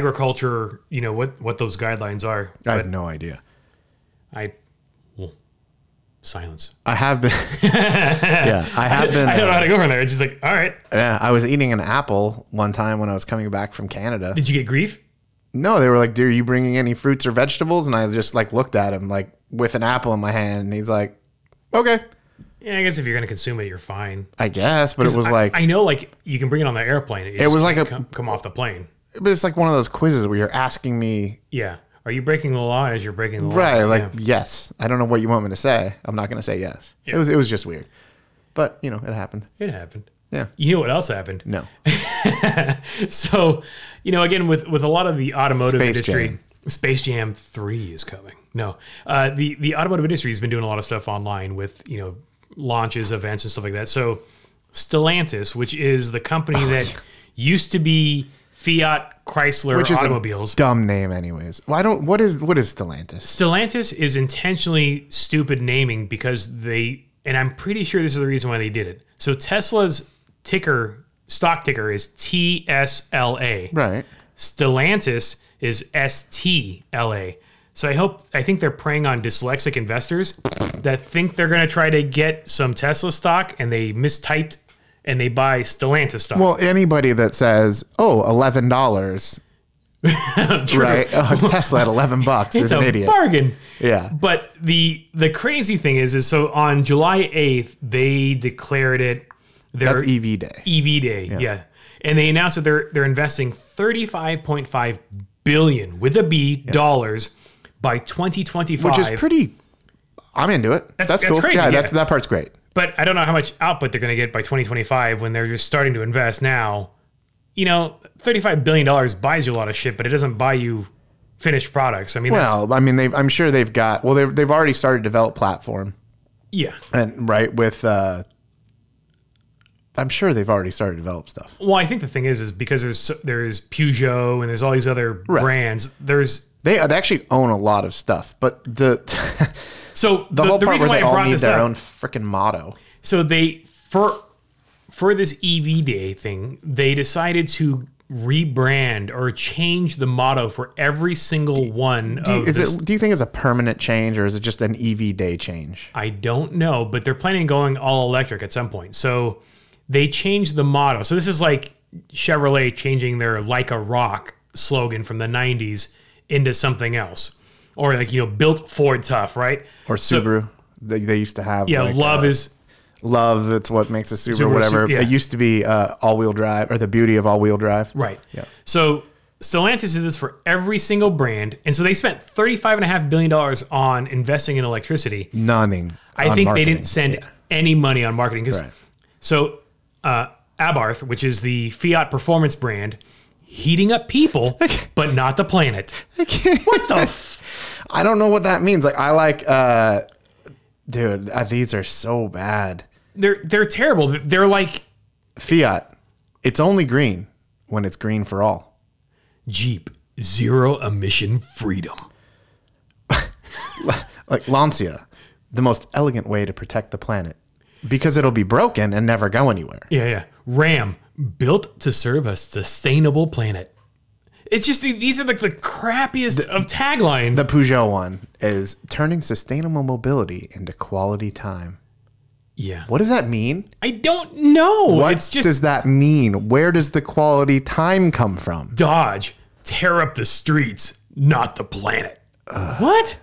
Speaker 1: agriculture, you know, what what those guidelines are.
Speaker 2: I
Speaker 1: But
Speaker 2: have no idea.
Speaker 1: I well, silence.
Speaker 2: I have been. yeah, I have been. uh,
Speaker 1: I don't know how to go from there. It's just like, all right.
Speaker 2: Yeah, I was eating an apple one time when I was coming back from Canada.
Speaker 1: Did you get grief?
Speaker 2: No, they were like, "Dude, are you bringing any fruits or vegetables?" And I just like looked at him like with an apple in my hand, and he's like, "Okay,
Speaker 1: Yeah, I guess if you're gonna consume it, you're fine.
Speaker 2: I guess." But it was
Speaker 1: I-
Speaker 2: like,
Speaker 1: I know, like you can bring it on the airplane. It,
Speaker 2: was like a-
Speaker 1: come, come off the plane.
Speaker 2: but it's like one of those quizzes where you're asking me,
Speaker 1: Yeah. Are you breaking the law as you're breaking the
Speaker 2: right?
Speaker 1: law?
Speaker 2: Like,
Speaker 1: Yeah.
Speaker 2: yes. I don't know what you want me to say. I'm not going to say yes. It was it was just weird, but you know, it happened.
Speaker 1: it happened.
Speaker 2: Yeah.
Speaker 1: You know what else happened?
Speaker 2: No.
Speaker 1: So, you know, again with with a lot of the automotive
Speaker 2: Space
Speaker 1: industry,
Speaker 2: Jam.
Speaker 1: Space Jam Three is coming. No, uh, the the automotive industry has been doing a lot of stuff online with you know launches, events, and stuff like that. So, Stellantis, which is the
Speaker 2: Oh,
Speaker 1: company that used to be Fiat Chrysler
Speaker 2: Which is a
Speaker 1: automobiles,
Speaker 2: Dumb name, anyways. Well, I don't. What is what is Stellantis?
Speaker 1: Stellantis is intentionally stupid naming because they, and I'm pretty sure this is the reason why they did it. So Tesla's ticker, stock ticker is TSLA.
Speaker 2: Right.
Speaker 1: Stellantis is STLA. So I hope, I think they're preying on dyslexic investors that think they're going to try to get some Tesla stock and they mistyped and they buy Stellantis stock.
Speaker 2: Well, anybody that says, "Oh, eleven dollars,"
Speaker 1: True.
Speaker 2: right? Oh, it's Tesla at eleven bucks. There's
Speaker 1: It's
Speaker 2: an
Speaker 1: a
Speaker 2: idiot.
Speaker 1: bargain.
Speaker 2: Yeah.
Speaker 1: But the the crazy thing is, is so on July eighth they declared it their
Speaker 2: That's e- EV day.
Speaker 1: EV day. Yeah. And they announced that they're they're investing 35.5 billion with a B dollars by 2025.
Speaker 2: Which is pretty I'm into it. That's,
Speaker 1: that's
Speaker 2: cool.
Speaker 1: crazy,
Speaker 2: yeah,
Speaker 1: yeah.
Speaker 2: That, that part's great.
Speaker 1: but I don't know how much output they're going to get by 2025 when they're just starting to invest now. You know, 35 billion dollars buys you a lot of shit, but it doesn't buy you finished products. I mean, that's,
Speaker 2: Well, I mean, they've, I'm sure they've got. Well, they've they've already started to develop platform,
Speaker 1: yeah.
Speaker 2: and right with. uh I'm sure they've already started to develop stuff.
Speaker 1: Well, I think the thing is, is because there's so- there's Peugeot and there's all these other brands. There's
Speaker 2: They, they actually own a lot of stuff, but the
Speaker 1: so
Speaker 2: the,
Speaker 1: the,
Speaker 2: whole
Speaker 1: the
Speaker 2: part
Speaker 1: reason
Speaker 2: where
Speaker 1: why
Speaker 2: they
Speaker 1: I
Speaker 2: all
Speaker 1: brought
Speaker 2: need
Speaker 1: this
Speaker 2: their
Speaker 1: up
Speaker 2: own freaking motto.
Speaker 1: So they for for this EV day thing, they decided to rebrand or change the motto for every single one
Speaker 2: Do you,
Speaker 1: of
Speaker 2: is
Speaker 1: this.
Speaker 2: it, do you think it's a permanent change or is it just an EV day change?
Speaker 1: I don't know, but they're planning on going all electric at some point. So they changed the motto. So this is like Chevrolet changing their like a rock slogan from the 90s into something else. Or like, you know, built Ford tough, right?
Speaker 2: Or Subaru? they, they used to have
Speaker 1: Yeah,
Speaker 2: like,
Speaker 1: love
Speaker 2: uh,
Speaker 1: is
Speaker 2: love. That's what makes a Subaru,
Speaker 1: Subaru,
Speaker 2: whatever.
Speaker 1: Su- yeah.
Speaker 2: It used to be uh, all wheel drive or the beauty of all wheel drive.
Speaker 1: Right. Yeah. So Stellantis did this for every single brand, and so they spent thirty-five and a half billion dollars on investing in electricity.
Speaker 2: Nothing.
Speaker 1: I
Speaker 2: on
Speaker 1: think they
Speaker 2: marketing.
Speaker 1: didn't send any money on marketing because
Speaker 2: Right.
Speaker 1: so uh, Abarth, which is the Fiat performance brand, heating up people but not the planet. What the? F-
Speaker 2: I don't know what that means. Like I like, uh, dude, uh, these are so bad.
Speaker 1: they're they're terrible. They're like
Speaker 2: Fiat. It's only green when it's green for all.
Speaker 1: Jeep zero emission freedom.
Speaker 2: Like Lancia, the most elegant way to protect the planet because it'll be broken and never go anywhere.
Speaker 1: Yeah, yeah. Ram built to serve a sustainable planet. It's just the- these are like the crappiest of taglines.
Speaker 2: The Peugeot one is turning sustainable mobility into quality time.
Speaker 1: yeah,
Speaker 2: What does that mean?
Speaker 1: I don't know.
Speaker 2: What
Speaker 1: it's just
Speaker 2: does that mean? Where does the quality time come from?
Speaker 1: Dodge tear up the streets, not the planet. what?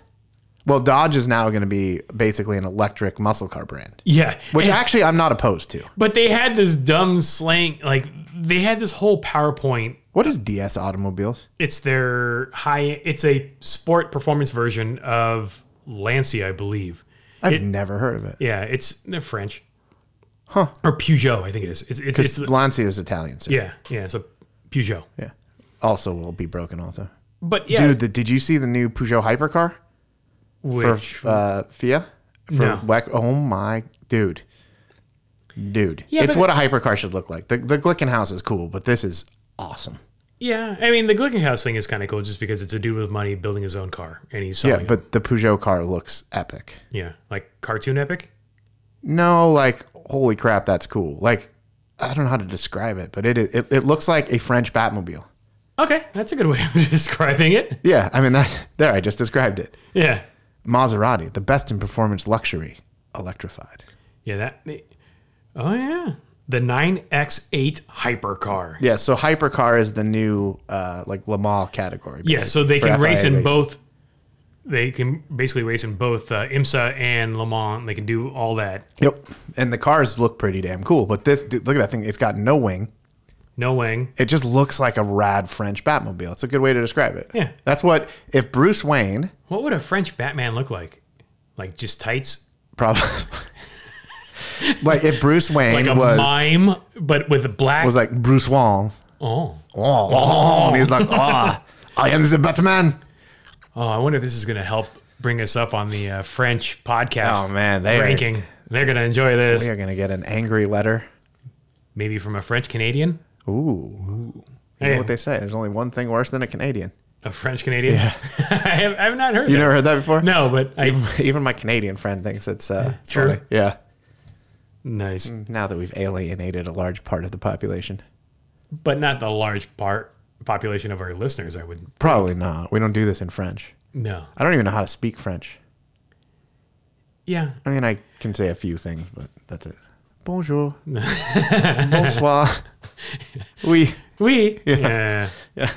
Speaker 2: Well, Dodge is now going to be basically an electric muscle car brand,
Speaker 1: Yeah,
Speaker 2: which
Speaker 1: and-
Speaker 2: actually I'm not opposed to.
Speaker 1: but they had this dumb slang. Like they had this whole PowerPoint.
Speaker 2: What is DS Automobiles?
Speaker 1: It's their high. It's a sport performance version of Lancia, I believe.
Speaker 2: I've never heard of it.
Speaker 1: Yeah, it's they're French.
Speaker 2: Huh.
Speaker 1: Or Peugeot, I think it is. It's it's, it's
Speaker 2: Lancia is Italian, so
Speaker 1: yeah, yeah, so Peugeot.
Speaker 2: yeah. Also, will be broken also.
Speaker 1: But yeah,
Speaker 2: Dude, the, did you see the new Peugeot hypercar
Speaker 1: which,
Speaker 2: for uh, Fia? For
Speaker 1: No.
Speaker 2: Wec- oh my dude, dude,
Speaker 1: Yeah,
Speaker 2: it's
Speaker 1: but-
Speaker 2: what a hypercar should look like. The the Glickenhaus is cool, but this is awesome.
Speaker 1: Oh, yeah, I mean the Glickenhaus thing is kind of cool just because it's a dude with money building his own car and he's
Speaker 2: Yeah,
Speaker 1: selling it.
Speaker 2: but the Peugeot car looks epic.
Speaker 1: yeah, like cartoon epic.
Speaker 2: No, like holy crap, that's cool. Like I don't know how to describe it, but it it, it looks like a French Batmobile.
Speaker 1: Okay, that's a good way of describing it.
Speaker 2: Yeah, I mean that there I just described it.
Speaker 1: Yeah,
Speaker 2: Maserati, the best in performance luxury, electrified.
Speaker 1: yeah, that. Oh yeah, the 9x8 hypercar.
Speaker 2: Yeah, so hypercar is the new uh, like Le Mans category.
Speaker 1: Yeah,
Speaker 2: basically,
Speaker 1: so they
Speaker 2: for
Speaker 1: can
Speaker 2: FIA
Speaker 1: race in
Speaker 2: racing.
Speaker 1: both. They can basically race in both uh, IMSA and Le Mans. They can do all that.
Speaker 2: Yep, and the cars look pretty damn cool. But this, dude, look at that thing. It's got no wing.
Speaker 1: No wing.
Speaker 2: It just looks like a rad French Batmobile. It's a good way to describe it.
Speaker 1: Yeah.
Speaker 2: that's what if Bruce Wayne
Speaker 1: What would a French Batman look like? Like just tights,
Speaker 2: probably like if Bruce Wayne
Speaker 1: like a
Speaker 2: was
Speaker 1: mime, but with black.
Speaker 2: was like Bruce Wayne.
Speaker 1: oh,
Speaker 2: Oh, and he's like, ah, I am the Batman.
Speaker 1: oh, I wonder if this is going to help bring us up on the uh, French podcast
Speaker 2: Oh man, they are, Oh,
Speaker 1: ranking. They're going to enjoy this.
Speaker 2: they are gonna get an angry letter.
Speaker 1: Maybe from a French Canadian.
Speaker 2: Ooh, you know what they say? There's only one thing worse than a Canadian.
Speaker 1: a French Canadian. I have I've not heard.
Speaker 2: You
Speaker 1: that.
Speaker 2: never heard that before?
Speaker 1: no, but I
Speaker 2: Even my Canadian friend thinks it's uh, it's
Speaker 1: True.
Speaker 2: funny. Yeah.
Speaker 1: nice,
Speaker 2: Now that we've alienated a large part of the population,
Speaker 1: but not the large part population of our listeners. I would
Speaker 2: probably not. We don't do this in French.
Speaker 1: no.
Speaker 2: I don't even know how to speak French.
Speaker 1: Yeah,
Speaker 2: I mean, I can say a few things, but that's it. Bonjour. Bonsoir. Oui.
Speaker 1: we. Yeah.
Speaker 2: Yeah.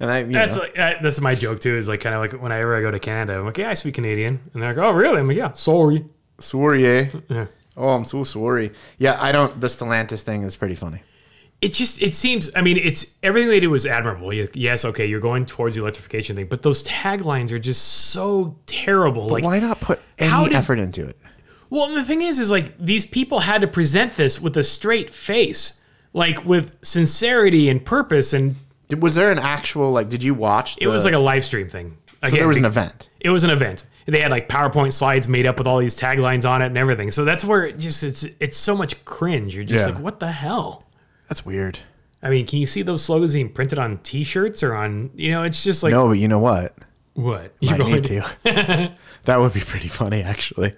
Speaker 2: And I, you
Speaker 1: That's
Speaker 2: know,
Speaker 1: like that, that's my joke too. Is like kind of like whenever I go to Canada, I'm like, yeah, I speak Canadian, and they're like, oh, really? I'm like, yeah, sorry.
Speaker 2: sorry, eh?
Speaker 1: Yeah.
Speaker 2: Oh, I'm so sorry. Yeah, I don't. The Stellantis thing is pretty funny.
Speaker 1: It just it seems. I mean, it's everything they did was admirable. Y- Yes, okay, you're going towards the electrification thing, but those taglines are just so terrible. Like,
Speaker 2: Why not put any
Speaker 1: How did-
Speaker 2: effort into it?
Speaker 1: well, and the thing is, is like these people had to present this with a straight face, like with sincerity and purpose, and
Speaker 2: Did, was there an actual like? Did you watch?
Speaker 1: it was like a live stream thing.
Speaker 2: so there
Speaker 1: Again,
Speaker 2: was an event.
Speaker 1: it was an event. They had like PowerPoint slides made up with all these taglines on it and everything. So that's where it just it's it's so much cringe. You're just
Speaker 2: Yeah.
Speaker 1: like, what the hell?
Speaker 2: That's weird.
Speaker 1: I mean, can you see those slogans being printed on T-shirts or on you know? It's just like
Speaker 2: No, but you know what?
Speaker 1: what you
Speaker 2: I
Speaker 1: going
Speaker 2: need to. that would be pretty funny, actually.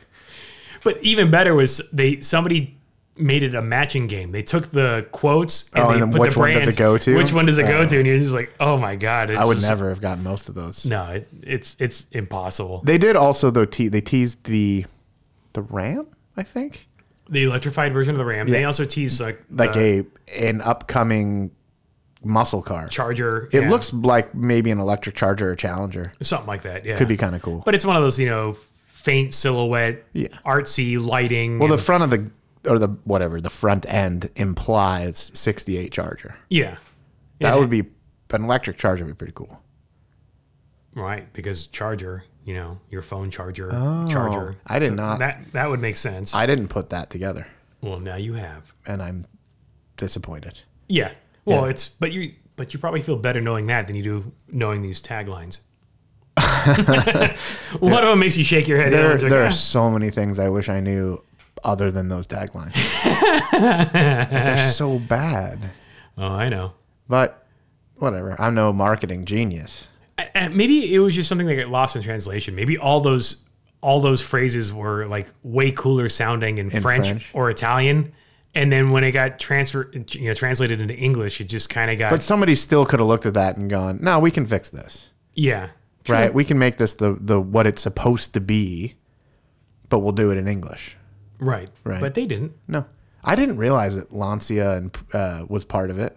Speaker 1: But even better was they somebody made it a matching game. They took the quotes and
Speaker 2: Oh,
Speaker 1: they
Speaker 2: and then
Speaker 1: put
Speaker 2: which
Speaker 1: the
Speaker 2: one does
Speaker 1: brands.
Speaker 2: it go to?
Speaker 1: Which one does it go
Speaker 2: Oh.
Speaker 1: to? And you're just like, oh my god! It's
Speaker 2: I would
Speaker 1: just-
Speaker 2: never have gotten most of those.
Speaker 1: No, it, it's it's impossible.
Speaker 2: They did also though. Te- they teased the the Ram, I think,
Speaker 1: The electrified version of the Ram. They also teased like
Speaker 2: like
Speaker 1: the
Speaker 2: a an upcoming muscle car.
Speaker 1: Charger.
Speaker 2: It
Speaker 1: yeah,
Speaker 2: looks like maybe an electric Charger or Challenger.
Speaker 1: something like that. Yeah,
Speaker 2: Could be kind of cool.
Speaker 1: But it's one of those, you know, faint silhouette,
Speaker 2: Yeah.
Speaker 1: artsy lighting.
Speaker 2: well,
Speaker 1: and-
Speaker 2: the front of the or the whatever the front end implies 68 Charger.
Speaker 1: yeah,
Speaker 2: That
Speaker 1: Yeah.
Speaker 2: would be an electric Charger would be pretty cool.
Speaker 1: right, because charger, you know, your phone charger, charger.
Speaker 2: Oh. I did not.
Speaker 1: Oh. That that would make sense.
Speaker 2: I didn't put that together,
Speaker 1: well, now you have.
Speaker 2: and I'm disappointed.
Speaker 1: Yeah. Well, it's but you but you probably feel better knowing that than you do knowing these taglines. One of them makes you shake your head. the other
Speaker 2: There,
Speaker 1: one's like,
Speaker 2: there
Speaker 1: "Ah."
Speaker 2: are so many things I wish I knew other than those taglines. They're so bad.
Speaker 1: Oh, I know.
Speaker 2: But whatever. I'm no marketing genius.
Speaker 1: I- I- maybe it was just something that got lost in translation. Maybe all those all those phrases were like way cooler sounding in, French,
Speaker 2: French.
Speaker 1: or Italian, and then when it got transferred, you know, translated into English, it just kind of got
Speaker 2: But somebody still could have looked at that and gone, "No, we can fix this.
Speaker 1: yeah,
Speaker 2: Right? We can make this the the what it's supposed to be, but we'll do it in English."
Speaker 1: right,
Speaker 2: Right.
Speaker 1: But they didn't.
Speaker 2: No. I didn't realize that Lancia and uh, was part of it.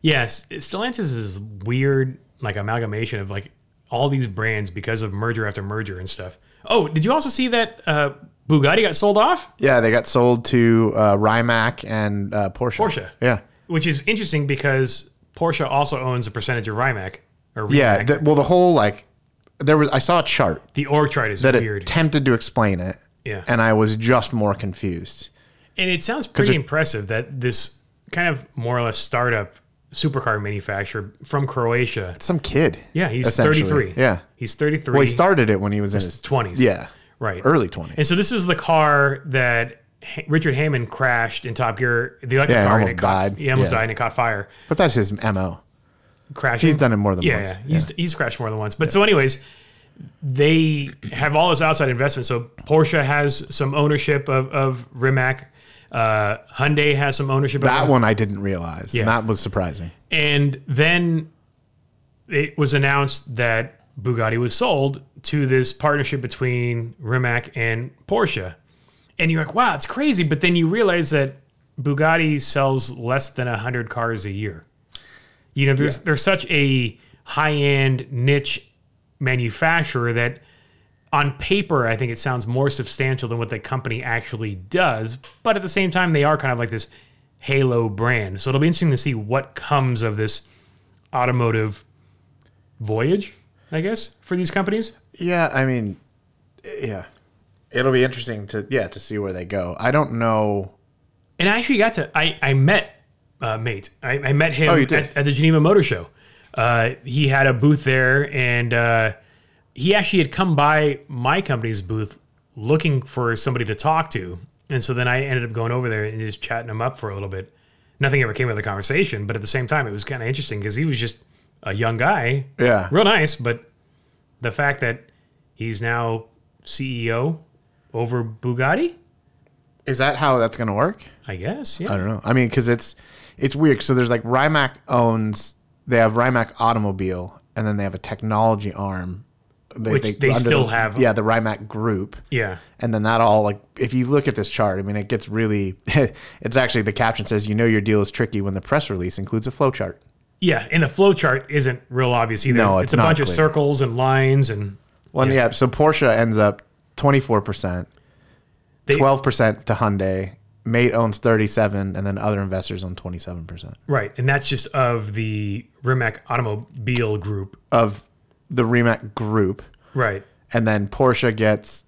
Speaker 1: Yes, Stellantis is this weird like amalgamation of like all these brands because of merger after merger and stuff. Oh, did you also see that uh, Bugatti got sold off?
Speaker 2: Yeah, they got sold to uh, Rimac and uh, Porsche.
Speaker 1: Porsche.
Speaker 2: Yeah.
Speaker 1: Which is interesting because Porsche also owns a percentage of Rimac. Or Rimac.
Speaker 2: Yeah, the, well the whole like there was I saw a chart
Speaker 1: the org chart is
Speaker 2: that
Speaker 1: weird.
Speaker 2: attempted to explain it.
Speaker 1: Yeah.
Speaker 2: And I was just more confused.
Speaker 1: And it sounds pretty
Speaker 2: there's-
Speaker 1: impressive that this kind of more or less startup supercar manufacturer from Croatia.
Speaker 2: Some kid.
Speaker 1: Yeah, he's
Speaker 2: essentially.
Speaker 1: 33.
Speaker 2: Yeah.
Speaker 1: He's 33.
Speaker 2: Well, he started it when he was in his
Speaker 1: 20s.
Speaker 2: Yeah,
Speaker 1: Right.
Speaker 2: early 20s.
Speaker 1: And so this is the car that H- Richard Hammond crashed in Top Gear, the electric
Speaker 2: Yeah,
Speaker 1: car,
Speaker 2: almost
Speaker 1: and it caught,
Speaker 2: died.
Speaker 1: He almost
Speaker 2: Yeah.
Speaker 1: died and it caught fire.
Speaker 2: But that's his MO.
Speaker 1: Crashing.
Speaker 2: He's done it more than
Speaker 1: yeah,
Speaker 2: once.
Speaker 1: yeah. He's, he's crashed more than once. But so, anyways, they have all this outside investment. So Porsche has some ownership of, of Rimac. Uh, Hyundai has some ownership. of
Speaker 2: That
Speaker 1: them.
Speaker 2: one I didn't realize. And that was surprising.
Speaker 1: And then it was announced that Bugatti was sold to this partnership between Rimac and Porsche. And you're like, wow, it's crazy. But then you realize that Bugatti sells less than 100 cars a year. You know, there's, there's such a high end niche manufacturer that on paper, I think it sounds more substantial than what the company actually does. But at the same time, they are kind of like this halo brand. So it'll be interesting to see what comes of this automotive voyage, I guess, for these companies.
Speaker 2: Yeah, I mean, yeah. It'll be interesting to yeah to see where they go. I don't know.
Speaker 1: And I actually got to I I met uh, mate. I, I met him
Speaker 2: Oh, you did?
Speaker 1: at, at the Geneva Motor Show. Uh, he had a booth there, and uh, he actually had come by my company's booth looking for somebody to talk to. And so then I ended up going over there and just chatting him up for a little bit. Nothing ever came of the conversation, but at the same time, it was kind of interesting because he was just a young guy,
Speaker 2: Yeah,
Speaker 1: real nice. But the fact that he's now CEO over Bugatti,
Speaker 2: is that how that's going to work?
Speaker 1: I guess. Yeah.
Speaker 2: I don't know. I mean, because it's it's weird. So there's like Rimac owns. They have Rimac Automobile, and then they have a technology arm.
Speaker 1: Which they
Speaker 2: under
Speaker 1: still
Speaker 2: the-
Speaker 1: have.
Speaker 2: Yeah, the Rimac Group.
Speaker 1: yeah.
Speaker 2: and then that all like if you look at this chart i mean it gets really it's actually the caption says you know your deal is tricky when the press release includes a flow chart
Speaker 1: Yeah, and the flow chart isn't real obvious either.
Speaker 2: No, it's
Speaker 1: a
Speaker 2: not
Speaker 1: bunch of
Speaker 2: clear.
Speaker 1: circles and lines, and
Speaker 2: Well, yeah. so Porsche ends up 24%,
Speaker 1: They-
Speaker 2: 12% to Hyundai. Mate owns 37 and then other investors own 27%
Speaker 1: right, and that's just of the Rimac Automobile Group,
Speaker 2: of the Remac group.
Speaker 1: right?
Speaker 2: And then Porsche gets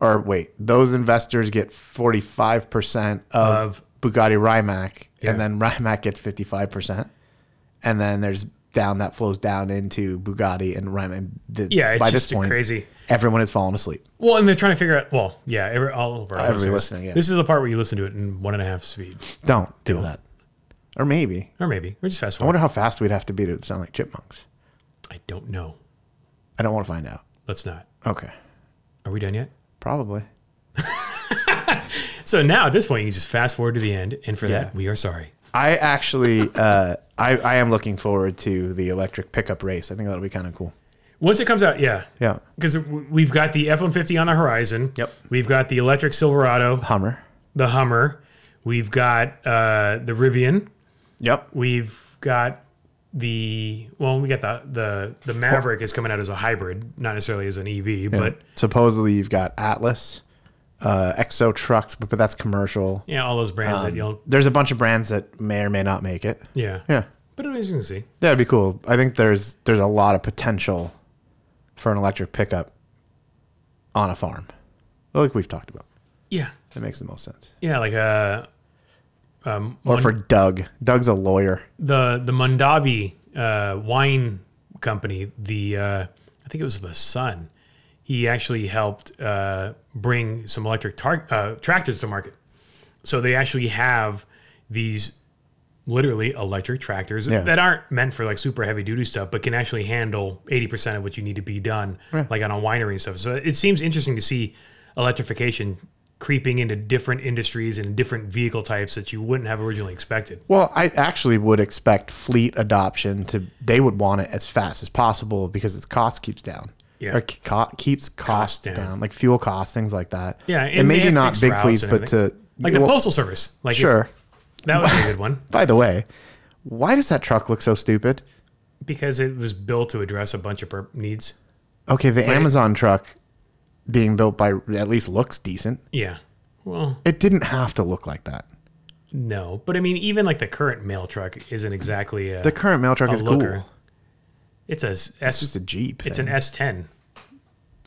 Speaker 2: or wait, those investors get 45% of, Bugatti Rimac and then Rimac gets 55%. And then there's down that flows down into Bugatti and Rimac. The-
Speaker 1: Yeah, it's
Speaker 2: by
Speaker 1: just
Speaker 2: this point,
Speaker 1: crazy.
Speaker 2: everyone has fallen asleep.
Speaker 1: Well, and they're trying to figure out. Well, yeah, every, all of our
Speaker 2: Everybody
Speaker 1: listeners.
Speaker 2: listening, yeah.
Speaker 1: This is the part where you listen to it in one and a half speed,
Speaker 2: Don't do that. Or maybe.
Speaker 1: or maybe we're just fast
Speaker 2: I
Speaker 1: forward.
Speaker 2: wonder how fast we'd have to be to sound like chipmunks.
Speaker 1: I don't know.
Speaker 2: I don't want to find out.
Speaker 1: Let's not.
Speaker 2: Okay.
Speaker 1: Are we done yet?
Speaker 2: Probably.
Speaker 1: So now at this point, you can just fast forward to the end, and for
Speaker 2: Yeah.
Speaker 1: that, we are sorry.
Speaker 2: I actually, uh, I, I am looking forward to the electric pickup race. I think that'll be kind of cool.
Speaker 1: Once it comes out, yeah,
Speaker 2: Yeah.
Speaker 1: because we've got the F one fifty on the horizon.
Speaker 2: Yep.
Speaker 1: We've got the electric Silverado,
Speaker 2: Hummer.
Speaker 1: the Hummer. We've got uh, the Rivian.
Speaker 2: Yep.
Speaker 1: We've got the well, we got the the the Maverick is coming out as a hybrid, not necessarily as an EV, but
Speaker 2: supposedly you've got Atlas, uh, Exo trucks, but, but that's commercial.
Speaker 1: yeah, all those brands that you'll
Speaker 2: There's a bunch of brands that may or may not make it.
Speaker 1: yeah.
Speaker 2: Yeah,
Speaker 1: But it'll be interesting to see.
Speaker 2: that'd be cool. I think there's there's a lot of potential for an electric pickup on a farm, like we've talked about.
Speaker 1: Yeah,
Speaker 2: That makes the most sense.
Speaker 1: yeah, like uh,
Speaker 2: Or for Doug. Doug's a lawyer.
Speaker 1: the the Mondavi uh, wine company, the uh, I think it was the Sun. He actually helped uh, bring some electric tar- uh, tractors to market. So they actually have these literally electric tractors that aren't meant for like super heavy duty stuff, but can actually handle eighty percent of what you need to be done, like on a winery and stuff. So it seems interesting to see electrification creeping into different industries and different vehicle types that you wouldn't have originally expected.
Speaker 2: Well, I actually would expect fleet adoption to they would want it as fast as possible because its cost keeps down.
Speaker 1: Yeah.
Speaker 2: Or ke- co- keeps costs
Speaker 1: down.
Speaker 2: down. like fuel costs, things like that.
Speaker 1: Yeah,
Speaker 2: and,
Speaker 1: and they
Speaker 2: maybe
Speaker 1: have
Speaker 2: not
Speaker 1: fixed
Speaker 2: big
Speaker 1: routes
Speaker 2: fleets,
Speaker 1: and
Speaker 2: but to
Speaker 1: Like the
Speaker 2: well,
Speaker 1: postal service. Like if-
Speaker 2: sure.
Speaker 1: that would be a good one
Speaker 2: By the way, why does that truck look so stupid?
Speaker 1: because it was built to address a bunch of per- needs.
Speaker 2: Okay, the Amazon truck being built by at least looks decent.
Speaker 1: Yeah. Well,
Speaker 2: It didn't have to look like that.
Speaker 1: no, but I mean, even like the current mail truck isn't exactly a.
Speaker 2: The current mail truck is
Speaker 1: looker.
Speaker 2: cool.
Speaker 1: it's a s-
Speaker 2: It's
Speaker 1: S.
Speaker 2: just a Jeep.
Speaker 1: It's
Speaker 2: thing.
Speaker 1: an S10.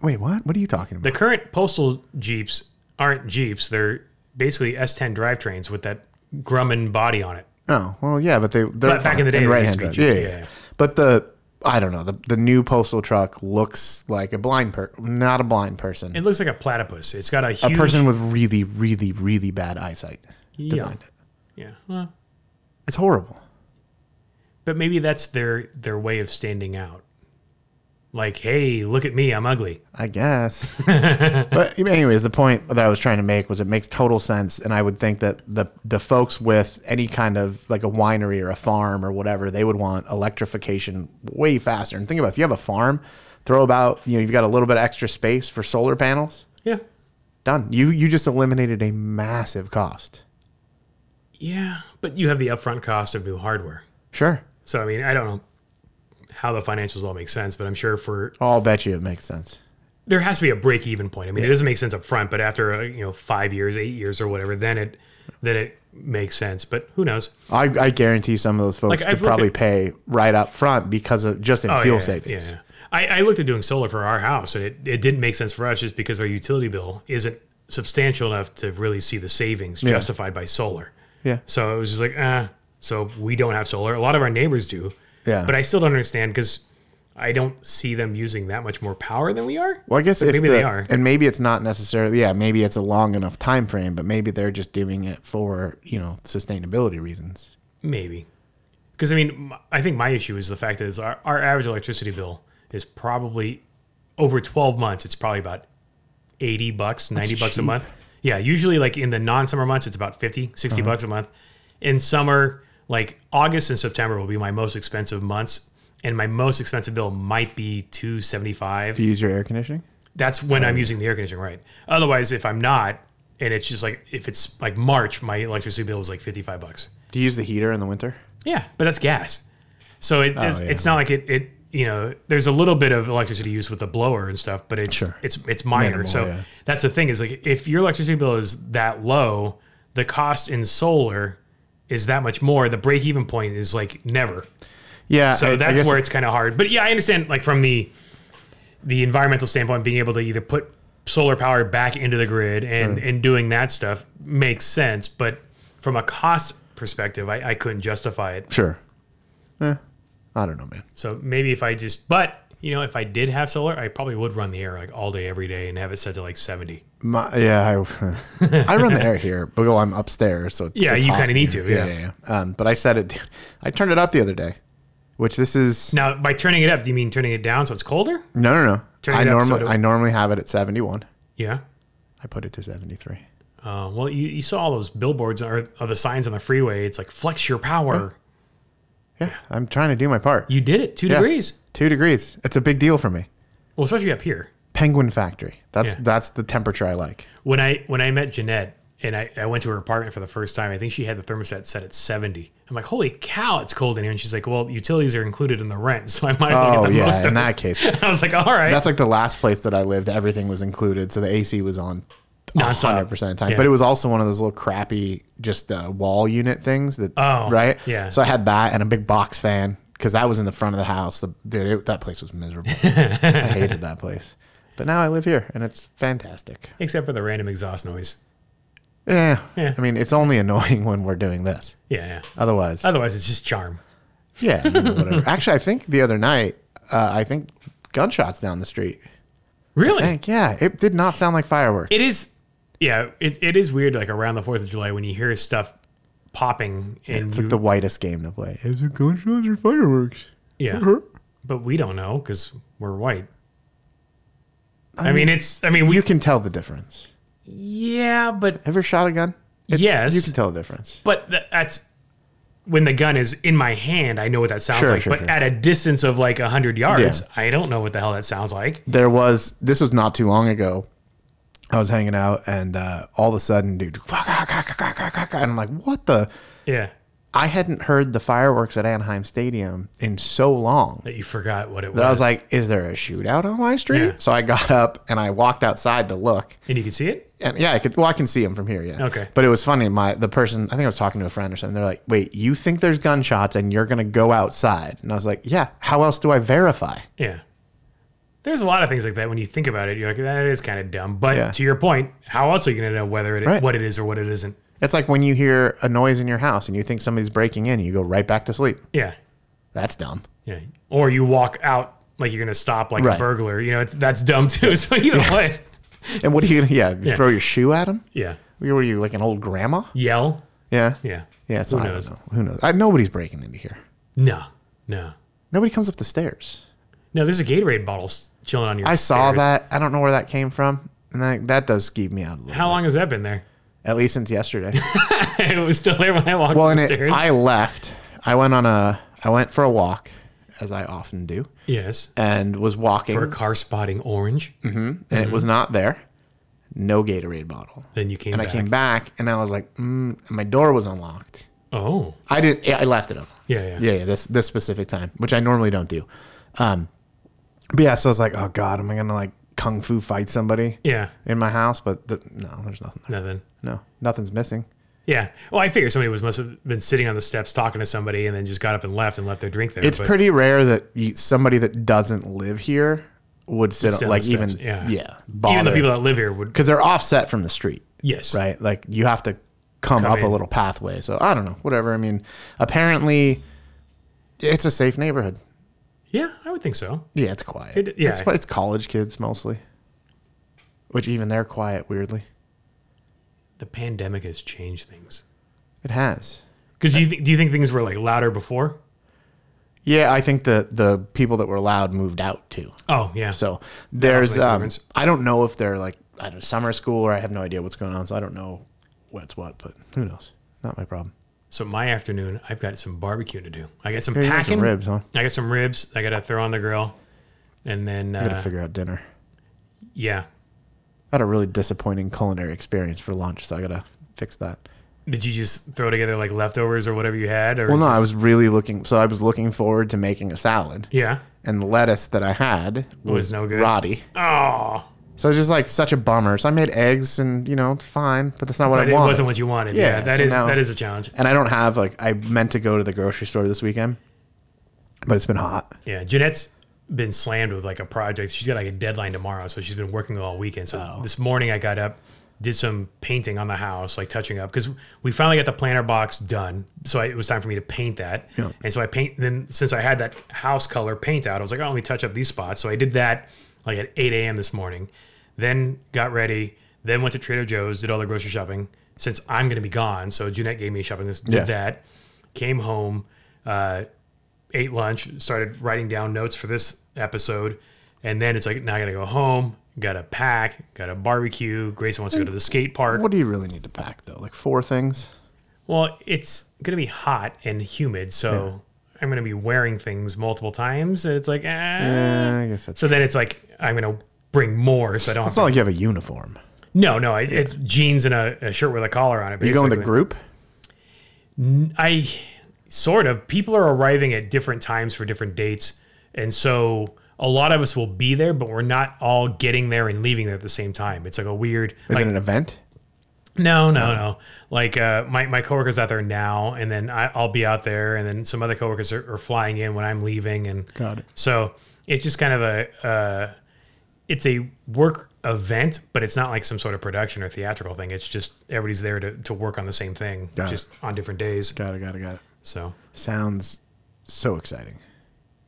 Speaker 2: Wait, what? What are you talking about?
Speaker 1: The current postal jeeps aren't jeeps; they're basically S10 drivetrains with that Grumman body on it.
Speaker 2: Oh well, yeah, but they they're
Speaker 1: But back in the day, they
Speaker 2: right
Speaker 1: used
Speaker 2: hand
Speaker 1: to be
Speaker 2: drive.
Speaker 1: cheap,
Speaker 2: Yeah,
Speaker 1: yeah,
Speaker 2: yeah,
Speaker 1: yeah.
Speaker 2: yeah. But the I don't know the the new postal truck looks like a blind per not a blind person,
Speaker 1: It looks like a platypus. It's got a
Speaker 2: a
Speaker 1: huge
Speaker 2: person with really really really bad eyesight designed it.
Speaker 1: Yeah. Well,
Speaker 2: It's horrible.
Speaker 1: but maybe that's their their way of standing out. Like, hey, look at me, I'm ugly.
Speaker 2: I guess. but anyways, the point that I was trying to make was it makes total sense, and I would think that the the folks with any kind of like a winery or a farm or whatever, they would want electrification way faster. And think about it, if you have a farm, throw about you know you've got a little bit of extra space for solar panels.
Speaker 1: Yeah.
Speaker 2: Done. You you just eliminated a massive cost.
Speaker 1: Yeah, but you have the upfront cost of new hardware.
Speaker 2: Sure.
Speaker 1: So I mean, I don't know how the financials all make sense, but I'm sure for
Speaker 2: I'll bet you it makes sense.
Speaker 1: there has to be a break even point. I mean, it doesn't make sense up front, but after uh, you know five years, eight years, or whatever, then it then it makes sense. But who knows?
Speaker 2: I, I guarantee some of those folks
Speaker 1: Like, I've
Speaker 2: could
Speaker 1: looked
Speaker 2: probably
Speaker 1: at-
Speaker 2: pay right up front because of just in
Speaker 1: Oh,
Speaker 2: fuel
Speaker 1: yeah,
Speaker 2: savings.
Speaker 1: Yeah, I, I looked at doing solar for our house, and it, it didn't make sense for us just because our utility bill isn't substantial enough to really see the savings justified by solar.
Speaker 2: Yeah.
Speaker 1: So it was just like, ah. So we don't have solar. A lot of our neighbors do.
Speaker 2: Yeah.
Speaker 1: But I still don't understand because I don't see them using that much more power than we are.
Speaker 2: Well, I guess if
Speaker 1: maybe
Speaker 2: the-
Speaker 1: they are.
Speaker 2: and maybe it's not necessarily. Yeah, maybe it's a long enough time frame, but maybe they're just doing it for you know sustainability reasons.
Speaker 1: Maybe. Because I mean, m- I think my issue is the fact that is our, our average electricity bill is probably over 12 months. It's probably about 80 bucks, 90 bucks a
Speaker 2: cheap.
Speaker 1: month. Yeah. Usually like in the non-summer months, it's about 50, 60
Speaker 2: Uh-huh.
Speaker 1: bucks a month. In summer, like August and September will be my most expensive months. And my most expensive bill might be 275.
Speaker 2: Do you use your air conditioning?
Speaker 1: That's when I'm using the air conditioning, right? Otherwise, if I'm not, and it's just like, if it's like March, my electricity bill is like 55 bucks.
Speaker 2: Do you use the heater in the winter?
Speaker 1: Oh, Yeah, but that's gas. So it, it's, it's not like it, it, you know, there's a little bit of electricity use with the blower and stuff, but it's
Speaker 2: Sure.
Speaker 1: it's it's minor.
Speaker 2: Minimal,
Speaker 1: so
Speaker 2: yeah.
Speaker 1: that's the thing is like if your electricity bill is that low, the cost in solar is that much more. The break even point is like never.
Speaker 2: Yeah.
Speaker 1: So
Speaker 2: I- I
Speaker 1: that's
Speaker 2: guess-
Speaker 1: where it's kind of hard. But yeah, I understand like from the the environmental standpoint, being able to either put solar power back into the grid and and doing that stuff makes sense. But from a cost perspective, I, I couldn't justify it.
Speaker 2: Sure. Eh, I don't know, man.
Speaker 1: So maybe if I just, but you know, if I did have solar, I probably would run the air like all day, every day, and have it set to like seventy.
Speaker 2: My, yeah, I, I run the air here, but well, I'm upstairs, so
Speaker 1: Yeah,
Speaker 2: it's
Speaker 1: you
Speaker 2: hot
Speaker 1: kinda need
Speaker 2: here.
Speaker 1: to, yeah.
Speaker 2: yeah, yeah. Um, but I said it. I turned it up the other day, which this is
Speaker 1: Now, by turning it up, do you mean turning it down so it's colder?
Speaker 2: no, no, no.
Speaker 1: Turn
Speaker 2: I
Speaker 1: it up so
Speaker 2: normally
Speaker 1: it-
Speaker 2: I normally have it at 71.
Speaker 1: Yeah.
Speaker 2: I put it to 73.
Speaker 1: Uh, well, you, you saw all those billboards or, or the signs on the freeway. It's like flex your power.
Speaker 2: Yeah, I'm trying to do my part.
Speaker 1: You did it two degrees.
Speaker 2: Two degrees. It's a big deal for me.
Speaker 1: Well, especially up here.
Speaker 2: Penguin Factory. That's
Speaker 1: Yeah.
Speaker 2: that's the temperature I like.
Speaker 1: When I when I met Jeanette and I, I went to her apartment for the first time, I think she had the thermostat set at seventy. I'm like, holy cow, it's cold in here. And she's like, well, utilities are included in the rent, so I might as well
Speaker 2: Oh
Speaker 1: get the most
Speaker 2: yeah,
Speaker 1: of
Speaker 2: in
Speaker 1: that.
Speaker 2: that case,
Speaker 1: it. I was like, all right,
Speaker 2: that's like the last place that I lived. Everything was included, so the AC was on
Speaker 1: nonstop.
Speaker 2: 100 percent of the time.
Speaker 1: Yeah.
Speaker 2: But it was also one of those little crappy just uh, wall unit things that
Speaker 1: Oh,
Speaker 2: right
Speaker 1: yeah.
Speaker 2: So I had that and a big box fan because that was in the front of the house. The, dude, it, that place was miserable. I hated that place. But now I live here and it's fantastic.
Speaker 1: except for the random exhaust noise.
Speaker 2: Yeah.
Speaker 1: Yeah.
Speaker 2: I mean, it's only annoying when we're doing this.
Speaker 1: Yeah, yeah.
Speaker 2: Otherwise,
Speaker 1: Otherwise, it's just charm.
Speaker 2: yeah. you know, whatever. Actually, I think the other night, uh, I think gunshots down the street. I
Speaker 1: Really,
Speaker 2: think, yeah, it did not sound like fireworks.
Speaker 1: it is. Yeah, it, it is weird. Like around the Fourth of July, when you hear stuff popping, and
Speaker 2: it's
Speaker 1: you,
Speaker 2: like the whitest game to play. Is it gunshots or fireworks?
Speaker 1: yeah,
Speaker 2: "Uh-huh."
Speaker 1: but we don't know because we're white. I, mean, it's. I mean, we.
Speaker 2: You can tell the difference.
Speaker 1: Yeah, but
Speaker 2: Ever shot a gun? It's-
Speaker 1: Yes.
Speaker 2: You can tell the difference.
Speaker 1: but th- that's when the gun is in my hand. I know what that sounds
Speaker 2: Sure,
Speaker 1: like.
Speaker 2: sure,
Speaker 1: but
Speaker 2: sure.
Speaker 1: at a distance of like hundred yards, I don't know what the hell that sounds like.
Speaker 2: There was, this was not too long ago. I was hanging out and uh, all of a sudden, dude, and I'm like, what the?
Speaker 1: Yeah,
Speaker 2: I hadn't heard the fireworks at Anaheim Stadium in so long.
Speaker 1: that you forgot what it
Speaker 2: But I
Speaker 1: was,
Speaker 2: was like, is there a shootout on my street?
Speaker 1: Yeah.
Speaker 2: So I got up and I walked outside to look.
Speaker 1: and you could see it.
Speaker 2: and yeah, I could. Well, I can see him from here. Yeah.
Speaker 1: Okay.
Speaker 2: But it was funny. My the person, I think I was talking to a friend or something. They're like, "Wait, you think there's gunshots and you're gonna go outside?" And I was like, "Yeah. How else do I verify?"
Speaker 1: Yeah. There's a lot of things like that when you think about it. You're like, that is kind of dumb. But
Speaker 2: Yeah.
Speaker 1: to your point, how else are you going to know whether it
Speaker 2: Right.
Speaker 1: what it is or what it isn't?
Speaker 2: It's like when you hear a noise in your house and you think somebody's breaking in, you go right back to sleep.
Speaker 1: Yeah,
Speaker 2: That's dumb.
Speaker 1: yeah. Or you walk out like you're going to stop like
Speaker 2: Right.
Speaker 1: a burglar. You know, it's, that's dumb too. So either way,
Speaker 2: And what are you gonna? Yeah, you throw your shoe at him.
Speaker 1: yeah.
Speaker 2: Were you like an old grandma?
Speaker 1: Yell,
Speaker 2: Yeah.
Speaker 1: yeah.
Speaker 2: Yeah. It's
Speaker 1: Who
Speaker 2: not, I
Speaker 1: knows?
Speaker 2: don't know. Who knows? I, nobody's breaking into here.
Speaker 1: No, no,
Speaker 2: Nobody comes up the stairs.
Speaker 1: no. There's a Gatorade bottle s- chilling on your.
Speaker 2: I saw
Speaker 1: stairs.
Speaker 2: that. I don't know where that came from, and that that does keep me out a little.
Speaker 1: How long has that been there?
Speaker 2: At least since yesterday.
Speaker 1: it was still there when I walked
Speaker 2: Well, and it,
Speaker 1: upstairs.
Speaker 2: I left. I went on a. I went for a walk, as I often do,
Speaker 1: yes,
Speaker 2: and was walking,
Speaker 1: for car spotting orange.
Speaker 2: and it was not there. No Gatorade bottle.
Speaker 1: Then you came
Speaker 2: And
Speaker 1: back.
Speaker 2: I came back, and I was like, mm, and my door was unlocked.
Speaker 1: Oh,
Speaker 2: I didn't. yeah, I left it unlocked.
Speaker 1: yeah, yeah.
Speaker 2: Yeah, yeah. This this specific time, which I normally don't do. Um, but yeah, so I was like, oh god, am I gonna like kung fu fight somebody
Speaker 1: yeah.
Speaker 2: in my house? But the, no, there's nothing. There.
Speaker 1: Nothing.
Speaker 2: No, nothing's missing.
Speaker 1: Yeah. Well, I figure somebody was must have been sitting on the steps talking to somebody and then just got up and left and left their drink there.
Speaker 2: It's
Speaker 1: but
Speaker 2: pretty rare that you, somebody that doesn't live here would sit
Speaker 1: on
Speaker 2: like
Speaker 1: the
Speaker 2: even
Speaker 1: steps, yeah. even
Speaker 2: yeah
Speaker 1: the
Speaker 2: bother
Speaker 1: people that live here would.
Speaker 2: because they're offset from the street,
Speaker 1: Yes.
Speaker 2: right? Like you have to come, up a
Speaker 1: in.
Speaker 2: little pathway. So I don't know, whatever. I mean, apparently it's a safe neighborhood.
Speaker 1: Yeah, I would think so.
Speaker 2: Yeah, it's quiet.
Speaker 1: It- yeah.
Speaker 2: it's, it's college kids mostly, which even they're quiet weirdly.
Speaker 1: The pandemic has changed things.
Speaker 2: It has.
Speaker 1: Because do you think do you think things were like louder before?
Speaker 2: Yeah, I think the the people that were loud moved out too.
Speaker 1: Oh yeah.
Speaker 2: So there's,
Speaker 1: makes a
Speaker 2: um,
Speaker 1: difference.
Speaker 2: I don't know if they're like at a summer school or I have no idea what's going on. So I don't know what's what, but who knows? Not my problem.
Speaker 1: So my afternoon, I've got some barbecue to do. I got some
Speaker 2: You got
Speaker 1: packing.
Speaker 2: some ribs, huh?
Speaker 1: I got some ribs. I got to throw on the grill, and then
Speaker 2: Got to
Speaker 1: uh,
Speaker 2: figure out dinner.
Speaker 1: yeah,
Speaker 2: I had a really disappointing culinary experience for lunch, so I got to fix that.
Speaker 1: Did you just throw together like leftovers or whatever you had? Or
Speaker 2: Well, no,
Speaker 1: just,
Speaker 2: I was really looking. So I was looking forward to making a salad,
Speaker 1: yeah.
Speaker 2: and the lettuce that I had was,
Speaker 1: no good.
Speaker 2: rotty.
Speaker 1: Oh,
Speaker 2: So it's just like such a bummer. So I made eggs, and you know, it's fine, but that's not what
Speaker 1: but
Speaker 2: I
Speaker 1: it
Speaker 2: wanted.
Speaker 1: wasn't what you wanted. Yeah,
Speaker 2: Yeah,
Speaker 1: that is
Speaker 2: so now-
Speaker 1: that is a challenge.
Speaker 2: and I don't have like I meant to go to the grocery store this weekend, but it's been hot.
Speaker 1: Yeah, Jeanette's been slammed with like a project. She's got like a deadline tomorrow, so she's been working all weekend. So this morning I got up, did some painting on the house, like touching up, because we finally got the planter box done. So I, it was time for me to paint that. And so I paint. Then since I had that house color paint out, I was like, oh, let me touch up these spots. So I did that like at 8 a.m. this morning. Then got ready. Then went to Trader Joe's, did all the grocery shopping. Since I'm going to be gone, so Jeanette gave me a shopping list. Did
Speaker 2: Yeah.
Speaker 1: that. Came home. Uh, ate lunch, started writing down notes for this episode, and then it's like now I gotta go home, gotta pack, gotta barbecue. Grayson wants to go to the skate park.
Speaker 2: What do you really need to pack though? Like four things.
Speaker 1: Well, it's gonna be hot and humid, so I'm gonna be wearing things multiple times. And it's like, ah.
Speaker 2: Yeah, Eh, I guess that's.
Speaker 1: so then it's like I'm gonna bring more, so I don't. Have
Speaker 2: It's not like you have a uniform.
Speaker 1: to- no, no, it, it's jeans and a, a shirt with a collar on it.
Speaker 2: You go in the
Speaker 1: basically.
Speaker 2: group.
Speaker 1: I sort of people are arriving at different times for different dates, and so a lot of us will be there, but we're not all getting there and leaving there at the same time. It's like a weird.
Speaker 2: Is
Speaker 1: like,
Speaker 2: it an event?
Speaker 1: no, no, no. Like uh, my my coworkers out there now, and then I, I'll be out there, and then some other coworkers are, are flying in when I'm leaving, and
Speaker 2: Got it.
Speaker 1: so it's just kind of a uh, it's a work event, but it's not like some sort of production or theatrical thing. It's just everybody's there to, to work on the same thing,
Speaker 2: Got it.
Speaker 1: just on different days.
Speaker 2: Got it. Got it. Got it.
Speaker 1: So
Speaker 2: Sounds so exciting.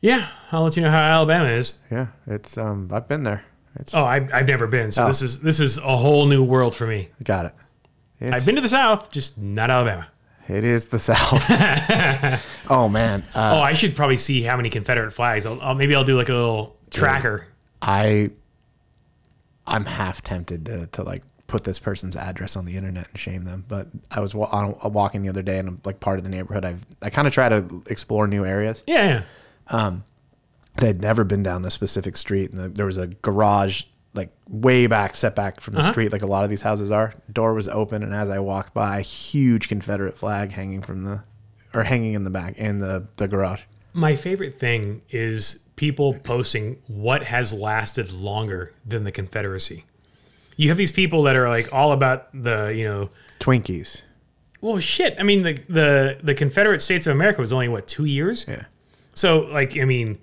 Speaker 1: Yeah, I'll let you know how Alabama is.
Speaker 2: Yeah, it's um. I've been there. It's
Speaker 1: Oh, I've, I've never been, so this is this is a whole new world for me.
Speaker 2: got it. It's,
Speaker 1: I've been to the South, just not Alabama.
Speaker 2: It is the South. oh man, uh,
Speaker 1: Oh, I should probably see how many Confederate flags. I'll, I'll maybe I'll do like a little tracker.
Speaker 2: I I'm half tempted to to like put this person's address on the internet and shame them. But I was wa- on a, walking the other day, and I'm like part of the neighborhood. I've I kind of try to explore new areas.
Speaker 1: Yeah, yeah.
Speaker 2: And I'd never been down this specific street, and the, there was a garage like way back, set back from the street, like a lot of these houses are. Door was open, and as I walked by, a huge Confederate flag hanging from the or hanging in the back in the the garage.
Speaker 1: My favorite thing is people posting what has lasted longer than the Confederacy. You have these people that are like all about the you know.
Speaker 2: Twinkies.
Speaker 1: Well, shit. I mean, the the the Confederate States of America was only what two years.
Speaker 2: Yeah.
Speaker 1: So, like, I mean,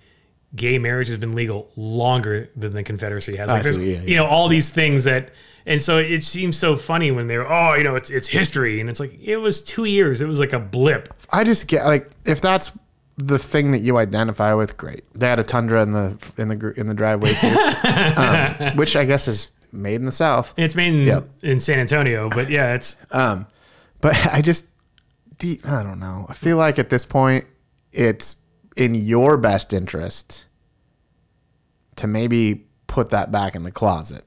Speaker 1: gay marriage has been legal longer than the Confederacy has. Like, there's,
Speaker 2: see, yeah,
Speaker 1: you know, all these things that, and so it seems so funny when they're, oh, you know, it's it's history, and it's like it was two years. It was like a blip.
Speaker 2: I just get like if that's the thing that you identify with, great. They had a tundra in the in the gr- in the driveway too, um, which I guess is made in the South.
Speaker 1: And it's made in,
Speaker 2: Yep.
Speaker 1: in San Antonio, but yeah, it's
Speaker 2: But I just, the- I don't know. I feel like at this point, it's in your best interest to maybe put that back in the closet.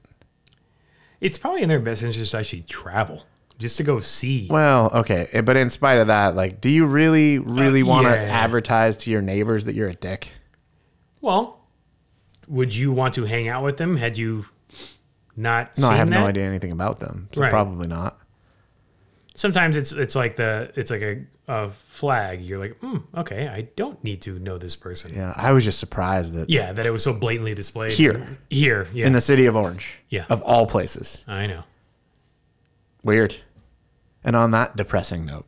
Speaker 1: it's probably in their best interest to actually travel just to go see.
Speaker 2: Well, okay, eh, but in spite of that, like, do you really, really
Speaker 1: Uh,
Speaker 2: want to
Speaker 1: yeah.
Speaker 2: advertise to your neighbors that you're a dick?
Speaker 1: Well, would you want to hang out with them had you not?
Speaker 2: No,
Speaker 1: seen
Speaker 2: I have
Speaker 1: that?
Speaker 2: no idea anything about them, so
Speaker 1: Right.
Speaker 2: probably not.
Speaker 1: sometimes it's it's like the it's like a, a flag. You're like, hmm, okay, I don't need to know this person. Yeah.
Speaker 2: Yeah, I was just surprised that
Speaker 1: that it was so blatantly displayed
Speaker 2: Here.
Speaker 1: Here, yeah,
Speaker 2: in the city of Orange.
Speaker 1: Yeah.
Speaker 2: Of all places.
Speaker 1: I know.
Speaker 2: Weird. And on that depressing note,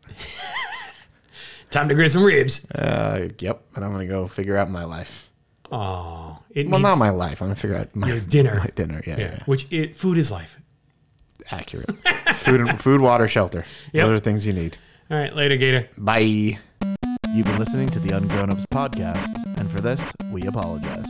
Speaker 1: Time to grill some ribs.
Speaker 2: uh, yep. And I'm gonna go figure out my life.
Speaker 1: Oh, it
Speaker 2: Well,
Speaker 1: needs
Speaker 2: not my life. I'm gonna figure out my
Speaker 1: your dinner.
Speaker 2: my dinner. Yeah, yeah.
Speaker 1: yeah, which it, food is life.
Speaker 2: accurate. food, and, food, water, shelter.
Speaker 1: Yep.
Speaker 2: Those are things you need.
Speaker 1: All right, later, Gator.
Speaker 2: Bye.
Speaker 3: You've been listening to the Ungrown Ups podcast, and for this, we apologize.